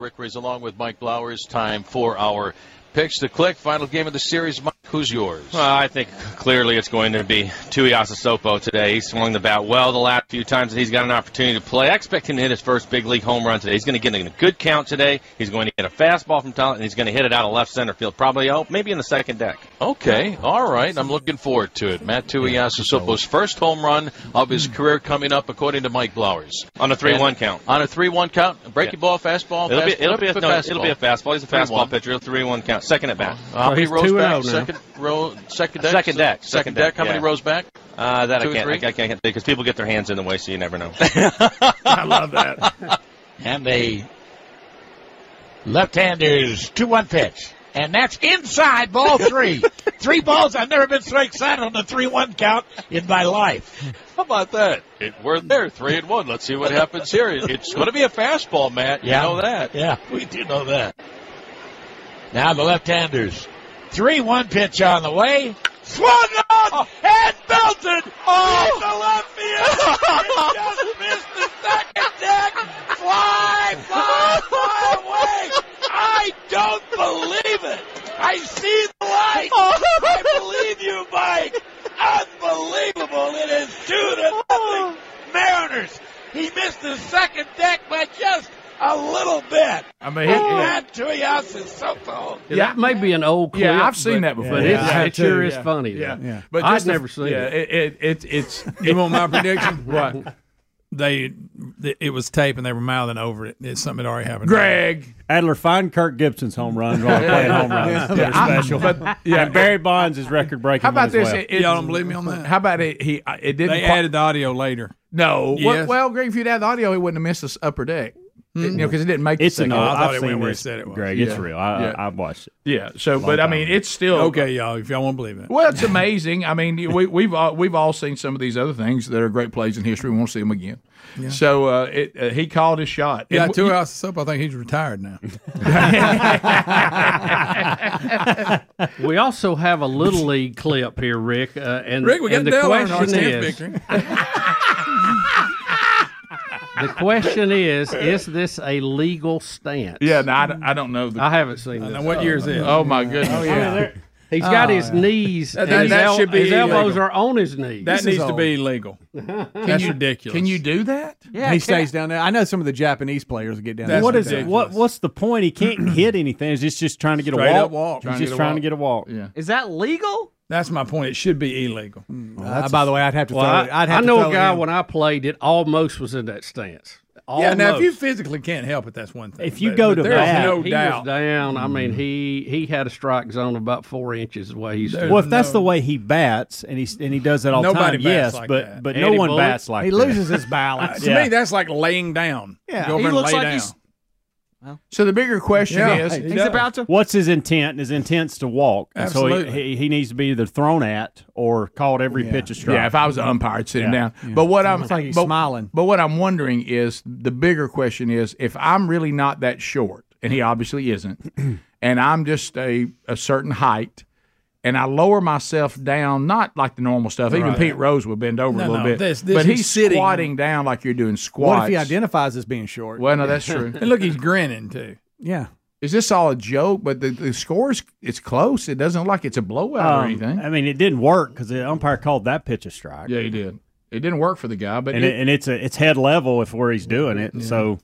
Speaker 16: Rick Rees along with Mike Blowers. Time for our picks to click. Final game of the series. Mike, who's yours?
Speaker 17: Well, I think clearly it's going to be Tui Asasopo today. He swung the bat well the last few times that he's got an opportunity to play. I expect him to hit his first big league home run today. He's going to get in a good count today. He's going to get a fastball from Talent, and he's going to hit it out of left center field, probably oh, maybe in the second deck.
Speaker 16: Okay, all right. I'm looking forward to it. Matt Tuiasosopo's first home run of
Speaker 1: Hmm.
Speaker 16: his career coming up, according to Mike Blowers.
Speaker 17: On a 3-1
Speaker 16: And-
Speaker 17: count.
Speaker 16: On a 3-1 count. Breaking
Speaker 17: Yeah.
Speaker 16: ball, fastball.
Speaker 17: It'll be,
Speaker 16: fast-
Speaker 17: it'll, be a,
Speaker 16: flip
Speaker 17: no, it'll be a fastball. He's a fastball
Speaker 16: 3-1.
Speaker 17: pitcher. It'll three one count. Second at bat.
Speaker 16: Uh, how many rows
Speaker 1: oh,
Speaker 16: back?
Speaker 17: Second,
Speaker 16: Second row, second deck.
Speaker 17: second deck.
Speaker 16: Second deck. How many
Speaker 17: yeah.
Speaker 16: rows back?
Speaker 17: Uh, that
Speaker 16: Two or
Speaker 17: I can't. I,
Speaker 16: three?
Speaker 17: I can't because people get their hands in the way, so you never know.
Speaker 4: I love that. and the left-hander's two-one pitch, and that's inside ball three. three balls. I've never been so excited on the three-one count in my life.
Speaker 16: How about that? It, we're there, three and one. Let's see what happens here. It- It's going to be a fastball, Matt.
Speaker 4: Yeah.
Speaker 16: You know that.
Speaker 4: Yeah, we do know that. Now the left-handers, three-one pitch on the way. Swung on and belted oh. the left field. It just missed the second deck. Fly, fly, fly away. I don't believe it. I see the light. I believe you, Mike. Unbelievable. It is two to nothing. Mariners He missed the second deck by just a little bit.
Speaker 1: I
Speaker 2: mean, it-
Speaker 4: Matt Tuiasa Soto.
Speaker 2: Yeah, that may be an old clip.
Speaker 1: Yeah, I've seen
Speaker 2: but-
Speaker 1: that before.
Speaker 2: But
Speaker 1: Yeah,
Speaker 2: it's,
Speaker 1: I
Speaker 2: it
Speaker 1: have
Speaker 2: sure
Speaker 1: too,
Speaker 2: is
Speaker 1: yeah.
Speaker 2: funny.
Speaker 1: Yeah,
Speaker 2: though.
Speaker 1: yeah.
Speaker 2: I've
Speaker 1: just the-
Speaker 2: never seen
Speaker 1: yeah,
Speaker 2: it.
Speaker 1: it. it, it it's
Speaker 3: You want my prediction?
Speaker 1: what?
Speaker 3: They, th- it was tape and they were mouthing over it. It's something that already happened.
Speaker 1: Greg
Speaker 11: Adler, find Kirk Gibson's home run while
Speaker 3: Yeah.
Speaker 11: playing home runs.
Speaker 3: Yeah.
Speaker 11: They're
Speaker 3: Yeah, I-
Speaker 11: special.
Speaker 3: but-
Speaker 1: yeah.
Speaker 11: and Barry Bonds is record breaking.
Speaker 1: How about this?
Speaker 11: Well.
Speaker 1: It- it-
Speaker 3: Y'all don't believe me on that?
Speaker 1: How about it? He I- it didn't.
Speaker 3: They
Speaker 1: quite-
Speaker 3: added the audio later.
Speaker 1: No.
Speaker 3: Yes.
Speaker 1: Well, well, Greg, if you'd had the audio, he wouldn't have missed this upper deck. You know, because it didn't make. the
Speaker 11: Mm. It's an
Speaker 1: second.
Speaker 11: old- I've seen this, Greg, it's
Speaker 1: Yeah.
Speaker 11: real. I,
Speaker 1: Yeah.
Speaker 11: I, I've watched it.
Speaker 1: Yeah. So, but I mean, it's still
Speaker 3: okay, y'all. If y'all want to believe it,
Speaker 1: Well, it's amazing. I mean, we, we've all, we've all seen some of these other things that are great plays in history. We want to see them again.
Speaker 3: Yeah.
Speaker 1: So uh, it, uh, he called his shot.
Speaker 3: yeah,
Speaker 1: And
Speaker 3: two
Speaker 1: w-
Speaker 3: hours of soap. I think he's retired now.
Speaker 2: we also have a little league clip here, Rick. Uh, and
Speaker 3: Rick, we got
Speaker 2: and the
Speaker 3: Dale Earnhardt
Speaker 2: question
Speaker 3: stand
Speaker 2: is,
Speaker 3: picture.
Speaker 2: the question is, is this a legal stance?
Speaker 1: Yeah, no, I, d- I don't know. The,
Speaker 2: I haven't seen
Speaker 1: this.
Speaker 2: what year is it?
Speaker 1: Oh my goodness!
Speaker 2: Oh, yeah. I mean, there- He's got his knees.
Speaker 3: That-
Speaker 2: and
Speaker 3: that-
Speaker 2: his,
Speaker 3: that
Speaker 2: el-
Speaker 3: should be
Speaker 2: his elbows
Speaker 3: illegal.
Speaker 2: are on his knees.
Speaker 3: That needs to be illegal. That's
Speaker 10: you-
Speaker 3: ridiculous.
Speaker 10: can you
Speaker 1: do that?
Speaker 10: Yeah, he stays down there. I know some of the Japanese players get down.
Speaker 11: That's
Speaker 10: there.
Speaker 11: what is it? What, what's the point? He can't hit anything. He's just, just trying to get a walk. He's just trying to get a walk.
Speaker 1: Yeah.
Speaker 8: Is that legal?
Speaker 3: That's my point. It should be illegal.
Speaker 11: that's Hmm. Uh, by a- the way, I'd have to
Speaker 2: Well,
Speaker 11: throw
Speaker 2: I,
Speaker 11: it- I'd have
Speaker 2: I
Speaker 11: to
Speaker 2: know
Speaker 11: throw
Speaker 2: a
Speaker 11: it
Speaker 2: guy
Speaker 11: in.
Speaker 2: when I played it almost was in that stance.
Speaker 3: Yeah, now if you
Speaker 2: Almost.
Speaker 3: physically can't help it, that's one thing.
Speaker 2: If you
Speaker 3: But-
Speaker 2: go
Speaker 3: but
Speaker 2: to
Speaker 3: there's
Speaker 2: bat,
Speaker 3: no
Speaker 2: he
Speaker 3: doubt.
Speaker 2: was down. I mean, he he had a strike zone about four inches away. He's
Speaker 11: Well, if that's the way he bats, and he and he does that all the
Speaker 2: Nobody
Speaker 11: time,
Speaker 2: bats
Speaker 11: yes,
Speaker 2: like
Speaker 11: but
Speaker 2: that.
Speaker 11: but no
Speaker 2: Eddie
Speaker 11: one
Speaker 2: Bullock?
Speaker 11: bats like
Speaker 2: He
Speaker 11: that.
Speaker 2: loses his
Speaker 3: balance. to
Speaker 11: Yeah.
Speaker 3: me, that's like laying down.
Speaker 10: Yeah,
Speaker 3: go over
Speaker 10: he
Speaker 3: and
Speaker 10: looks
Speaker 3: lay
Speaker 10: like
Speaker 3: down.
Speaker 10: he's-
Speaker 1: So the bigger question
Speaker 3: Yeah.
Speaker 1: is,
Speaker 3: Hey, He's yeah. about
Speaker 11: to. What's his intent? And His intent's to walk. And So
Speaker 1: Absolutely.
Speaker 11: he- he, he needs to be either thrown at or called every pitch a strike.
Speaker 1: Yeah, if I was an umpire, I'd sit him
Speaker 11: Yeah.
Speaker 1: down. But what I'm
Speaker 11: Looks like he's
Speaker 1: but,
Speaker 11: smiling.
Speaker 1: But what I'm wondering is the bigger question is if I'm really not that short, and he obviously isn't, and I'm just a, a certain height, and I lower myself down, not like the normal stuff. Even
Speaker 10: Right.
Speaker 1: Pete Rose would bend
Speaker 10: No,
Speaker 1: over a little
Speaker 10: no,
Speaker 1: bit,
Speaker 10: this- this
Speaker 1: but
Speaker 10: is
Speaker 1: he's
Speaker 10: sitting.
Speaker 1: squatting down like you're doing
Speaker 10: What if
Speaker 1: squats.
Speaker 10: he identifies as being short?
Speaker 1: well, no, that's true.
Speaker 3: and look, he's grinning too.
Speaker 10: Yeah.
Speaker 1: Is this all a joke? But the, the score's it's close. It doesn't look like it's a blowout or
Speaker 11: Um,
Speaker 1: anything.
Speaker 11: I mean, it didn't work because the umpire called that pitch a strike.
Speaker 1: Yeah, he did. It didn't work for the guy, but
Speaker 11: and,
Speaker 1: it-
Speaker 11: it, and it's a, it's head level if where he's doing it. So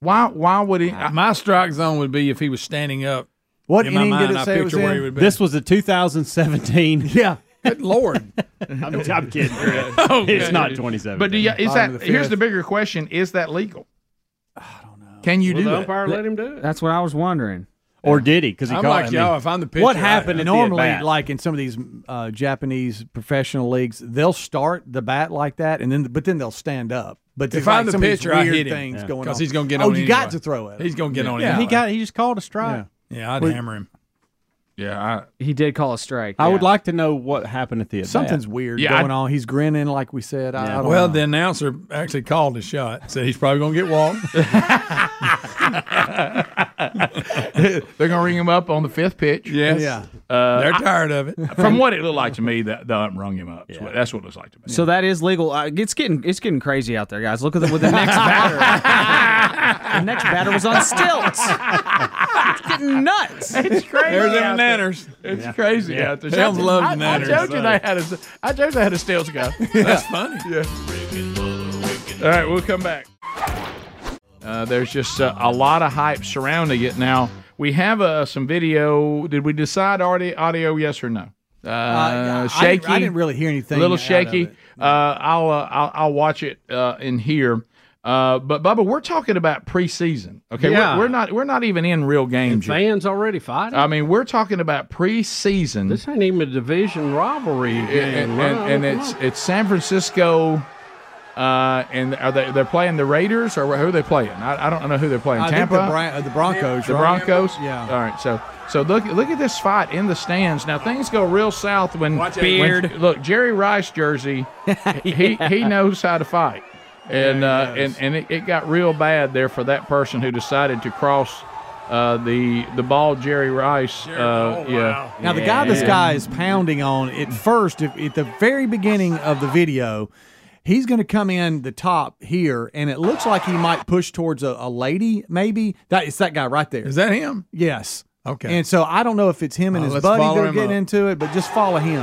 Speaker 1: why why would he?
Speaker 3: my strike zone would be if he was standing up.
Speaker 11: What
Speaker 3: in my
Speaker 11: inning did
Speaker 3: mind,
Speaker 11: it
Speaker 3: I
Speaker 11: say it
Speaker 3: picture
Speaker 11: was
Speaker 3: where
Speaker 11: in?
Speaker 3: he would be.
Speaker 11: This was the 2017.
Speaker 10: Yeah.
Speaker 3: Good lord.
Speaker 11: I'm, I'm kidding.
Speaker 1: Oh, Okay.
Speaker 11: It's not 27.
Speaker 1: But do you, is that here's the bigger question: Is that legal? I don't know. Can you
Speaker 2: Will
Speaker 1: do
Speaker 2: the
Speaker 1: that?
Speaker 2: umpire let him do it?
Speaker 8: That's what I was wondering.
Speaker 11: Or did he? Because
Speaker 10: he I'm called- like I mean, y'all, if I'm the
Speaker 11: what happened at the
Speaker 10: normally,
Speaker 11: at-bat?
Speaker 10: like in some of these uh, Japanese professional leagues, they'll start the bat like that, and then but then they'll stand up. But
Speaker 3: If
Speaker 10: there's, like
Speaker 3: I'm the
Speaker 10: some of these
Speaker 3: pitcher, I
Speaker 10: weird
Speaker 3: hit him.
Speaker 10: things
Speaker 3: Yeah.
Speaker 10: going
Speaker 3: 'Cause
Speaker 10: on.
Speaker 3: he's gonna get
Speaker 10: oh,
Speaker 3: on
Speaker 10: you got
Speaker 3: anyway.
Speaker 10: to throw it.
Speaker 3: He's gonna get on
Speaker 10: Yeah,
Speaker 3: anyway.
Speaker 10: he got.
Speaker 11: He just called a strike.
Speaker 3: Yeah, I'd
Speaker 10: We-
Speaker 3: hammer him.
Speaker 1: Yeah,
Speaker 8: he did call a strike.
Speaker 11: I would
Speaker 8: yeah.
Speaker 11: like to know what happened at the at
Speaker 10: Something's weird going on. He's grinning, like we said. I, I don't
Speaker 3: Well,
Speaker 10: know.
Speaker 3: the announcer actually called his shot. Said he's probably going to get walked.
Speaker 1: They're gonna ring him up on the fifth pitch.
Speaker 3: Yes. Yeah. They're tired of it.
Speaker 1: Uh, From what it looked like to me, that the ump rung him up. That's what- That's what it looks like to me.
Speaker 8: So that is legal. Uh, it's getting it's getting crazy out there, guys. Look at the, with the next batter. the next batter was on stilts. It's getting nuts.
Speaker 1: It's crazy.
Speaker 3: There's them
Speaker 1: out there.
Speaker 3: nanners.
Speaker 1: It's
Speaker 3: Yeah.
Speaker 1: crazy
Speaker 3: Yeah.
Speaker 1: out there.
Speaker 3: Helms
Speaker 1: I-
Speaker 3: loves
Speaker 1: I,
Speaker 3: nanners.
Speaker 1: I told you they had a. I told you they had a stilts guy.
Speaker 3: That's funny.
Speaker 1: Yeah. All right, we'll come back. Uh, there's just uh, a lot of hype surrounding it now. We have uh, some video. Did we decide audio, audio yes or no? Uh,
Speaker 10: I didn't-
Speaker 1: shaky.
Speaker 10: I didn't really hear anything
Speaker 1: A little
Speaker 10: out of
Speaker 1: shaky.
Speaker 10: it.
Speaker 1: Uh, I'll, uh, I'll I'll watch it uh, in here. Uh, but Bubba, we're talking about preseason. Okay,
Speaker 2: Yeah.
Speaker 1: we're, we're not we're not even in real games. yet.
Speaker 2: Fans already fighting.
Speaker 1: I mean, we're talking about preseason.
Speaker 2: this ain't even a division rivalry game.
Speaker 1: and, and,
Speaker 2: right? Come
Speaker 1: and it's
Speaker 2: on.
Speaker 1: it's San Francisco, uh, and are they they're playing the Raiders or who are they playing? I, I don't know who they're playing.
Speaker 10: I think
Speaker 1: Tampa,
Speaker 10: the Bron- uh, the Broncos,
Speaker 1: the
Speaker 10: right?
Speaker 1: Broncos.
Speaker 10: Yeah.
Speaker 1: All right. So so look look at this fight in the stands. Now things go real south when
Speaker 3: Watch out.
Speaker 1: when-
Speaker 3: Beard.
Speaker 1: look, Jerry Rice jersey. he he knows how to fight, and uh, and and it, it got real bad there for that person who decided to cross. Uh, the the ball Jerry Rice,
Speaker 3: oh,
Speaker 1: uh, yeah.
Speaker 10: Now the guy this
Speaker 1: Yeah.
Speaker 10: guy is pounding on at first, if, at the very beginning of the video, he's going to come in the top here, and it looks like he might push towards a, a lady. Maybe that it's that guy right there. Is
Speaker 3: that him?
Speaker 10: Yes.
Speaker 3: Okay.
Speaker 10: And so I don't know if it's him and
Speaker 3: Uh,
Speaker 10: his
Speaker 3: let's
Speaker 10: buddy
Speaker 3: follow
Speaker 10: that are
Speaker 3: him
Speaker 10: getting
Speaker 3: up.
Speaker 10: into it, but just follow him.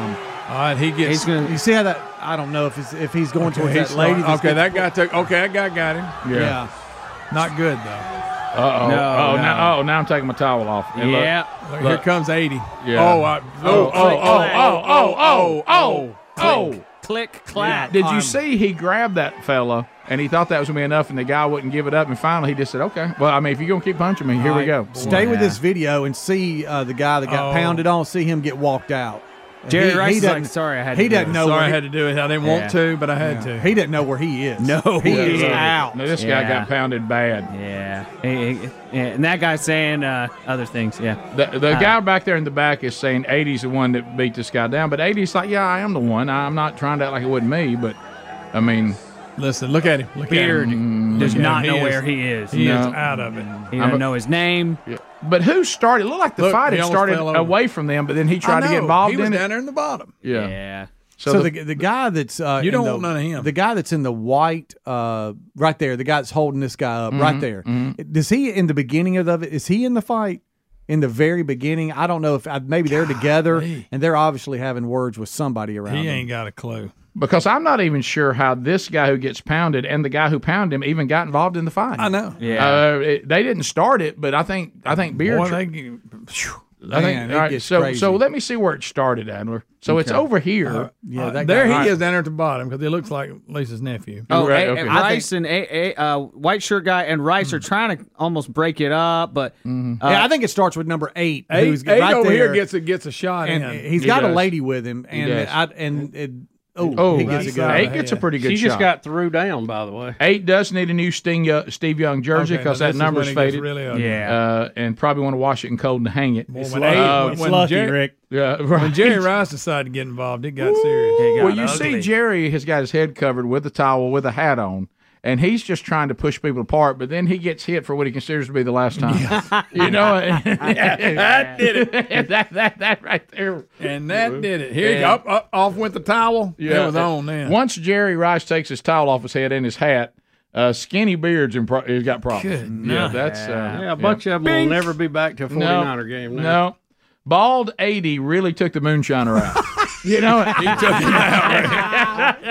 Speaker 3: All right, he gets.
Speaker 10: you see how that? I don't know if it's, if he's going
Speaker 3: Okay,
Speaker 10: towards
Speaker 3: he's
Speaker 10: that lady.
Speaker 3: going-
Speaker 10: that's
Speaker 3: okay, that
Speaker 10: getting-
Speaker 3: guy took. Okay, that guy got him.
Speaker 10: Yeah.
Speaker 3: Not good though.
Speaker 1: Uh oh.
Speaker 3: No,
Speaker 1: oh,
Speaker 3: no.
Speaker 1: Now, oh, now I'm taking my towel off. And look-
Speaker 3: Yeah.
Speaker 1: Look,
Speaker 3: Here comes 80.
Speaker 1: Yeah.
Speaker 3: Oh, I-
Speaker 1: oh, oh, oh, oh, oh, oh, oh, oh.
Speaker 3: Click, click,
Speaker 1: Yeah. Did you see he grabbed that fella and he thought that was gonna be enough and the guy wouldn't give it up and finally he just said, Okay, well I mean if you're gonna keep punching me, here we go.
Speaker 10: Stay with this video and see uh, the guy that got
Speaker 1: Oh.
Speaker 10: pounded on. See him get walked out.
Speaker 8: Jerry Rice is like,
Speaker 10: doesn't-
Speaker 8: "Sorry, I had
Speaker 10: He
Speaker 8: to do
Speaker 10: doesn't
Speaker 8: it."
Speaker 10: know.
Speaker 8: Sorry,
Speaker 10: where
Speaker 8: I
Speaker 10: he-
Speaker 8: had to do it. I didn't want to, but I had to.
Speaker 10: He doesn't know where he is. No, he
Speaker 8: Yeah.
Speaker 10: is out.
Speaker 1: No, this guy got pounded bad.
Speaker 8: Yeah. Hey, hey, yeah, And that guy's saying uh, other things. Yeah.
Speaker 1: The, the
Speaker 8: Uh,
Speaker 1: guy back there in the back is saying 80's the one that beat this guy down, but 80's like, Yeah, I am the one. I'm not trying to act like it wasn't me, but I mean Mm-hmm.
Speaker 3: Listen, look at him. Look
Speaker 1: Beard
Speaker 3: at him.
Speaker 1: does
Speaker 3: Look at
Speaker 1: not
Speaker 3: him.
Speaker 1: know where he is.
Speaker 3: He is
Speaker 1: No.
Speaker 3: out of it.
Speaker 1: He doesn't know
Speaker 8: his name.
Speaker 1: But who started? It looked like the
Speaker 3: Look,
Speaker 1: fight
Speaker 3: he
Speaker 1: had
Speaker 3: almost
Speaker 1: started
Speaker 3: fell over.
Speaker 1: away from them, but then he tried to get involved
Speaker 3: He was
Speaker 1: in it.
Speaker 3: down there in the bottom.
Speaker 1: Yeah.
Speaker 10: So,
Speaker 1: So
Speaker 10: the,
Speaker 1: the-
Speaker 10: the guy that's uh,
Speaker 3: You
Speaker 10: in
Speaker 3: don't
Speaker 10: the,
Speaker 3: want none of him.
Speaker 10: The guy that's in the white, uh, right there. The guy that's holding this guy up, right
Speaker 3: Mhm,
Speaker 10: there.
Speaker 3: mhm.
Speaker 10: Does he in the beginning of it? Is he in the fight? In the very beginning, I don't know if I, maybe they're together and they're obviously having words with somebody around.
Speaker 3: He
Speaker 10: them.
Speaker 3: ain't got a clue.
Speaker 1: Because I'm not even sure how this guy who gets pounded and the guy who pounded him even got involved in the fight. I
Speaker 3: know.
Speaker 1: Yeah. Uh, it- they didn't start it, but I think I think Beard.
Speaker 3: Boy, they get-
Speaker 1: I think,
Speaker 3: Man, it
Speaker 1: all right,
Speaker 3: gets
Speaker 1: so
Speaker 3: crazy.
Speaker 1: so let me see where it started, Adler. So it's
Speaker 3: Okay.
Speaker 1: over here.
Speaker 3: Uh, uh, there he is down there at the bottom because he looks like Lisa's nephew.
Speaker 8: Oh, A- A- Rice and a, a, uh, white shirt guy and Rice are trying to almost break it up, but
Speaker 3: Mm-hmm.
Speaker 8: uh,
Speaker 10: yeah, I think it starts with number eight.
Speaker 8: Eight-
Speaker 10: who's
Speaker 8: eight
Speaker 10: right
Speaker 8: over
Speaker 10: there.
Speaker 8: here
Speaker 3: gets a gets a shot
Speaker 10: and
Speaker 3: in.
Speaker 10: He's
Speaker 3: He
Speaker 10: got a
Speaker 3: does.
Speaker 10: lady with him,
Speaker 3: He
Speaker 10: and
Speaker 3: does.
Speaker 10: I, and it, oh,
Speaker 1: Oh,
Speaker 10: he gets a good.
Speaker 1: eight gets a pretty good
Speaker 2: She
Speaker 1: shot.
Speaker 2: just got threw down, by the way.
Speaker 1: Eight does need a new Sting, Yo- Steve Young jersey
Speaker 2: Okay,
Speaker 1: because
Speaker 2: now
Speaker 1: that
Speaker 2: this is
Speaker 1: number's
Speaker 2: when it gets
Speaker 1: faded.
Speaker 2: really ugly. Yeah.
Speaker 1: Uh, and probably want to wash it in cold and hang it. Uh,
Speaker 3: Boy, when eight- when- when Jerry-
Speaker 1: Yeah, right.
Speaker 3: When Jerry Rice decided to get involved, it got serious.
Speaker 1: well, you see, Jerry has got his head covered with a towel, with a hat on, and he's just trying to push people apart. But then he gets hit for what he considers to be the last time. you know,
Speaker 3: I did it.
Speaker 1: that, that, that right there.
Speaker 3: And that did it. Here you go. Up, up, off went the towel. It was on then.
Speaker 1: Once Jerry Rice takes his towel off his head and his hat, uh, skinny beards and pro- he's got problems.
Speaker 2: Good
Speaker 1: yeah,
Speaker 2: night.
Speaker 1: that's uh,
Speaker 2: Yeah, a bunch of them will never be back to a 49er game now.
Speaker 1: No, bald eighty really took the moonshiner out. you know, he took him out.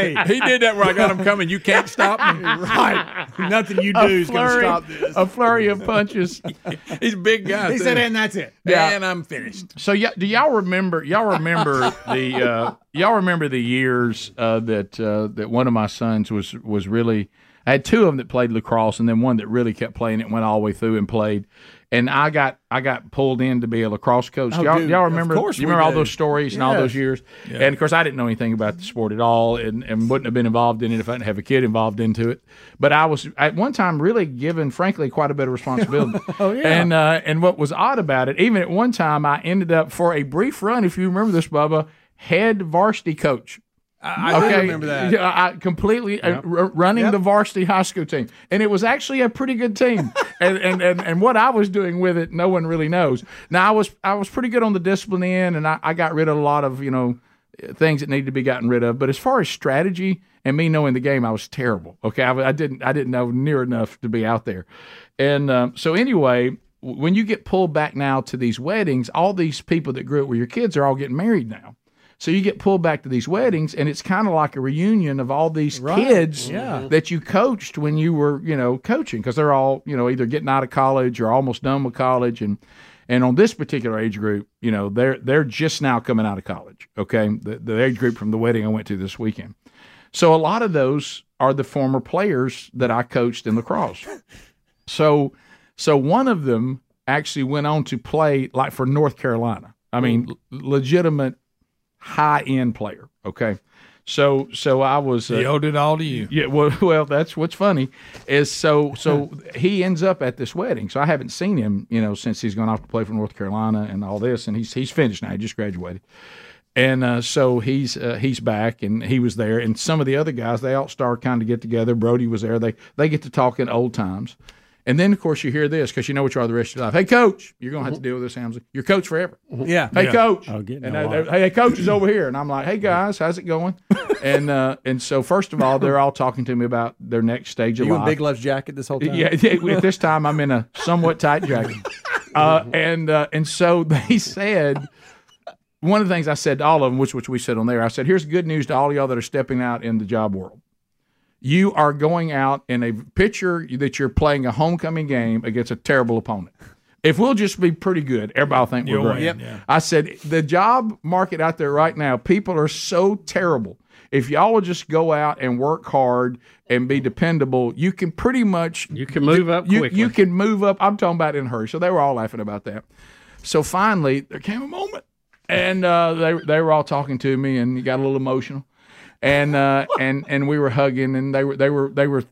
Speaker 3: hey, he did that where I got him coming. You can't stop me.
Speaker 10: right. Nothing you
Speaker 3: do is going to stop this.
Speaker 1: A flurry of punches.
Speaker 3: He's a big guy.
Speaker 10: He
Speaker 3: too.
Speaker 10: said, "And that's it."
Speaker 1: Yeah.
Speaker 3: And I'm finished.
Speaker 1: So yeah, do y'all remember? Y'all remember the uh, y'all remember the years uh, that uh, that one of my sons was was really. I had two of them that played lacrosse, and then one that really kept playing it, went all the way through and played. And I got I got pulled in to be a lacrosse coach.
Speaker 3: Oh,
Speaker 1: y'all,
Speaker 3: dude,
Speaker 1: y'all
Speaker 3: of
Speaker 1: remember?
Speaker 3: course
Speaker 1: you
Speaker 3: we
Speaker 1: remember all
Speaker 3: do.
Speaker 1: those stories and all
Speaker 3: Yes.
Speaker 1: those years?
Speaker 3: Yeah.
Speaker 1: And of course, I didn't know anything about the sport at all, and, and wouldn't have been involved in it if I didn't have a kid involved into it. But I was at one time really given, frankly, quite a bit of responsibility.
Speaker 3: Oh, yeah.
Speaker 1: And uh, and what was odd about it, even at one time, I ended up for a brief run, if you remember this, Bubba, head varsity coach.
Speaker 3: I do remember that.
Speaker 1: Yeah, I I completely uh,
Speaker 3: Yep.
Speaker 1: r- running the varsity high school team, and it was actually a pretty good team. and, and and and what I was doing with it, no one really knows. Now I was I was pretty good on the discipline end, and I, I got rid of a lot of you know things that needed to be gotten rid of. But as far as strategy and me knowing the game, I was terrible. Okay, I, w- I didn't I didn't know near enough to be out there, and um, so anyway. w- When you get pulled back now to these weddings, all these people that grew up with your kids are all getting married now. So you get pulled back to these weddings, and it's kind of like a reunion of all these kids
Speaker 3: Yeah.
Speaker 1: that you coached when you were, you know, coaching because they're all, you know, either getting out of college or almost done with college, and and on this particular age group, you know, they're they're just now coming out of college. Okay, the, the age group from the wedding I went to this weekend. So a lot of those are the former players that I coached in lacrosse. So, so one of them actually went on to play like for North Carolina. I mean,
Speaker 3: Mm.
Speaker 1: l- legitimate high end player. Okay. So, so I was. uh,
Speaker 3: He owed it all to you.
Speaker 1: Yeah. Well, well, that's what's funny is so, so he ends up at this wedding. So I haven't seen him, you know, since he's gone off to play for North Carolina and all this. And he's, he's finished now. He just graduated. And uh, so he's uh, he's back, and he was there, and some of the other guys they all start kind of get together. Brody was there. They they get to talking old times, and then of course you hear this because you know what you are the rest of your life. Hey coach, you're gonna have to deal with this, Hamzy. You're coach forever.
Speaker 3: Mm-hmm. Yeah.
Speaker 1: Hey
Speaker 3: Mm-hmm. Yeah. Oh,
Speaker 1: coach.
Speaker 3: I'll get in
Speaker 1: and
Speaker 3: a
Speaker 1: they-
Speaker 3: lot.
Speaker 1: they- hey, hey, coach is over here, and I'm like, hey guys, how's it going? and uh, and so first of all, they're all talking to me about their next stage of
Speaker 10: You in
Speaker 1: life.
Speaker 10: Big Love's jacket this whole time?
Speaker 1: Yeah, at this time I'm in a somewhat tight jacket. Uh, and uh, and so they said one of the things I said to all of them, which which we said on there, I said, here's good news to all y'all that are stepping out in the job world. You are going out in a picture that you're playing a homecoming game against a terrible opponent. If we'll just be pretty good, everybody will think
Speaker 3: You'll
Speaker 1: we're
Speaker 3: win,
Speaker 1: great.
Speaker 3: yeah.
Speaker 1: I said the job market out there right now, people are so terrible. If y'all will just go out and work hard and be dependable, you can pretty much you can move up. You, you can move up. I'm talking about in a hurry. So they were all laughing about that. So finally, there came a moment, and uh, they they were all talking to me, and you got a little emotional, and uh, and and we were hugging, and they were they were they were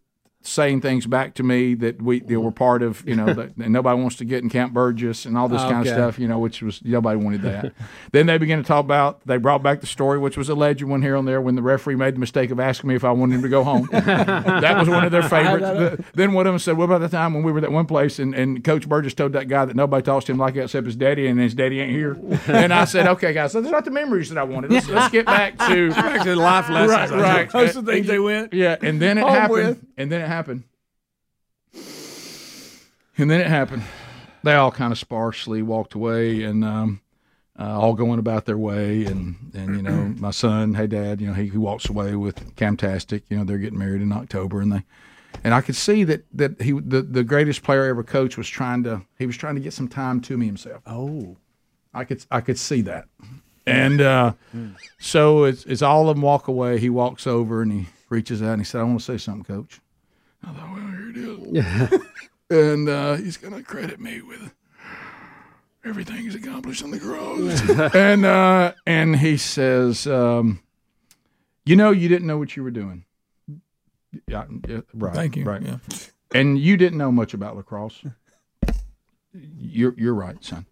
Speaker 1: saying things back to me that we that were part of, you know, that, that nobody wants to get in Camp Burgess and all this kind
Speaker 3: Okay.
Speaker 1: of stuff, you know, which was nobody wanted that. then they began to talk about they brought back the story, which was a legend one here and there when the referee made the mistake of asking me if I wanted him to go home. that was one of their favorites. The- then one of them said, "What about the time when we were at that one place and, and Coach Burgess told that guy that nobody talks to him like that except his daddy, and his daddy ain't here?" and I said, "Okay, guys, those are not the memories that I wanted. Let's, let's get back to
Speaker 3: Back to life
Speaker 1: Right,
Speaker 3: lessons.
Speaker 1: right.
Speaker 3: Those are the things they went
Speaker 1: Yeah, and then it
Speaker 3: home
Speaker 1: happened.
Speaker 3: with.
Speaker 1: And then it happened. And then it happened. They all kind of sparsely walked away, and um, uh, all going about their way. And and you know, my son, hey dad, you know, he, he walks away with Camtastic. You know, they're getting married in October, and they. And I could see that that he the, the greatest player I ever coached was trying to he was trying to get some time to me himself. Oh, I could I could see that, and uh, so as, as all of them walk away, he walks over and he reaches out and he said, "I want to say something, Coach." I thought, well, here it is. and uh, he's going to credit me with everything he's accomplished on the cross. and uh, and he says, um, "You know, you didn't know what you were doing." Yeah, yeah, right.
Speaker 3: Thank you.
Speaker 1: Right.
Speaker 3: Yeah.
Speaker 1: And you didn't know much about lacrosse. You're you're right, son.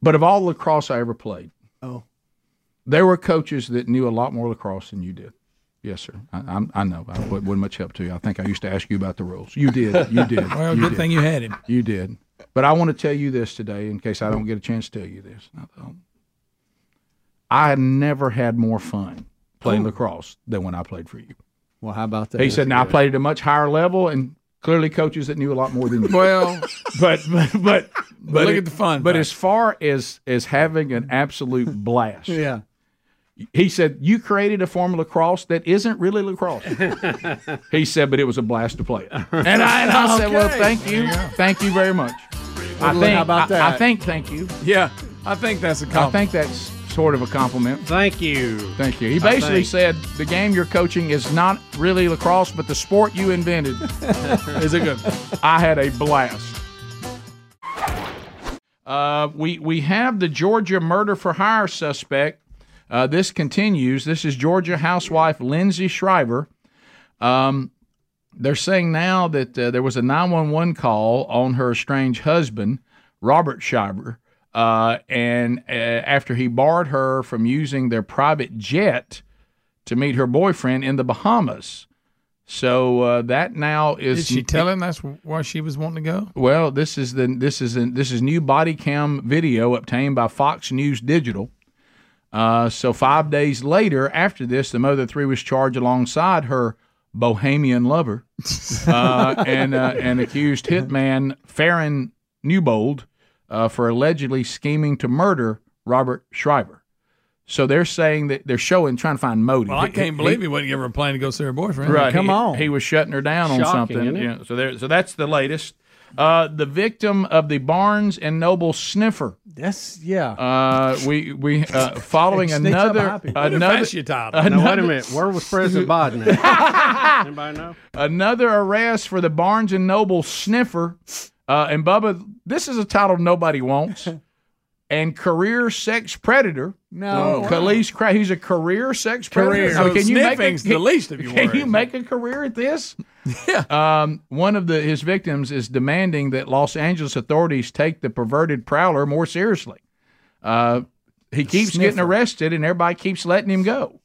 Speaker 1: But of all lacrosse I ever played,
Speaker 10: Oh.
Speaker 1: there were coaches that knew a lot more lacrosse than you did. Yes, sir. I, I'm, I know. I wa- wasn't much help to you. I think I used to ask you about the rules. You did. You did.
Speaker 3: Well,
Speaker 1: You
Speaker 3: good
Speaker 1: did.
Speaker 3: thing you had him.
Speaker 1: You did. But I want to tell you this today, in case I don't get a chance to tell you this. I thought, I never had more fun playing lacrosse than when I played for you.
Speaker 10: Well, how about that?
Speaker 1: He said, "Now I played at a much higher level, and clearly coaches that knew a lot more than you."
Speaker 3: Well,
Speaker 1: but but but, but
Speaker 3: look at the fun
Speaker 1: But
Speaker 3: part.
Speaker 1: as far as as having an absolute blast,
Speaker 3: Yeah.
Speaker 1: He said, "You created a form of lacrosse that isn't really lacrosse." he said, "But it was a blast to play it." And I, and I said, "Well,
Speaker 3: Okay.
Speaker 1: thank you, thank you very much." I
Speaker 3: Well,
Speaker 1: think
Speaker 3: how about
Speaker 1: I- I,
Speaker 3: that?
Speaker 1: think thank you.
Speaker 3: Yeah, I think that's a
Speaker 1: I
Speaker 3: compliment.
Speaker 1: think that's sort of a compliment.
Speaker 2: Thank you.
Speaker 1: Thank you. He
Speaker 3: I
Speaker 1: basically
Speaker 3: think.
Speaker 1: said the game you're coaching is not really lacrosse, but the sport you invented is a good. one. I had a blast. Uh, we we have the Georgia murder for hire suspect. Uh, this continues. This is Georgia housewife Lindsay Shriver. Um, they're saying now that uh, there was a 911 call on her estranged husband, Robert Schreiber, uh, and uh, after he barred her from using their private jet to meet her boyfriend in the Bahamas. So uh, that now is.
Speaker 3: Did she tell him that's why she was wanting to go?
Speaker 1: Well, this is the this is the, this is new body cam video obtained by Fox News Digital. Uh, so five days later, after this, the mother of three was charged alongside her bohemian lover uh, and uh, and accused hitman Farron Newbold uh, for allegedly scheming to murder Robert Schreiber. So they're saying that they're showing trying to find motive.
Speaker 3: Well, I
Speaker 1: He-
Speaker 3: can't
Speaker 1: he-
Speaker 3: believe he wouldn't give her a plane to go see her boyfriend.
Speaker 1: Right. He- He was shutting her down on
Speaker 3: Shocking,
Speaker 1: something.
Speaker 3: isn't it?
Speaker 1: Yeah, so there so that's the latest. Uh, the victim of the Barnes and Noble sniffer.
Speaker 10: That's yeah.
Speaker 1: Uh, we we uh, following
Speaker 10: Sneaks up
Speaker 1: another
Speaker 10: behind people. What a
Speaker 1: another
Speaker 10: fashion
Speaker 2: title. Now, wait a minute. Where was President Biden Anybody know?
Speaker 1: Another arrest for the Barnes and Noble sniffer. Uh, and Bubba, this is a title nobody wants. And career sex predator.
Speaker 3: No. Whoa.
Speaker 1: police. Cra- he's a career sex predator.
Speaker 3: Career. So sniffing's the least of your
Speaker 1: Can
Speaker 3: worries.
Speaker 1: you make a career at this? yeah. Um, one of the his victims is demanding that Los Angeles authorities take the perverted prowler more seriously. Uh, he keeps getting arrested, and everybody keeps letting him go.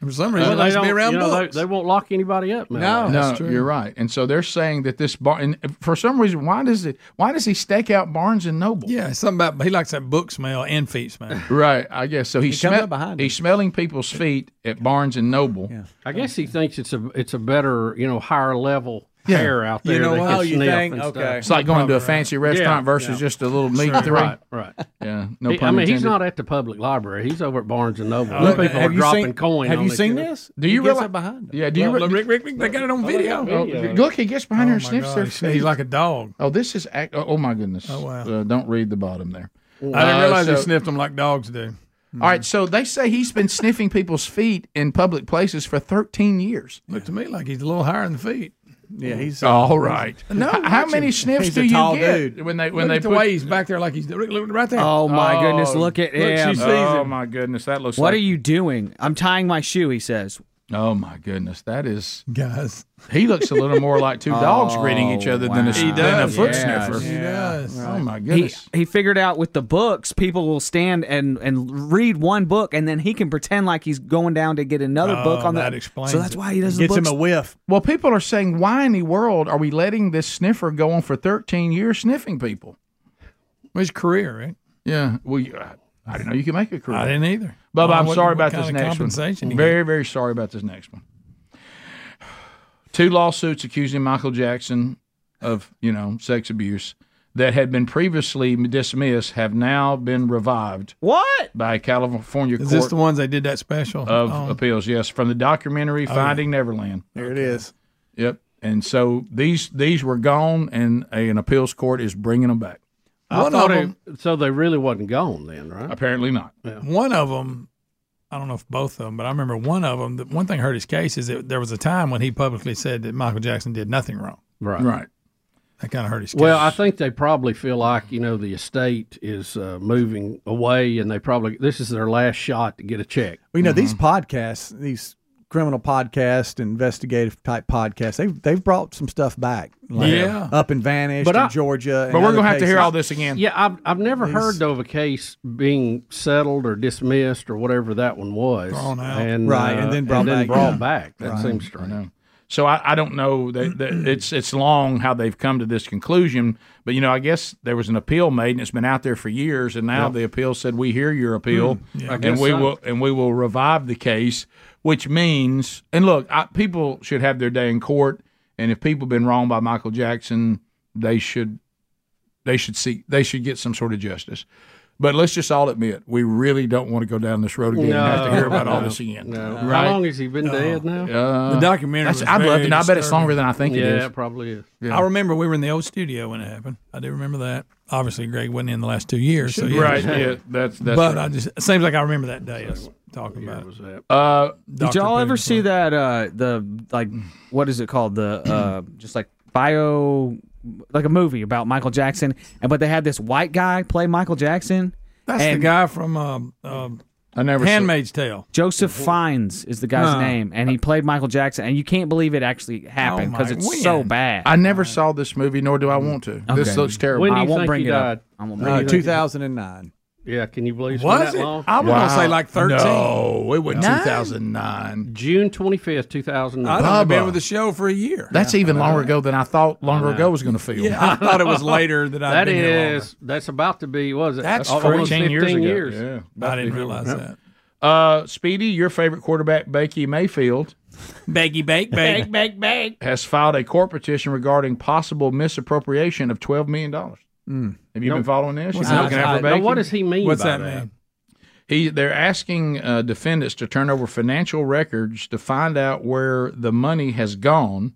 Speaker 3: For some
Speaker 2: Well, they, don't, you know, they, they won't lock anybody up. man.
Speaker 1: no, you're right. And so they're saying that this bar, and for some reason, why does it? Why does he stake out Barnes and Noble?
Speaker 3: Yeah, something about he likes that book smell and feet smell.
Speaker 1: Right, I guess so.
Speaker 3: He
Speaker 1: He's
Speaker 3: comes
Speaker 1: smell-
Speaker 3: up behind
Speaker 1: he's smelling people's feet at Barnes and Noble.
Speaker 2: I guess he thinks it's a it's a better you know higher level
Speaker 1: Yeah.
Speaker 2: hair out there.
Speaker 1: You know
Speaker 2: they
Speaker 1: what?
Speaker 2: can
Speaker 1: Oh, you
Speaker 2: sniff
Speaker 1: think?
Speaker 2: and stuff.
Speaker 1: Okay. It's like going to a fancy restaurant versus just a little meat three.
Speaker 2: Right, right.
Speaker 1: Yeah, no
Speaker 2: He- I
Speaker 1: pun
Speaker 2: mean, he's
Speaker 1: intended.
Speaker 2: not at the public library. He's over at Barnes and Noble.
Speaker 3: Uh,
Speaker 1: Oh,
Speaker 2: Those
Speaker 1: okay.
Speaker 2: people
Speaker 1: Have
Speaker 2: are
Speaker 1: you
Speaker 2: dropping
Speaker 1: seen-
Speaker 2: coin.
Speaker 1: have
Speaker 2: on
Speaker 1: you
Speaker 2: the
Speaker 1: seen
Speaker 2: kid.
Speaker 1: this? Do you realize- Yeah, do you re-
Speaker 3: Rick, Rick, Rick, they got it on video. Oh
Speaker 1: Oh, look, he gets behind her and sniffs their feet.
Speaker 3: He's like a dog.
Speaker 1: Oh, this is. Act- oh, oh, my goodness.
Speaker 3: Oh, wow.
Speaker 1: Uh, don't read the bottom there.
Speaker 3: I didn't
Speaker 1: Uh,
Speaker 3: realize they
Speaker 1: so-
Speaker 3: sniffed them like dogs do.
Speaker 1: All right, so they say he's been sniffing people's feet in public places for 13 years.
Speaker 3: Look to me like he's a little higher in the feet.
Speaker 1: Yeah, he's-
Speaker 10: uh,
Speaker 1: All right.
Speaker 3: No,
Speaker 1: How- how many sniffs
Speaker 3: he's
Speaker 1: do
Speaker 3: a
Speaker 1: you
Speaker 3: tall
Speaker 1: get
Speaker 3: dude.
Speaker 1: when they- when
Speaker 3: Look
Speaker 1: they
Speaker 3: at the
Speaker 1: put-
Speaker 3: way he's back there like he's look, look right there.
Speaker 8: Oh, my goodness, look at him.
Speaker 3: Look, she sees
Speaker 8: Oh,
Speaker 3: him.
Speaker 1: my goodness, that looks.
Speaker 8: What
Speaker 1: like-
Speaker 8: are you doing? I'm tying my shoe. He says.
Speaker 1: Oh my goodness, that is
Speaker 3: guys.
Speaker 1: He looks a little more like two dogs greeting each other than a,
Speaker 8: Oh, He
Speaker 1: than a
Speaker 8: does.
Speaker 1: foot
Speaker 8: Yes.
Speaker 1: sniffer.
Speaker 8: He does.
Speaker 1: Oh my
Speaker 8: He,
Speaker 1: goodness.
Speaker 8: he figured out with the books, people will stand and, and read one book, and then he can pretend like he's going down to get another
Speaker 3: Oh,
Speaker 8: book
Speaker 1: Oh,
Speaker 8: on the. so that's why he does the books.
Speaker 1: whiff. Well, people are saying, why in the world are we letting this sniffer go on for 13 years sniffing people?
Speaker 3: His career, right?
Speaker 1: Yeah. Well, you, I, I didn't know you could make a career.
Speaker 3: I didn't either.
Speaker 1: Bubba,
Speaker 3: Well,
Speaker 1: I'm
Speaker 3: what-
Speaker 1: sorry
Speaker 3: what
Speaker 1: about this
Speaker 3: kind of
Speaker 1: next
Speaker 3: compensation
Speaker 1: one.
Speaker 3: you
Speaker 1: Very, very sorry about this next one. Two lawsuits accusing Michael Jackson of, you know, sex abuse that had been previously dismissed have now been revived.
Speaker 8: What?
Speaker 1: By a California
Speaker 3: Is
Speaker 1: court
Speaker 3: this the ones they did that special
Speaker 1: of
Speaker 3: on?
Speaker 1: appeals. Yes, from the documentary
Speaker 3: Oh, yeah.
Speaker 1: Finding Neverland.
Speaker 3: There it is.
Speaker 1: Yep. And so these these were gone, and a, an appeals court is bringing them back.
Speaker 2: I
Speaker 3: One
Speaker 2: thought
Speaker 3: of
Speaker 2: it- so they really wasn't gone then, right?
Speaker 1: Apparently not.
Speaker 3: One of them, I don't know if both of them, but I remember one of them. The one thing hurt his case is that there was a time when he publicly said that Michael Jackson did nothing wrong.
Speaker 2: Right.
Speaker 1: Right.
Speaker 3: That kind of hurt his case.
Speaker 2: Well, I think they probably feel like you know the estate is uh, moving away, and they probably this is their last shot to get a check.
Speaker 10: Well, you
Speaker 1: Mm-hmm.
Speaker 10: know, these podcasts, these criminal podcast, investigative type podcasts, they've they've brought some stuff back.
Speaker 2: Yeah.
Speaker 10: Up and vanished
Speaker 2: But
Speaker 10: in
Speaker 2: I-
Speaker 10: Georgia. and other places.
Speaker 2: Yeah, I've I've never
Speaker 10: These-
Speaker 2: heard though of a case being settled or dismissed or whatever that one was,
Speaker 1: Thrown out.
Speaker 2: and
Speaker 1: Right,
Speaker 2: uh,
Speaker 1: and then brought back,
Speaker 2: brought
Speaker 1: yeah.
Speaker 2: back. That
Speaker 1: Right.
Speaker 2: seems
Speaker 1: I
Speaker 2: strange.
Speaker 1: know. So I, I don't know that, that it's it's long how they've come to this conclusion, but you know I guess there was an appeal made and it's been out there for years, and now
Speaker 2: Yep.
Speaker 1: the appeal said we hear your appeal
Speaker 2: Hmm. Yeah. I
Speaker 1: and
Speaker 2: guess
Speaker 1: we
Speaker 2: so.
Speaker 1: will and we will revive the case, which means and look, I, people should have their day in court, and if people have been wronged by Michael Jackson, they should they should see they should get some sort of justice. But let's just all admit we really don't want to go down this road again and have to hear about all
Speaker 2: No.
Speaker 1: this again.
Speaker 2: No.
Speaker 1: Right?
Speaker 2: How long has he been dead now?
Speaker 1: Uh, The documentary that's- was I'd love very to know. I bet it's disturbing. longer than I think it
Speaker 2: yeah,
Speaker 1: is.
Speaker 2: it probably is.
Speaker 3: I remember we were in the old studio when it happened. I do remember that. Obviously, Greg wasn't in the last two years, so yeah.
Speaker 1: Right, yeah, that's- that's
Speaker 3: But
Speaker 1: right.
Speaker 3: I just it seems like I remember that day. us talking about it.
Speaker 1: Uh,
Speaker 8: Did
Speaker 3: Dr.
Speaker 8: y'all ever see that? Uh, the like, what is it called? The uh, just like bio, like a movie about Michael Jackson, and but they had this white guy play Michael Jackson.
Speaker 3: That's the
Speaker 8: and
Speaker 3: guy from um, um,
Speaker 1: I never
Speaker 8: saw-
Speaker 3: Handmaid's Tale.
Speaker 8: Joseph Fiennes is the guy's
Speaker 3: Huh.
Speaker 8: name, and he played Michael Jackson, and you can't believe it actually
Speaker 3: Oh,
Speaker 8: happened
Speaker 2: Oh
Speaker 8: because
Speaker 1: my
Speaker 8: it's so
Speaker 1: win.
Speaker 8: bad.
Speaker 1: I never saw this movie, nor do I want to. This
Speaker 8: Okay.
Speaker 1: looks terrible.
Speaker 8: When do you I won't think bring he it up. died? I won't bring
Speaker 10: Uh,
Speaker 8: it up.
Speaker 10: 2009.
Speaker 2: Yeah, can you believe it's been
Speaker 10: Was
Speaker 2: that
Speaker 10: it?
Speaker 2: long?
Speaker 10: I was gonna say Wow. like 13.
Speaker 1: No, it was
Speaker 10: Nine?
Speaker 1: 2009.
Speaker 2: June 25th, 2009.
Speaker 1: I'd only been with the
Speaker 3: show for a year.
Speaker 1: That's even longer ago than I thought longer
Speaker 2: I know.
Speaker 1: ago was going to feel.
Speaker 2: Yeah, I thought it was later
Speaker 3: that
Speaker 2: That is, that's about to be, was it?
Speaker 1: That's
Speaker 2: almost
Speaker 1: 14 years
Speaker 2: 15
Speaker 1: ago.
Speaker 2: years.
Speaker 1: Yeah.
Speaker 3: I didn't realize
Speaker 1: Yep.
Speaker 3: that.
Speaker 1: Uh, Speedy, your favorite quarterback, Bakey Mayfield.
Speaker 3: Baggy bake bake bake bake.
Speaker 1: Has filed a court petition regarding possible misappropriation of $12 million. Have you
Speaker 2: No.
Speaker 1: been following this? You
Speaker 2: What's
Speaker 1: been
Speaker 2: that?
Speaker 1: looking out for
Speaker 2: Hmm. Now,
Speaker 1: Bakey?
Speaker 2: what does he mean What's by that that? mean?
Speaker 1: He, they're asking uh, defendants to turn over financial records to find out where the money has gone.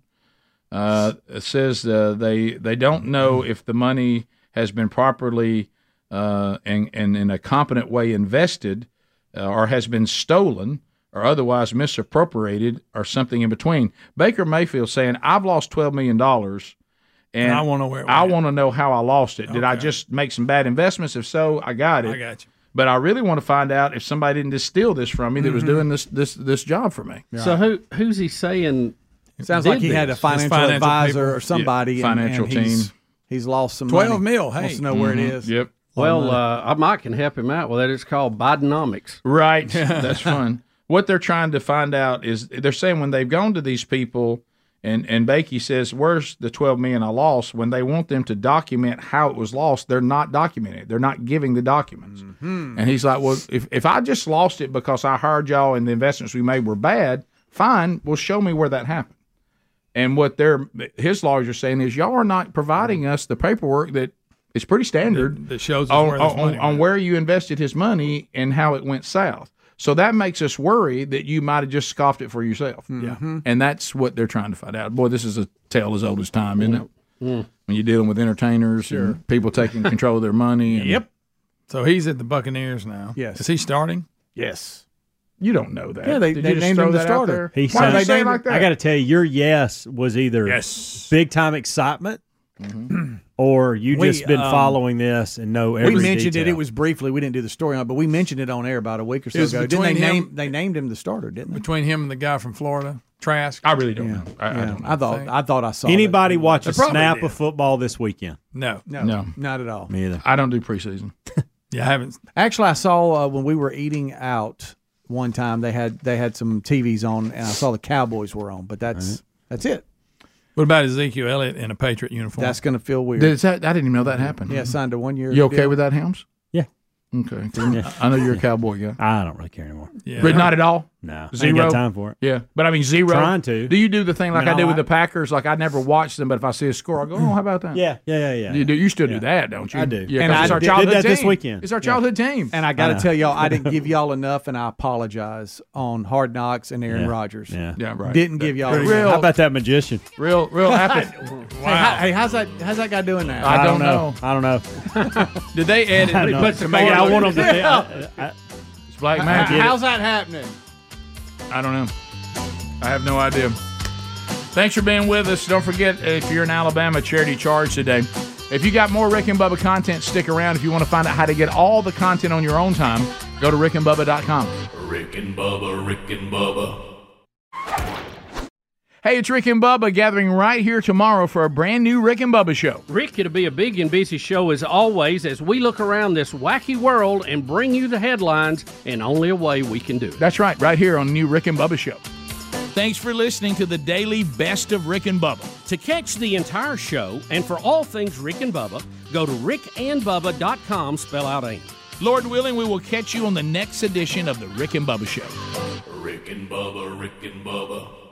Speaker 1: Uh, it says uh, they they don't know if the money has been properly uh, and, and in a competent way invested, uh, or has been stolen, or otherwise misappropriated, or something in between. Baker Mayfield saying, "I've lost twelve million dollars." And,
Speaker 3: And I wanna know where it
Speaker 1: I want to know how I lost it. Did I just make some bad investments? If so, I got it.
Speaker 3: I got you.
Speaker 1: But I really want to find out if somebody didn't just steal this from me that was
Speaker 3: Mhm.
Speaker 1: doing this this this job for me.
Speaker 2: So who who's he saying?
Speaker 10: Sounds
Speaker 2: did
Speaker 10: like he had a
Speaker 2: this?
Speaker 10: financial, advisor or somebody.
Speaker 1: Yeah,
Speaker 10: and-
Speaker 1: financial
Speaker 10: and he's-
Speaker 1: team.
Speaker 10: He's lost some
Speaker 2: 12
Speaker 10: money.
Speaker 2: mil,
Speaker 10: Wants
Speaker 2: hey.
Speaker 10: to know where it
Speaker 2: Mhm.
Speaker 10: is.
Speaker 1: Mm-hmm. Yep.
Speaker 2: Well,
Speaker 10: Well,
Speaker 2: uh, I might can help him out with that. It's called Bidenomics.
Speaker 1: Right. That's fun. What they're trying to find out is they're saying when they've gone to these people and and Bakey says, "Where's the 12 million I lost?" When they want them to document how it was lost, they're not documenting. it. They're not giving the documents.
Speaker 3: Mm-hmm.
Speaker 1: And he's like, "Well, if if I just lost it because I hired y'all and the investments we made were bad, fine. Well, show me where that happened." And what they're his lawyers are saying is y'all are not providing us the paperwork that is pretty standard
Speaker 3: that shows us
Speaker 1: on,
Speaker 3: where this
Speaker 1: on,
Speaker 3: money
Speaker 1: on where you invested his money and how it went south. So that makes us worry that you might have just scoffed it for yourself.
Speaker 3: Yeah.
Speaker 1: And that's what they're trying to find out. Boy, this is a tale as old as time, isn't it? When you're dealing with entertainers
Speaker 3: Sure.
Speaker 1: and people taking control of their money. And
Speaker 3: Yep. So he's at the Buccaneers now. Yes. Is he starting?
Speaker 1: Yes. You don't know that.
Speaker 3: Yeah, they-
Speaker 1: Did
Speaker 3: they
Speaker 1: you just
Speaker 3: named
Speaker 1: throw
Speaker 3: him the
Speaker 1: that out
Speaker 3: starter.
Speaker 1: there?
Speaker 11: He
Speaker 1: Why
Speaker 11: sounds-
Speaker 1: did they say it like that?
Speaker 11: I got to tell you, your yes was either yes. big time excitement,
Speaker 2: Mm-hmm.
Speaker 11: or you
Speaker 10: We,
Speaker 11: just been
Speaker 10: um,
Speaker 11: following this and know every
Speaker 10: we mentioned
Speaker 11: detail.
Speaker 10: it. It was briefly. We didn't do the story on, it, but we mentioned it on air about a week or so
Speaker 3: It was
Speaker 10: ago. Didn't they
Speaker 3: between him-
Speaker 10: name? They named him the starter, didn't they?
Speaker 3: Between him and the guy from Florida, Trask.
Speaker 1: I really don't know. I,
Speaker 10: Yeah. I thought. I thought I saw.
Speaker 11: Anybody
Speaker 10: that.
Speaker 11: watch
Speaker 10: They
Speaker 11: a
Speaker 10: probably
Speaker 11: snap
Speaker 10: did.
Speaker 11: of football this weekend?
Speaker 3: No,
Speaker 10: no,
Speaker 1: No.
Speaker 10: not at all.
Speaker 11: Me either.
Speaker 1: I don't do preseason.
Speaker 3: Yeah, I haven't.
Speaker 10: Actually, I saw uh, when we were eating out one time. They had they had some TVs on, and I saw the Cowboys were on. But that's that's it.
Speaker 3: What about Ezekiel Elliott in a Patriot uniform?
Speaker 10: That's going to feel weird. Mm-hmm.
Speaker 1: Did that, I didn't even know that happened.
Speaker 10: Yeah, signed a one year.
Speaker 1: You okay with that, Helms?
Speaker 11: Yeah.
Speaker 1: Okay. I know you're a cowboy guy.
Speaker 11: I don't really care anymore.
Speaker 1: Yeah. But not at all?
Speaker 11: No. I
Speaker 1: Zero
Speaker 11: ain't got time for it.
Speaker 1: Yeah. But I mean, zero.
Speaker 11: Trying to.
Speaker 1: Do you do the thing like
Speaker 11: I mean,
Speaker 1: I do
Speaker 11: I
Speaker 1: with the Packers? Like I never watch them, but if I see a score, I go, oh, how about that?
Speaker 11: Yeah, yeah, yeah, yeah.
Speaker 1: You do. You still do that, don't you?
Speaker 11: I do. Uh,
Speaker 1: Yeah,
Speaker 10: And
Speaker 1: 'cause
Speaker 10: I
Speaker 1: it's our
Speaker 10: did- did
Speaker 1: childhood
Speaker 10: that this
Speaker 1: team.
Speaker 10: weekend.
Speaker 1: It's our
Speaker 10: Yeah.
Speaker 1: childhood team.
Speaker 10: And I got
Speaker 1: know.
Speaker 10: to tell y'all, I didn't give y'all enough, and I apologize on Hard Knocks and Aaron
Speaker 11: Yeah.
Speaker 10: Rodgers.
Speaker 11: Yeah.
Speaker 1: Yeah, right.
Speaker 10: Didn't give y'all
Speaker 1: Pretty
Speaker 10: enough.
Speaker 11: How about that magician?
Speaker 1: Real, real epic.
Speaker 10: Hey, how, hey, how's that? How's that guy doing now?
Speaker 11: I don't know. I don't know.
Speaker 1: Did they edit?
Speaker 11: I
Speaker 1: He
Speaker 11: know.
Speaker 1: puts the
Speaker 11: Maybe I
Speaker 1: mark-
Speaker 11: want 'em to be-
Speaker 10: Yeah.
Speaker 11: I- I-
Speaker 1: It's black
Speaker 10: How-
Speaker 1: magic.
Speaker 10: How's that happening?
Speaker 1: I don't know. I have no idea. Thanks for being with us. Don't forget, uh, if you're in Alabama, charity charge today. If you got more Rick and Bubba content, stick around. If you want to find out how to get all the content on your own time, go to rickandbubba.com.
Speaker 5: Rick and Bubba, Rick and Bubba,
Speaker 1: Hey, it's Rick and Bubba gathering right here tomorrow for a brand new Rick and Bubba show.
Speaker 2: Rick, it'll be a big and busy show as always as we look around this wacky world and bring you the headlines in only a way we can do it.
Speaker 1: That's right, right here on New Rick and Bubba Show. Thanks for listening to the daily best of Rick and Bubba.
Speaker 2: To catch the entire show and for all things Rick and Bubba, go to rickandbubba.com, spell out AIM.
Speaker 1: Lord willing, we will catch you on the next edition of the Rick and Bubba Show.
Speaker 5: Rick and Bubba, Rick and Bubba.